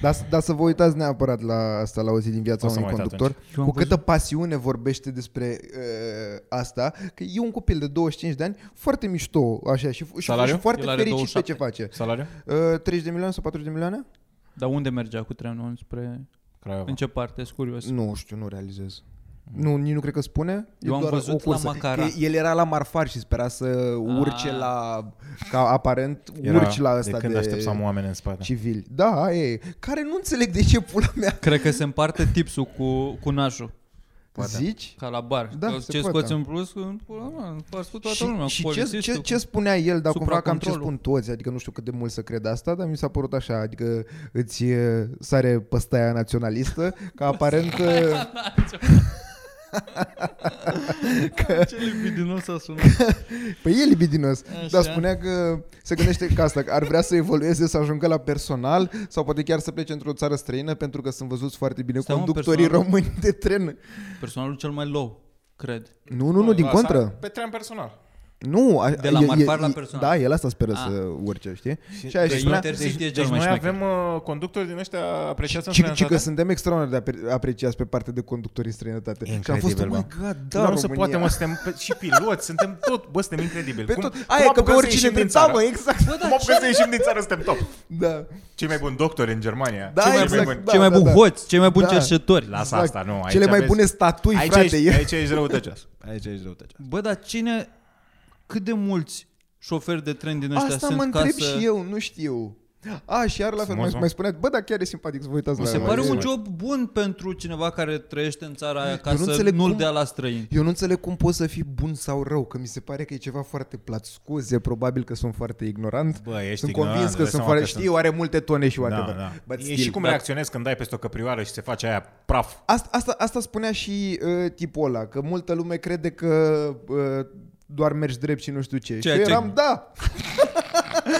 S2: Dar, dar să vă uitați neapărat la asta, la o zi din viața
S1: O să
S2: unui
S1: mă uit
S2: conductor.
S1: atunci.
S4: Eu
S2: Cu
S4: am
S2: câtă pasiune vorbește despre uh, asta, că e un copil de 25 de ani, foarte mișto, așa, și, și,
S1: Salariu?
S2: și foarte
S4: El are
S2: fericit
S4: 27.
S2: pe ce face.
S1: Salariu?
S2: Uh, 30 de milioane sau 40 de milioane?
S4: Dar unde mergea cu trenul? Spre...
S1: Craiova.
S4: În ce parte? Sunt curios.
S2: Nu știu, nu realizez. Nu, nici nu cred că spune. E
S4: Mm. Eu am
S2: doar
S4: văzut
S2: o cursă.
S4: la Macara.
S2: Că El era la Marfar și spera să urce
S4: Ah.
S2: la... Ca aparent
S1: Era
S2: urci la asta
S1: de când aștept să am oameni în spate.
S2: civil. Da, e. Care nu înțeleg de ce pula mea
S4: Cred că se împarte tipsul cu, cu nașul,
S1: Poate.
S2: zici.
S4: ca la bar.
S2: Da,
S4: Eu,
S2: se
S4: ce
S2: poate.
S4: scoți în plus, în pula mea, împarți cu toată
S2: și,
S4: lumea,
S2: și
S4: cu
S2: ce, ce,
S4: polițistul,
S2: ce
S4: cu-
S2: cspunea el, dar cumva cam ce
S4: Supracontrolul.
S2: spun toți, adică nu știu cât de mult să cred asta, dar mi s-a părut așa, adică îți e, sare păstaia naționalistă, ca aparent... uh,
S4: Ce libidinos a sunat.
S2: Păi e libidinos,
S4: Așa.
S2: dar spunea că se gândește că asta, că ar vrea să evolueze, să ajungă la personal sau poate chiar să plece într-o țară străină pentru că sunt văzuți foarte bine
S4: Stai, mă,
S2: conductorii
S4: personal.
S2: români de tren.
S4: Personalul cel mai low, cred.
S2: Nu, nu, nu, din
S1: Asta
S2: contră.
S1: Pe tren personal.
S2: Nu, a-
S4: De la
S2: e- e-
S4: marfar la
S2: e-
S4: personal.
S2: Da, el asta speră
S4: Ah.
S2: să urce, știi? Și aia
S4: Că
S2: și spunea,
S4: Intercity e cel
S1: Deci
S4: mai
S1: noi
S4: șmecher.
S1: avem uh, conductori din ăștia apreciați în
S2: Ci, ci că
S1: străinătate?
S2: suntem extraordinar de apre- apreciați pe partea de conductori în străinătate. Și am fost, oh
S1: Incredibil,
S2: my
S1: bă.
S2: god, da,
S1: Da, nu
S2: România.
S1: se poate, mă, suntem pe- și piloți, suntem tot, bă, suntem incredibili.
S2: Pe
S1: Cum-
S2: tot,
S1: cum
S2: aia că
S1: apucăm
S2: pe
S1: să
S2: oricine,
S1: ieșim
S2: pe-
S1: din
S2: da,
S1: țară?
S2: mă, exact.
S1: Cum apucăm să ieșim din țară, suntem top.
S2: Da,
S1: Cei mai buni doctori în Germania.
S2: Da,
S1: cei mai
S2: exact,
S1: buni.
S2: da.
S4: cei mai buni hoți, cei mai buni
S2: Da.
S4: cercetători.
S1: Lasă
S2: exact.
S1: asta, nu. aici
S2: Cele mai
S1: aveți-
S2: bune statui,
S1: aici
S2: frate.
S1: ești,
S2: e-
S1: aici ești răutăcios. Aici ești răutăcios.
S4: Bă, dar cine, cât de mulți șoferi de tren din ăștia
S2: Asta
S4: sunt
S2: mă
S4: ca
S2: întreb
S4: să...
S2: și eu, nu știu. A, și iar la fel,
S1: Sunt
S2: mai,
S1: mulți, mă.
S2: mai spuneați, bă, dar chiar e simpatic să vă uitați
S4: Mi
S2: la
S4: se
S2: la
S4: pare
S2: el.
S4: un job bun pentru cineva care trăiește în țara aia ca
S2: Eu nu
S4: să
S2: înțeleg
S4: nu-l
S2: cum-
S4: dea la străin.
S2: Eu nu înțeleg cum poți să fii bun sau rău, că mi se pare că e ceva foarte plat. Scuze, probabil că sunt foarte ignorant.
S1: Bă, ești
S2: sunt
S1: ignorant,
S2: convins că
S1: îți dai
S2: sunt
S1: seama
S2: foarte...
S1: că
S2: Știu, are multe tone și
S1: Da,
S2: whatever.
S1: da.
S2: But
S1: E
S2: still,
S1: și cum
S2: da.
S1: reacționezi când dai peste o căprioară și se face aia praf.
S2: Asta, asta, asta spunea și uh, tipul ăla, că multă lume crede că uh, doar mergi drept și nu știu ce.
S4: Ceea
S2: și eu
S4: ce-
S2: eram, da,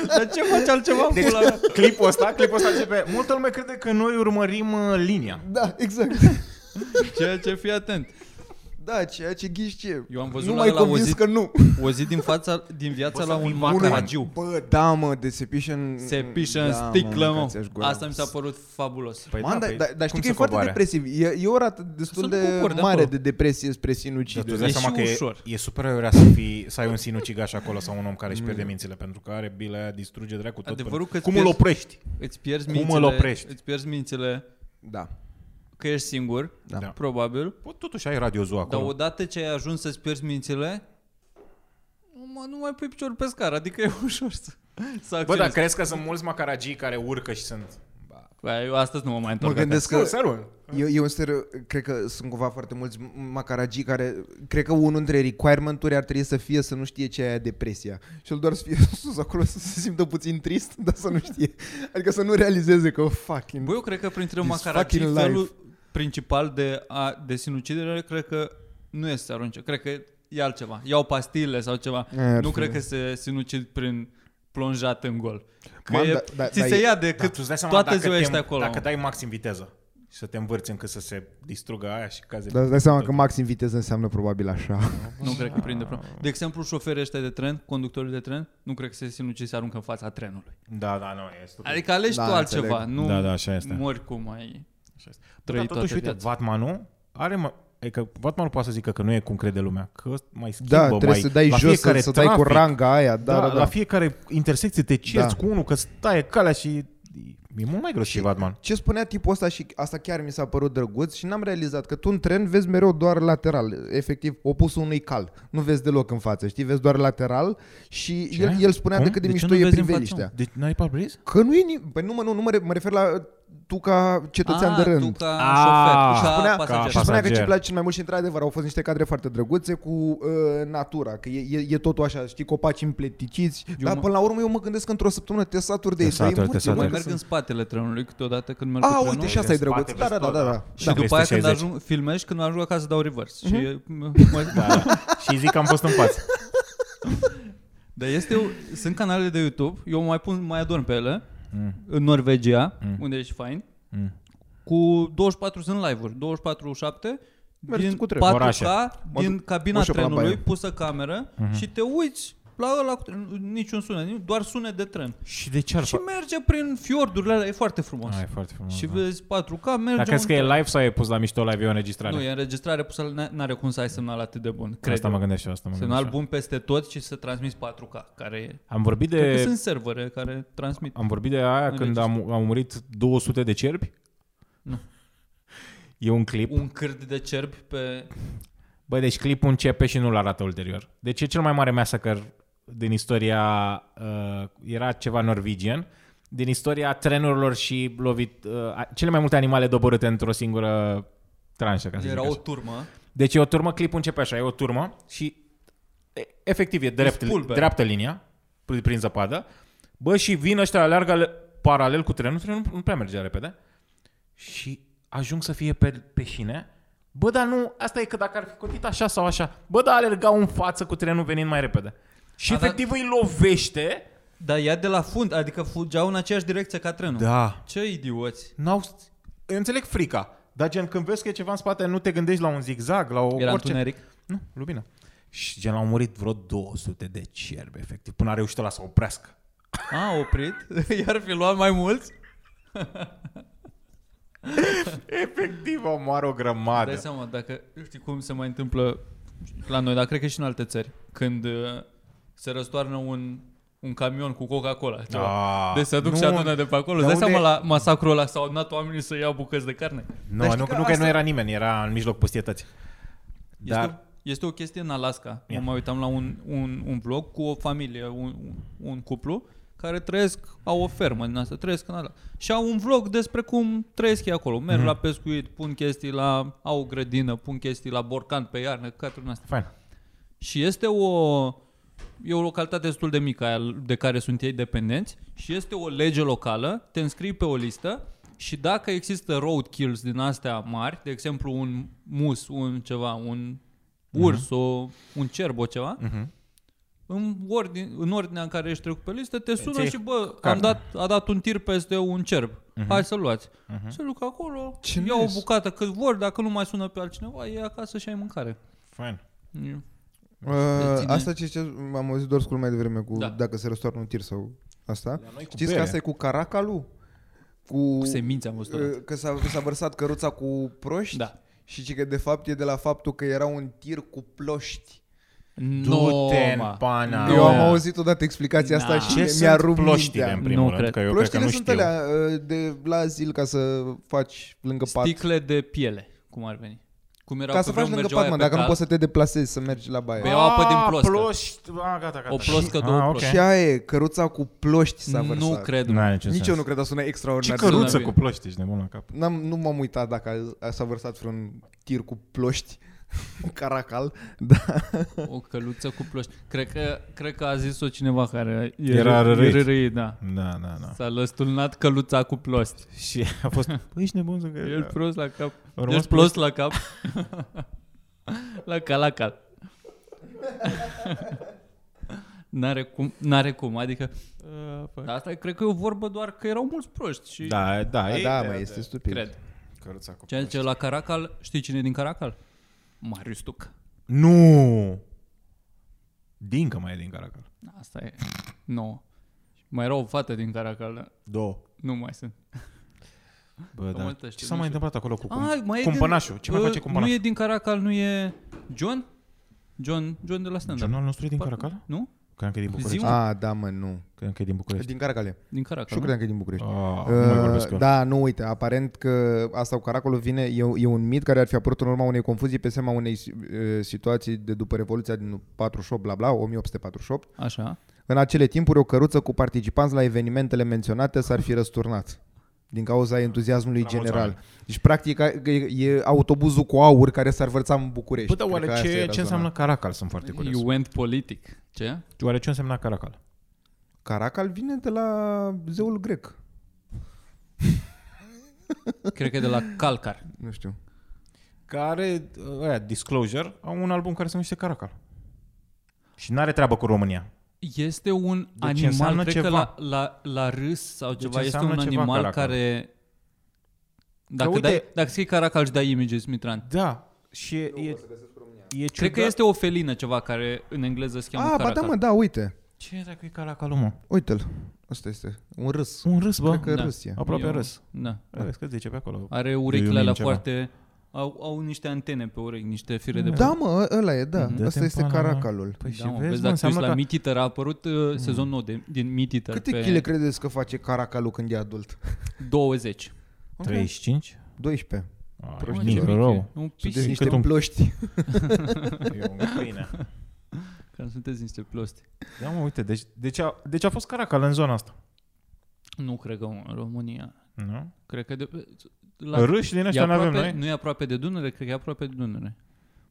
S4: Dar ce faci altceva în
S1: Deci
S4: pula mea?
S1: clipul ăsta, clipul ăsta începe. Multă lume crede că noi urmărim uh, linia.
S2: da, exact.
S4: Ceea ce fii atent.
S2: Da, ceea ce ghiși ce.
S4: Eu am văzut
S2: nu
S4: la
S2: mai
S4: el, a
S2: convins
S4: auzit-
S2: că nu.
S4: O zi din, fața, din viața
S1: Bă,
S4: la
S1: să
S4: un
S1: fii
S4: macaragiu.
S2: Bă, da, mă, Deception...
S4: Se pișă în
S2: da,
S4: sticlă,
S2: mă.
S4: mă.
S2: mâncați-aș gura.
S4: Asta mi s-a părut fabulos.
S1: Păi
S2: Man,
S1: da,
S2: dar
S1: păi
S2: da, dar
S1: cum
S2: știi că e
S1: se
S2: foarte
S1: coboare?
S2: depresiv. E, e o rată destul
S4: Sunt
S2: de
S4: bucur de
S2: mare
S4: acolo.
S2: de depresie spre
S1: Dar tu îți
S2: sinucidere.
S1: dai
S4: E
S1: seama
S4: și
S1: că
S4: ușor.
S1: e, e super aiurea să, fii, să ai un sinucigaș acolo sau un om care își
S2: Mm.
S1: pierde mințile, pentru că are bila aia, distruge dracu tot.
S4: Adevărul
S1: până-
S4: că îți
S1: Cum îl
S4: pierzi-
S1: oprești?
S4: Îți pierzi
S1: Cum îl
S4: mințile,
S1: oprești?
S4: Îți pierzi mințile
S2: Da.
S4: că ești singur,
S1: Da. Da.
S4: probabil,
S1: Bă, totuși ai radiozul
S4: dar
S1: acolo.
S4: odată ce ai ajuns să-ți pierzi mințile, nu, mă, nu mai pui piciorul pe scară, adică e ușor să, să
S1: Bă,
S4: acționezi.
S1: dar crezi că sunt mulți macaragii care urcă și sunt...
S4: Bă, eu astăzi nu mă mai
S2: Mă
S4: întorc.
S2: gândesc
S1: Nu,
S2: că...
S1: serul.
S2: Eu, eu în stereo, cred că sunt cumva foarte mulți macaragii care, cred că unul dintre requirement-uri ar trebui să fie să nu știe ce e aia depresia. Și el doar să fie sus acolo să se simtă puțin trist, dar să nu știe. Adică să nu realizeze că fucking...
S4: Bă, eu cred că printre
S2: This
S4: macaracii
S2: fucking
S4: felul
S2: life.
S4: principal de, a, de sinucidere, cred că nu este să arunce. Cred că e altceva. Iau pastile sau ceva.
S2: E, ar
S4: nu
S2: fi.
S4: cred că se sinucid prin plonjat în gol. Că
S2: Man,
S4: e,
S2: da- da-
S4: ți
S2: da,
S4: se
S2: e-
S4: ia de
S1: Dar
S4: cât
S1: tu îți dai seama
S4: toată
S1: dacă
S4: ziua
S1: te-
S4: ești acolo.
S1: Dacă
S4: mă.
S1: dai maxim viteză și să te învârți încât să se distrugă aia și caze.
S2: Dar Da, îți dai
S1: da.
S2: seama că maxim viteză înseamnă probabil așa.
S4: Nu cred că
S2: Ah.
S4: prinde prea. De exemplu, șoferii ăștia de tren, conductorii de tren, nu cred că se sinucid se aruncă în fața trenului.
S1: Da, da, nu, e stupid.
S4: Adică alegi
S2: Da,
S4: tu altceva,
S2: înțeleg.
S4: nu
S1: Da, da, așa este.
S4: mori cum ai
S1: Așa este. Bă,
S4: trăi
S1: Dar totuși,
S4: toată
S1: uite,
S4: viața.
S1: Batmanul are mă, Adică Batman poate să zică că nu e cum crede lumea, că mai schimbă,
S2: Da, trebuie
S1: mai,
S2: să dai
S1: la
S2: jos, să,
S1: fiecare
S2: să dai cu
S1: trafic,
S2: ranga aia. Da, da, da.
S1: La fiecare intersecție te cerți
S2: Da.
S1: cu unul că staie calea și e mult mai greu și Batman.
S2: Ce spunea tipul ăsta și asta chiar mi s-a părut drăguț și n-am realizat că tu în tren vezi mereu doar lateral, efectiv opusul unui cal. Nu vezi deloc în față, știi? Vezi doar lateral și
S1: Ce?
S2: el, el spunea
S1: Cum?
S2: de cât de,
S4: De ce
S2: mișto
S4: nu
S2: e
S4: vezi în față,
S2: priveliștea.
S1: Deci n-ai parbriz?
S2: Că nu e nimic. Păi nu, mă, nu, nu mă, re- mă refer la tu ca cetățean de
S4: Ah,
S2: rând.
S4: Tu ca
S1: Ah,
S4: șofer, tu
S1: și
S4: ca
S2: Spunea,
S4: pasager.
S2: și spunea că
S1: Pasager.
S2: ce place cel mai mult și într-adevăr au fost niște cadre foarte drăguțe cu uh, natura, că e, e, e totul așa, știi, copaci împleticiți, dar
S4: mă-
S2: până la urmă eu mă gândesc că într-o săptămână te saturi
S1: Te
S2: de ei, Păi, să iei
S1: saturi, te
S2: multe,
S4: Eu
S1: saturi.
S2: mă,
S4: mai
S2: că
S4: merg în
S2: sunt-
S4: spatele trenului câteodată când merg
S2: A,
S4: cu
S2: uite,
S4: trenul.
S2: și asta e
S1: În spate
S2: drăguț. Da,
S1: vezi
S2: da, da,
S1: tot,
S2: da.
S1: da.
S2: da.
S4: Și
S1: Da.
S4: după aia când
S1: 360.
S4: ajung, filmezi, când ajung acasă dau reverse.
S2: Mhm.
S4: Și e, mă,
S1: Da, da. și zic că am fost în față.
S4: Dar este, o- sunt canale de YouTube, eu mai pun, mai adorm pe ele, mm. în Norvegia, mm. unde ești fain,
S1: Mm.
S4: cu 24 sunt live-uri, 24-7,
S2: Mergi
S4: din
S2: cu trenul.
S4: 4K,
S1: Orașe. Mhm.
S4: din
S2: duc-
S4: cabina
S2: mă duc eu până la
S4: trenului,
S2: baie.
S4: pusă cameră și te uiți la ăla, cu tren- niciun sunet, nici- doar sunet de tren.
S1: Și de ce ar
S4: Și
S1: fa-
S4: merge prin fiordurile alea, e foarte frumos.
S1: Ah, e foarte frumos.
S4: și
S1: da.
S4: vezi 4K, merge
S1: Dar crezi
S4: un-
S1: că e live sau e pus la mișto live, e o înregistrare?
S4: Nu, e înregistrare pusă, n- n-are cum să ai semnal atât de bun, cred.
S1: Asta
S4: eu.
S1: mă gândesc și eu, asta mă gândesc.
S4: semnal
S1: și eu.
S4: bun peste tot și să transmiți 4K, care e
S1: Am vorbit
S4: Cred că
S1: de
S4: sunt servere care transmit.
S1: Am vorbit de aia când
S4: Înregistră.
S1: am, am murit 200 de cerbi?
S4: Nu.
S1: E un clip.
S4: Un cârd de cerbi pe...
S1: Băi, deci clipul începe și nu-l arată ulterior. Deci e cel mai mare massacre din istoria, uh, era ceva norvegian, din istoria trenurilor și lovit, uh, a- cele mai multe animale doborâte într-o singură tranșă, ca să
S4: Era
S1: zic
S4: o
S1: așa.
S4: turmă.
S1: Deci e o turmă, clipul începe așa, e o turmă și e, efectiv e drept,
S4: pulbere.
S1: dreaptă linia prin prin zăpadă. Bă, și vin ăștia, aleargă le- paralel cu trenul, trenul nu prea mergea repede și ajung să fie pe, pe șine. Bă, dar nu, asta e că dacă ar fi cotit așa sau așa. Bă, dar alergau în față cu trenul venind mai repede. Și
S4: A, dar-
S1: efectiv îi lovește.
S4: Dar ea de la fund, adică fugeau în aceeași direcție ca trenul.
S1: Da.
S4: Ce idioți.
S1: N-au, înțeleg frica. Dar gen când vezi că e ceva în spate, nu te gândești la un zigzag, la o,
S4: Era
S1: orice.
S4: întuneric.
S1: Nu, lumină. Și gen au murit vreo 200 de cerbi, efectiv, până a reușit la să oprească.
S4: A, oprit. Iar fi luat mai mulți.
S1: Efectiv, omoară o
S4: Dai
S1: grămadă.
S4: seama, dacă știi cum se mai întâmplă la noi, dar cred că și în alte țări, când uh, se răstoarnă un, un camion cu Coca-Cola. Ceva.
S1: Ah,
S4: Deci se aduc
S1: nu,
S4: și adună de pe acolo.
S1: Dar
S4: Îți dai
S1: unde-
S4: seama la masacrul ăla s-au adunat oamenii să iau bucăți de carne.
S1: Nu,
S2: Dar
S1: nu, nu,
S2: știi Deci că
S1: că
S2: asta-
S1: nu era nimeni, era în mijloc pustietății.
S4: Este,
S1: Dar-
S4: o, este o chestie în Alaska.
S1: Ia.
S4: Yeah. Mă uitam la un, un, un vlog cu o familie, un, un cuplu, care trăiesc, au o fermă din asta, trăiesc în Alaska. Și au un vlog despre cum trăiesc ei acolo.
S1: Mhm.
S4: Merg mm-hmm. la pescuit, pun chestii la... au o grădină, pun chestii la borcan pe iarnă, căcaturi din astea.
S1: Fain.
S4: Și este o... E o localitate destul de mică aia de care sunt ei dependenți și este o lege locală, te înscrii pe o listă și dacă există road kills din astea mari, de exemplu un mus, un ceva, un urs, o, un cerb, o ceva,
S1: Mhm.
S4: în, ordine, în ordinea în care ești trecut pe listă, te sună
S1: Ți-ai Mhm.
S4: și bă, am
S1: carne.
S4: dat, a dat un tir peste un cerb, hai să-l luați.
S1: Mhm.
S4: Se duc acolo,
S2: Ce
S4: iau
S2: nice.
S4: o bucată cât vor, dacă nu mai sună pe altcineva, e acasă și ai mâncare.
S1: Fain.
S4: E-
S2: Uh,
S4: Ține-
S2: asta ce, ce am auzit doar scurt mai devreme cu
S4: Da.
S2: da. dacă se răstoarnă un tir sau asta.
S1: La noi cu
S2: Știți că
S1: bere.
S2: asta e cu caracalu? Cu,
S4: Cu semințe am văzut odată.
S2: uh, Că s-a, s-a vărsat căruța cu proști?
S4: Da.
S2: Și ci că de fapt e de la faptul că era un tir cu ploști.
S4: Nu,
S1: Du-te
S4: mă.
S1: în pana.
S2: No. Eu am auzit odată explicația asta
S4: Na.
S2: și
S1: Ah. Ce
S2: mi- mi-a
S1: sunt
S2: rupt
S1: ploștile,
S2: mintea.
S1: în primul
S4: Nu
S1: rând?
S4: cred.
S1: Că eu cred că
S2: Ploștile
S1: nu
S2: sunt
S1: știu.
S2: alea uh, de la zil ca să faci lângă pat.
S4: Sticle de piele, cum ar veni. Cum erau
S2: Ca
S4: pe
S2: să faci
S4: vremuri,
S2: lângă
S4: mergeau
S2: pat,
S4: aia
S2: mă,
S4: pe
S2: dacă nu
S4: cal.
S2: poți să te deplasezi, să mergi la baie.
S4: Pe iau apă din
S1: Ah,
S4: plostă.
S1: Ploști. Ah, gata, gata.
S4: O ploscă,
S1: Ah,
S4: două
S1: ok.
S4: ploște.
S2: Și aia e, căruța cu ploști s-a vărsat.
S4: Nu cred.
S1: N-are niciun
S2: Nici
S1: sens.
S2: eu nu cred, dar sună
S1: Ce
S2: extraordinar. de
S4: căruță
S1: căruță
S4: cu
S1: cu ploști, ești nebun la cap.
S2: N-am, nu m-am uitat dacă a- a- s-a vărsat vreun tir cu ploști în caracal. Da.
S4: O căluță cu ploști. Cred că, cred că a zis-o cineva care e
S1: Era
S4: râ-
S1: rărit.
S4: e râit, da.
S1: Da, da, da.
S4: S-a lăstulnat căluța cu ploști.
S1: Și a fost... Păi, ești nebun să
S4: El prost la cap.
S1: Au rămas
S4: Ești prost la cap. la cal, la cal. N-are cum, n-are cum, adică
S1: Ah,
S4: Dar asta cred că e o vorbă doar că erau mulți proști și
S1: Da, da, e-
S2: da, mă, este stupid.
S4: cred.
S1: Căruța cu
S4: Ceea ce la Caracal, știi cine e din Caracal? Marius Tuc.
S1: Nu! Dincă mai e din Caracal.
S4: Da, Asta e nouă. Mai era o fată din Caracal, dar
S1: Două.
S4: nu mai sunt.
S1: Bă,
S4: da.
S1: da.
S4: multe
S1: Ce
S4: știri,
S1: s-a
S4: nu
S1: mai
S4: știu.
S1: întâmplat acolo cu
S4: Ai,
S1: cum, cumpănașul? Ce mai
S4: uh,
S1: face
S4: Nu
S1: cumpănașul?
S4: e din Caracal, nu e John? John, John de la stand-up.
S1: Jurnalul nostru e din
S4: Par-
S1: Caracal?
S4: Nu?
S1: Credeam că e din București.
S4: Ziua?
S2: Ah, da, mă, nu.
S1: Credeam că e din București.
S2: Din Caracale.
S4: Din
S2: Și eu
S4: Caracal. nu?
S2: credeam că e din București.
S1: Ah, nu mai vorbesc eu.
S2: da, nu, uite, aparent că asta cu Caracolul vine, e, e un mit care ar fi apărut în urma unei confuzii pe seama unei eh, situații de după Revoluția din 48, bla bla, 1848.
S4: Așa.
S2: În acele timpuri, o căruță cu participanți la evenimentele menționate s-ar fi răsturnat din cauza entuziasmului
S1: La mulți
S2: general.
S1: oameni.
S2: Deci, practic, a- e, e autobuzul cu aur care s-ar vărța în București.
S1: Bă, dar
S2: Cred că
S1: oare
S2: asta
S1: ce,
S2: era
S1: ce
S2: zona.
S1: înseamnă Caracal? Sunt foarte curios.
S4: You went politic. Ce?
S1: Oare ce înseamnă Caracal?
S2: Caracal vine de la zeul grec.
S4: Cred că e de la Calcar.
S2: Nu știu.
S1: Care, uh, aia, Disclosure, au un album care se numește Caracal. Și n-are treabă cu România.
S4: Este un
S1: Deci
S4: animal,
S1: înseamnă
S4: cred
S1: ceva. Deci
S4: că la, la, la râs sau ceva, este un
S1: înseamnă ceva
S4: animal
S1: Caracal.
S4: care... Dacă,
S1: uite-
S4: dai, dacă scrii Caracal își dai images, Mitran.
S1: Da. Și e, e, e ciudat.
S4: Cred că este o felină ceva care în engleză se cheamă
S2: Ah, ba
S4: Caracal.
S2: da, mă, da, uite.
S1: Ce era cu Caracalul, mă?
S2: Uite-l. Asta este. Un râs.
S1: Un râs, bă.
S2: Cred că
S4: da.
S2: râs e.
S1: Aproape
S4: E un-
S1: râs.
S4: Da.
S1: Râs, că zice pe acolo.
S4: Are
S1: Eu
S4: urechile
S1: min
S4: alea
S1: ceva.
S4: foarte... Au, au niște antene pe urechi, niște fire de
S2: Da, mă, ăla e, da.
S1: Dă-te
S2: Asta
S1: în
S2: este
S1: pana mea.
S2: caracalul.
S1: Păi
S4: da,
S1: și
S4: mă,
S1: vezi, mă,
S4: vezi, dacă te uiți
S1: înseamnă
S4: la
S1: că...
S4: Mititer a apărut
S1: Mm.
S4: uh, sezonul nou de, din Mititer
S2: Câte
S4: pe
S2: chile credeți că face caracalul când e adult?
S4: 20.
S1: 35?
S2: 12.
S1: Ai,
S2: Proști.
S1: nici
S2: Ce
S1: nu
S2: mic
S1: Ah, rău.
S4: Un pic,
S2: Sunteți niște
S1: cât un-
S2: ploști.
S1: Ah. E un câine.
S4: că sunteți niște plosti.
S1: Da, mă, uite, deci, deci, a, deci a fost Caracal în zona asta.
S4: Nu cred că în România.
S1: Nu?
S4: Cred că de,
S1: La... Râși din
S4: e
S1: ăștia nu avem
S4: aproape,
S1: noi.
S4: nu e aproape de Dunăre, cred că e aproape de Dunăre.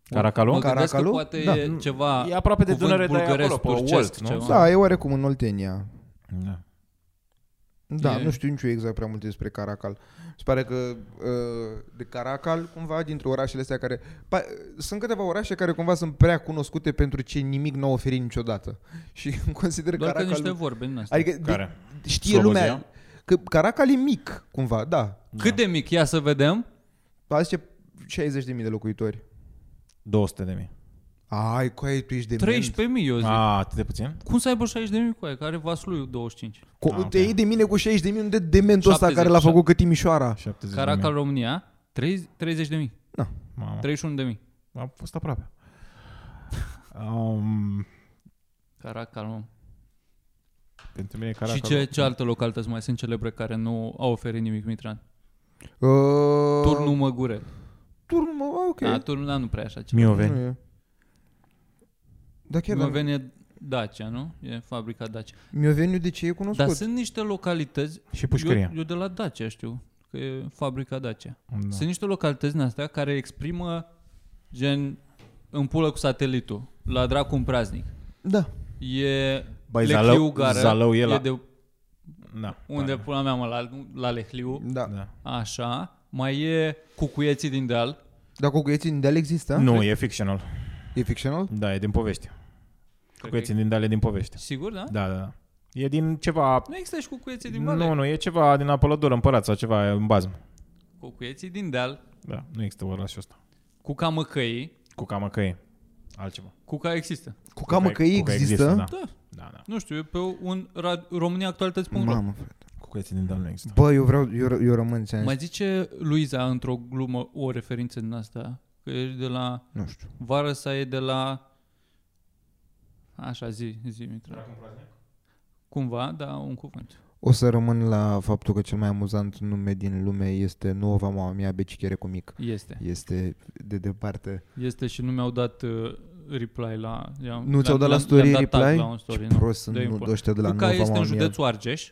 S1: Caracalul?
S4: Mă gândesc că
S2: Caracalul?
S4: poate
S2: Da.
S4: e ceva
S1: E aproape de
S4: cuvânt
S1: Dunăre, dar e
S4: bulgăresc,
S1: acolo, pe
S4: turcesc,
S1: Olt, nu?
S4: ceva.
S2: Da, e oarecum în Oltenia.
S1: Da.
S2: Da,
S4: E-
S2: nu știu nici eu exact prea multe despre Caracal. Se pare că uh, de Caracal, cumva, dintre orașele astea care... Pa, sunt câteva orașe care cumva sunt prea cunoscute pentru ce nimic n-au oferit niciodată. Și consider
S4: Doar că
S2: Caracal...
S4: niște vorbe din astea.
S2: adică de,
S1: Care?
S2: știe
S1: Slobozia?
S2: lumea că Caracal e mic, cumva, da.
S4: Cât de mic? Ia să vedem.
S2: Azi ce 60.000 de locuitori.
S1: 200 de mii.
S2: Ai, cu ai tu ești de
S4: 13.000 eu zic.
S1: A, atât de puțin?
S4: Cum să aibă 60 de mii cu aia? Care vaslui 25.
S2: Cu,
S1: Ah, ok.
S2: Te iei de mine cu 60 de mii, unde dementul ăsta
S4: 70,
S2: care l-a făcut
S4: șap-
S2: cu Timișoara?
S1: 70 de
S4: Caracal
S1: mii. Da.
S4: România, 30 de mii.
S1: Mamă,
S4: 31 de mii.
S1: a fost aproape. Um,
S4: Caracal, mă.
S1: pentru mine e Caracal.
S4: Și ce, ce alte localități mai sunt celebre care nu au oferit nimic, Mitran?
S2: Uh,
S4: Turnul Măgure.
S2: Turnul, mă, ok.
S4: Da, turnul, da, nu prea așa ceva.
S2: Nu
S1: Mioveni.
S2: e. Da, chiar
S4: Mi-a
S2: mi-o, veni...
S4: venit Dacia, nu? E fabrica Dacia.
S2: mi-o veniu de ce e
S4: Dar
S2: cunoscut.
S4: sunt niște localități...
S1: Și pușcăria.
S4: Eu, eu de la Dacia știu că e fabrica Dacia.
S1: Da.
S4: Sunt niște localități din astea care exprimă gen în pulă cu satelitul, la dracu un praznic.
S2: Da.
S4: E
S1: Băi,
S4: Lehliu
S1: Zalău-
S4: Gară,
S1: Zalău e la-
S4: de
S1: Da.
S4: unde
S1: Da.
S4: pula mea mă, la, la Lehliu,
S2: Da.
S1: da.
S4: așa, mai e Cucuieții din deal,
S2: Dar Cucuieții din Deal
S4: Da?
S2: există?
S1: Nu, e fictional.
S2: E fictional?
S1: Da, e din povești.
S4: Cred
S1: Cu
S4: că e-
S1: din dale din povești.
S4: sigur, da?
S1: Da, da, da. E din ceva...
S4: Nu există și Cucuieții din Vale.
S1: Nu, nu, e ceva din Apolodor, împărat sau ceva, e în bazm.
S4: Cucuieții din deal,
S1: Da, nu există orașul ăsta.
S4: cu camăcăii,
S1: Cu camă că e. Altceva.
S4: Cuca există.
S2: Cu camă că ei
S1: Cuca
S2: există?
S1: da.
S4: Da.
S1: da, da.
S4: Nu știu, e pe un ra- româniaactualități.ro.
S2: Mamă, frate.
S1: Cu cuieții din dale nu există.
S2: Bă, eu vreau, eu, eu rămân, ți
S4: Mai zice Luiza într-o glumă o referință din asta, că ești de la
S2: Nu știu.
S4: vară sa e de la așa zi, zi Mitra. Cumva, da, un cuvânt.
S2: O să rămân la faptul că cel mai amuzant nume din lume este Nova Mama Mia Becichere cu mic.
S4: Este.
S2: Este de departe.
S4: Este și nu mi-au dat uh, reply la... i-am-
S2: Nu ți-au dat
S4: le-am-
S2: la
S4: le-am-
S2: story
S4: le-am dat tag
S2: reply?
S4: La un story,
S2: Ce
S4: nu.
S2: prost sunt
S4: Dă-i un
S2: nu,
S4: pun.
S2: ăștia de la
S4: Cuca
S2: Nova
S4: este
S2: Mama
S4: în
S2: Mia.
S4: județul Argeș,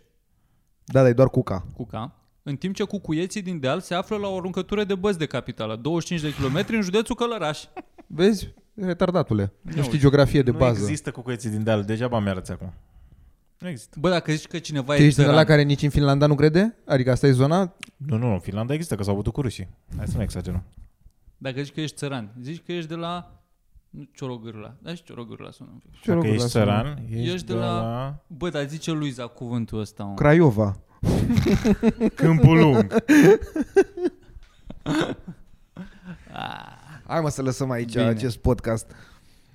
S2: Da, dar e doar Cuca.
S4: Cuca, în timp ce cucuieții din deal se află la o aruncătură de băzi de capitală, 25 de kilometri în județul Călăraș.
S2: Vezi? Retardatule. Nu
S4: uite.
S2: știi geografie de
S1: nu
S2: bază.
S1: există cu cuieții din deal, degeaba mi-arăți acum. Nu există.
S4: Bă, dacă zici că cineva
S2: Tu
S4: e
S2: Păi, ești din ăla
S4: țăran,
S2: care nici în Finlanda nu crede? Adică asta e zona?
S1: Nu, nu, nu, Finlanda există, că s-au bătut cu rușii. Hai să nu exagerăm.
S4: dacă zici că ești țăran, zici că ești de la... Nu, Ciorogârla. Da, și Ciorogârla sună. un pic.
S2: Ce
S1: Dacă
S2: locul
S1: ești
S2: ăla sună?
S1: țăran, ești,
S4: Ești de la- Bă, dar zice Luiza cuvântul ăsta, mă.
S2: Craiova.
S1: Câmpul Lung.
S2: Hai mă să lăsăm aici
S4: Bine.
S2: acest podcast.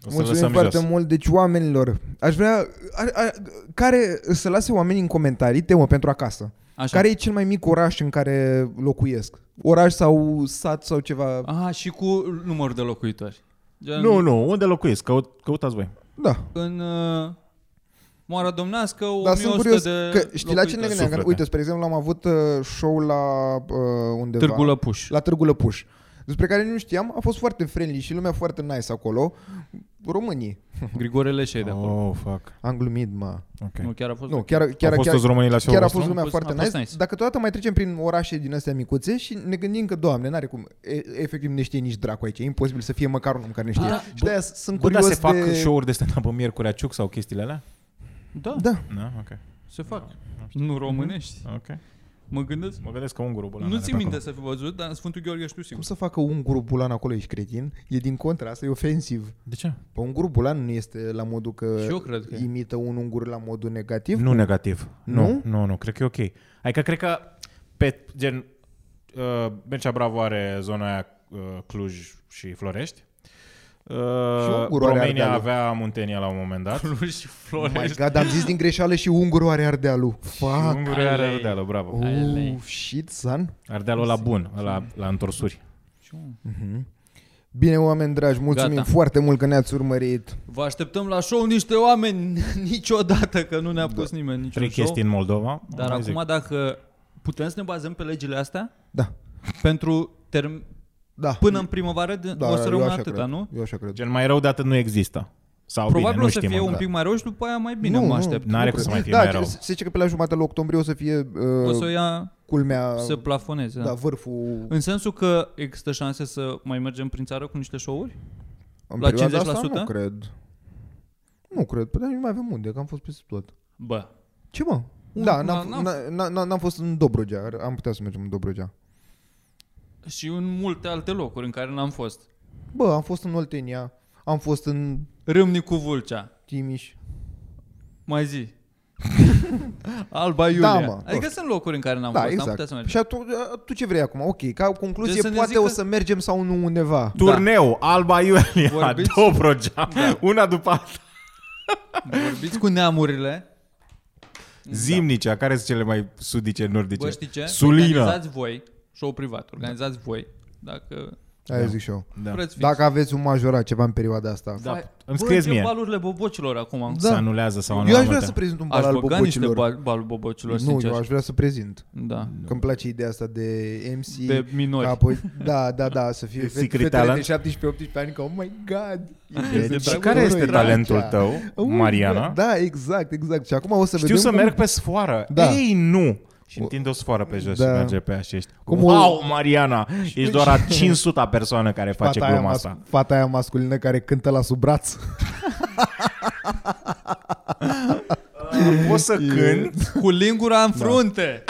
S1: O să
S2: Mulțumim
S1: lăsăm
S2: foarte
S1: jos.
S2: mult. Deci oamenilor, aș vrea... Ar, ar, care să lase oamenii în comentarii temă pentru acasă.
S4: Așa.
S2: Așa. Care e cel mai mic oraș în care locuiesc? Oraș sau sat sau ceva?
S4: Aha, și cu numărul de locuitori. Gen,
S1: Nu, nu, unde locuiesc? Căut, căutați voi.
S2: Da.
S4: În uh, Moara Domnească,
S2: Dar
S4: 1100
S2: sunt curios
S4: de
S2: că știi la ce ne
S4: locuitori.
S2: gândeam? Că,
S1: Suflete.
S2: uite, spre exemplu, am avut uh, show la uh, undeva.
S4: Târgu Lăpuș.
S2: La Târgu Lăpuș. Despre care nu știam, a fost foarte friendly și lumea foarte nice acolo. Românii.
S4: Grigore Leșei de acolo.
S1: Oh, fuck.
S2: Am glumit, mă.
S1: Ok.
S4: Nu, chiar a fost.
S2: Nu, chiar,
S1: Chiar,
S2: chiar,
S1: Au fost
S2: chiar,
S1: toți românii la show
S2: chiar a
S4: vostru?
S2: fost lumea
S4: A fost-
S2: foarte
S4: a fost
S2: nice.
S4: nice.
S2: Dacă toată mai trecem prin orașe din astea micuțe și ne gândim că, doamne, n-are cum, e, efectiv ne știe nici dracu aici, e imposibil să fie măcar un om care ne știe.
S1: Da,
S2: și de-aia sunt
S1: Bă, da,
S2: curios
S1: se fac
S2: de...
S1: show-uri de stand-up în Miercurea Ciuc sau chestiile alea?
S4: Da,
S2: Da,
S1: Da, ok.
S4: se fac. Nu românești.
S1: Ok.
S4: Mă gândesc.
S1: Mă gândesc că ungurul bula
S4: Nu
S1: mea de
S4: ți
S1: pe
S4: minte să fi văzut, dar în Sfântul Gheorghe știu
S2: cum
S4: sigur.
S2: să facă un grup bulan acolo, ești cretin? E din contra, asta e ofensiv.
S1: acolo. De ce?
S2: Pe un grup bulan nu este la modul că,
S4: Și eu cred că e.
S2: imită un ungur la modul negativ.
S1: Nu negativ. Nu?
S2: Nu?
S1: Nu, nu, cred că e ok. Adică cred că pe gen uh, Mircea Bravo are zona aia uh, Cluj și Florești.
S2: Și
S1: Uh,
S2: Ungurul are
S1: România
S2: Ardealul.
S1: avea Muntenia la un moment dat.
S4: Cluj și
S2: My
S4: Florești.
S2: God, am zis din greșeală și ungurul are ardealul. Fuck.
S1: Ungurii are
S4: alei.
S1: Ardealul, bravo.
S2: Ah, Oh, shit, son.
S1: Ardealul la bun, la, la întorsuri.
S2: Bine, oameni dragi, mulțumim
S4: Gata.
S2: foarte mult că ne-ați urmărit.
S4: Vă așteptăm la show niște oameni niciodată, că nu ne-a pus nimeni niciun
S1: Da. Trei
S4: show.
S1: chestii în Moldova.
S4: Dar
S1: Mai
S4: acum
S1: zic.
S4: dacă putem să ne bazăm pe legile astea
S2: Da,
S4: pentru term-
S2: da.
S4: până în primăvară de-
S2: da,
S4: o să
S2: eu
S4: rămână
S2: așa
S4: atâta,
S2: cred.
S4: nu?
S2: Eu așa cred.
S1: Gen mai rău de atât nu există. Sau
S4: Probabil
S1: bine, nu
S4: o să
S1: știm
S4: fie
S1: încă.
S4: un pic mai rău și după aia mai bine, mă aștept.
S1: N-are cum
S2: cred.
S1: să mai fie
S2: da,
S1: mai rău.
S2: Se, se zice că pe la jumătatea lui octombrie o să fie uh,
S4: O să o ia
S2: culmea,
S4: să plafoneze.
S2: da, vârful
S4: În sensul că există șanse să mai mergem prin țară cu niște show-uri?
S2: în
S4: la
S2: perioada Asta?
S4: 50%?
S2: Nu cred. Nu cred, păi dar nu mai avem unde, că am fost peste tot.
S4: Bă,
S2: Ce mă?
S4: Nu,
S2: Da,
S4: n-am-
S2: n-am, n-am, n-am, n-am fost în Dobrogea, ar- am putea să mergem în Dobrogea.
S4: și în multe alte locuri în care n-am fost.
S2: Bă, am fost în Oltenia, am fost în
S4: Râmnicu Vulcea,
S2: Timiș.
S4: mai zi. Alba Iulia.
S2: Da, mă,
S4: adică
S2: tot.
S4: sunt locuri în care n-am
S2: da,
S4: fost, n-am putea
S2: exact.
S4: să mergem.
S2: și tu, tu ce vrei acum? Ok, ca
S4: Deci
S2: concluzie,
S4: să ne
S2: poate
S4: zică-
S2: o să mergem sau nu undeva.
S4: Da.
S1: Turneu, Alba Iulia,
S4: Vorbiți?
S1: Dobrogea,
S2: Da.
S1: una după alta.
S4: Vorbiți cu neamurile,
S2: Da.
S1: Zimnicea, care sunt cele mai sudice nordice?
S4: bă știi ce?
S1: Sulina.
S4: Organizați voi, show privat, organizați voi. Dacă
S2: Aia zic și eu.
S1: Da.
S4: vreți fi.
S2: Da. Dacă aveți un majorat ceva în perioada asta.
S1: Da.
S4: Fai-
S1: Îmi scrieți
S4: bă,
S1: mie.
S4: ce balurile bobocilor acum.
S1: Se anulează sau
S2: Eu aș
S1: anulează.
S2: vrea să prezint un bal
S4: Aș
S2: al
S4: băga niște
S2: bobocilor.
S4: bal- balul bobocilor,
S2: Nu,
S4: sincer.
S2: eu aș vrea să prezint.
S4: Da.
S2: Că îmi place ideea asta de MC.
S4: De minori.
S2: Ca apoi, da, da, da, să fie
S1: Secret
S2: fet- fetele
S1: talent.
S2: de 17-18 ani, că oh my god.
S4: De
S2: de
S1: Și
S2: dragul
S1: Deci, care
S2: lui
S1: este
S2: Dracea.
S1: talentul tău,
S2: Oh my
S1: Mariana?
S2: God. Da, exact, exact. Și acum o să
S1: Știu
S2: vedem
S1: să
S2: cum-
S1: merg pe sfoară.
S2: Da.
S1: Ei, nu! Și
S2: O-
S1: întinde o sfoară pe jos
S2: Da.
S1: și merge pe ea și ești.
S2: Cum o-
S1: wow, Mariana! Ești doar a 500-a persoană care face
S2: fata aia,
S1: gluma
S2: mas-
S1: asta.
S2: fata aia masculină care cântă la sub braț.
S1: Poți să cânt,
S4: Cu lingura
S2: Da.
S4: în frunte.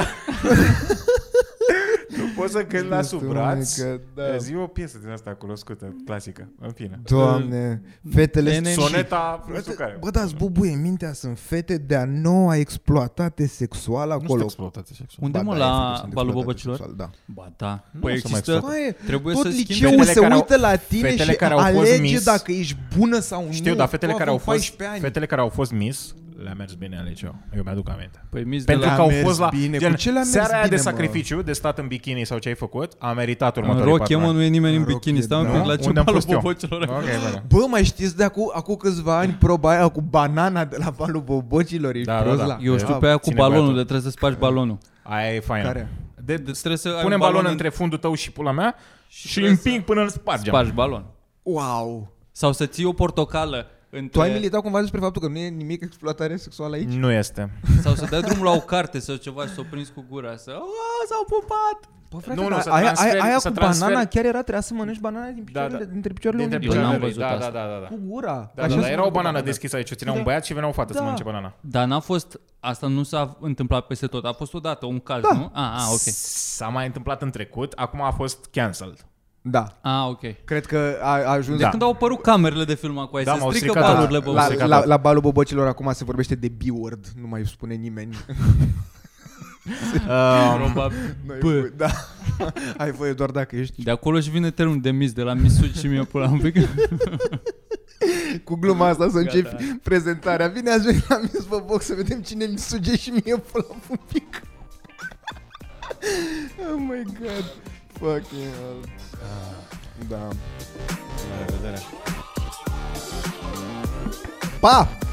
S1: poți să cânt la sub
S2: Este,
S1: braț.
S2: măi, că da.
S1: Zi o piesă din asta cunoscută, clasică, în fine.
S2: Doamne,
S4: Mm.
S2: fetele
S4: NNC.
S1: Soneta, nu știu care.
S2: Bă, dar zbubuie în mintea, sunt fete de-a noua exploatate sexuală
S1: Nu știu
S2: acolo.
S1: exploatație sexuală.
S4: Unde
S2: Ba,
S4: mă
S2: da, efectiv,
S4: la
S2: sunt
S4: balul
S2: exploatate
S4: bobocilor?
S2: sexual, Da.
S4: Ba da.
S1: Nu
S4: Păi
S1: o să mai
S4: există...
S1: exploatăm.
S2: Băi,
S4: Trebuie
S2: tot
S4: să schimbi-
S2: liceul
S1: Fetele
S2: se
S1: care au-
S2: uită la tine
S1: fetele
S2: și
S1: care au fost
S2: alege
S1: Miss-
S2: dacă ești bună sau nu.
S1: Știu, dar fetele
S2: Tu
S1: care, au
S2: având
S1: fost,
S2: 14 ani.
S1: fetele care au fost miss, le-a mers bine în liceu. Eu mi-aduc aminte.
S4: Păi mici de
S1: Pentru
S4: la...
S1: că au
S2: mers
S1: fost la
S2: bine.
S1: gen,
S2: Cu ce le-a mers
S1: seara aia de
S2: bine, mă?
S1: sacrificiu, de stat în bikini sau ce ai făcut, a meritat
S4: În
S1: următorii
S4: roche, mă,
S1: patru
S4: nu e nimeni în
S2: În rochie,
S4: bikini. Stai un
S2: da.
S4: pic la ce
S1: Unde am
S4: balul
S1: fost eu?
S4: bobocilor.
S1: Ok, bă, da.
S2: Bă, mai știți de acum, acum câțiva ani proba aia cu banana de la valul bobocilor? Ești
S1: Da, da,
S2: prost
S1: da.
S2: la...
S4: Eu știu
S1: Da,
S4: pe aia cu
S1: ține
S4: balonul,
S1: băiatul.
S4: de trebuie să spargi balonul.
S1: Aia e faină.
S2: Care?
S1: De,
S4: Deci trebuie să ai
S1: punem
S4: un
S1: balonul
S4: în-
S1: între fundul tău și pula mea și îl
S4: trebuie să
S1: împing până îl spargem.
S4: Spargi balon.
S2: Wow!
S4: Sau să ții o portocală între...
S2: Tu ai militat cumva despre faptul că nu e nimic exploatare sexuală aici?
S1: Nu este.
S4: Sau să dai drumul la o carte sau ceva și să o prinzi cu gura. Să... Oh! "Aaa, s-au pupat!
S2: Bă,
S1: Nu, nu,
S2: a-
S1: să
S2: aia,
S1: transferi-
S2: aia, aia
S1: să
S2: cu
S1: transferi-
S2: banana chiar era, trebuia să mănânci banana din
S1: Da,
S2: picioarele,
S1: da.
S2: dintre picioarele
S1: Dintre
S2: unii.
S4: Eu n-am
S1: picioarele lui.
S4: văzut
S1: da, da,
S4: asta.
S1: da, da, da.
S2: Cu gura.
S1: Da, da, da,
S2: se
S1: era o
S2: mănâncă
S1: banană deschisă aici, o ținea un băiat și venea o fată să
S2: Da.
S1: mănânce banana.
S4: Dar n-a fost... Asta nu s-a întâmplat peste tot. A fost odată un caz, nu? A, a, Ah, ok.
S1: S-a mai întâmplat în trecut, acum a fost cancelled.
S2: Da.
S4: A, Ah, ok.
S2: Cred că a, a ajuns...
S1: Da.
S4: Când au apărut camerele de film acolo,
S1: Da,
S4: da, se
S1: m-au
S4: strică
S1: stricat, da.
S4: balurile, bă.
S1: La-
S2: La,
S1: Secată.
S2: la, la balul bobocilor acum se vorbește de B-word, nu mai spune nimeni.
S1: Uh,
S4: Probabil.
S2: Noi, da. Ai voie doar dacă ești...
S4: De acolo și vine termenul de mis, de la misuri și mie pula un pic.
S2: Cu gluma asta
S6: Gata.
S2: să începi prezentarea. Vine azi venit la Miss pe Box să vedem cine mi suge și mie pula pe un pic. oh my god. Fucking hell. Da.
S1: La revedere.
S2: Pa!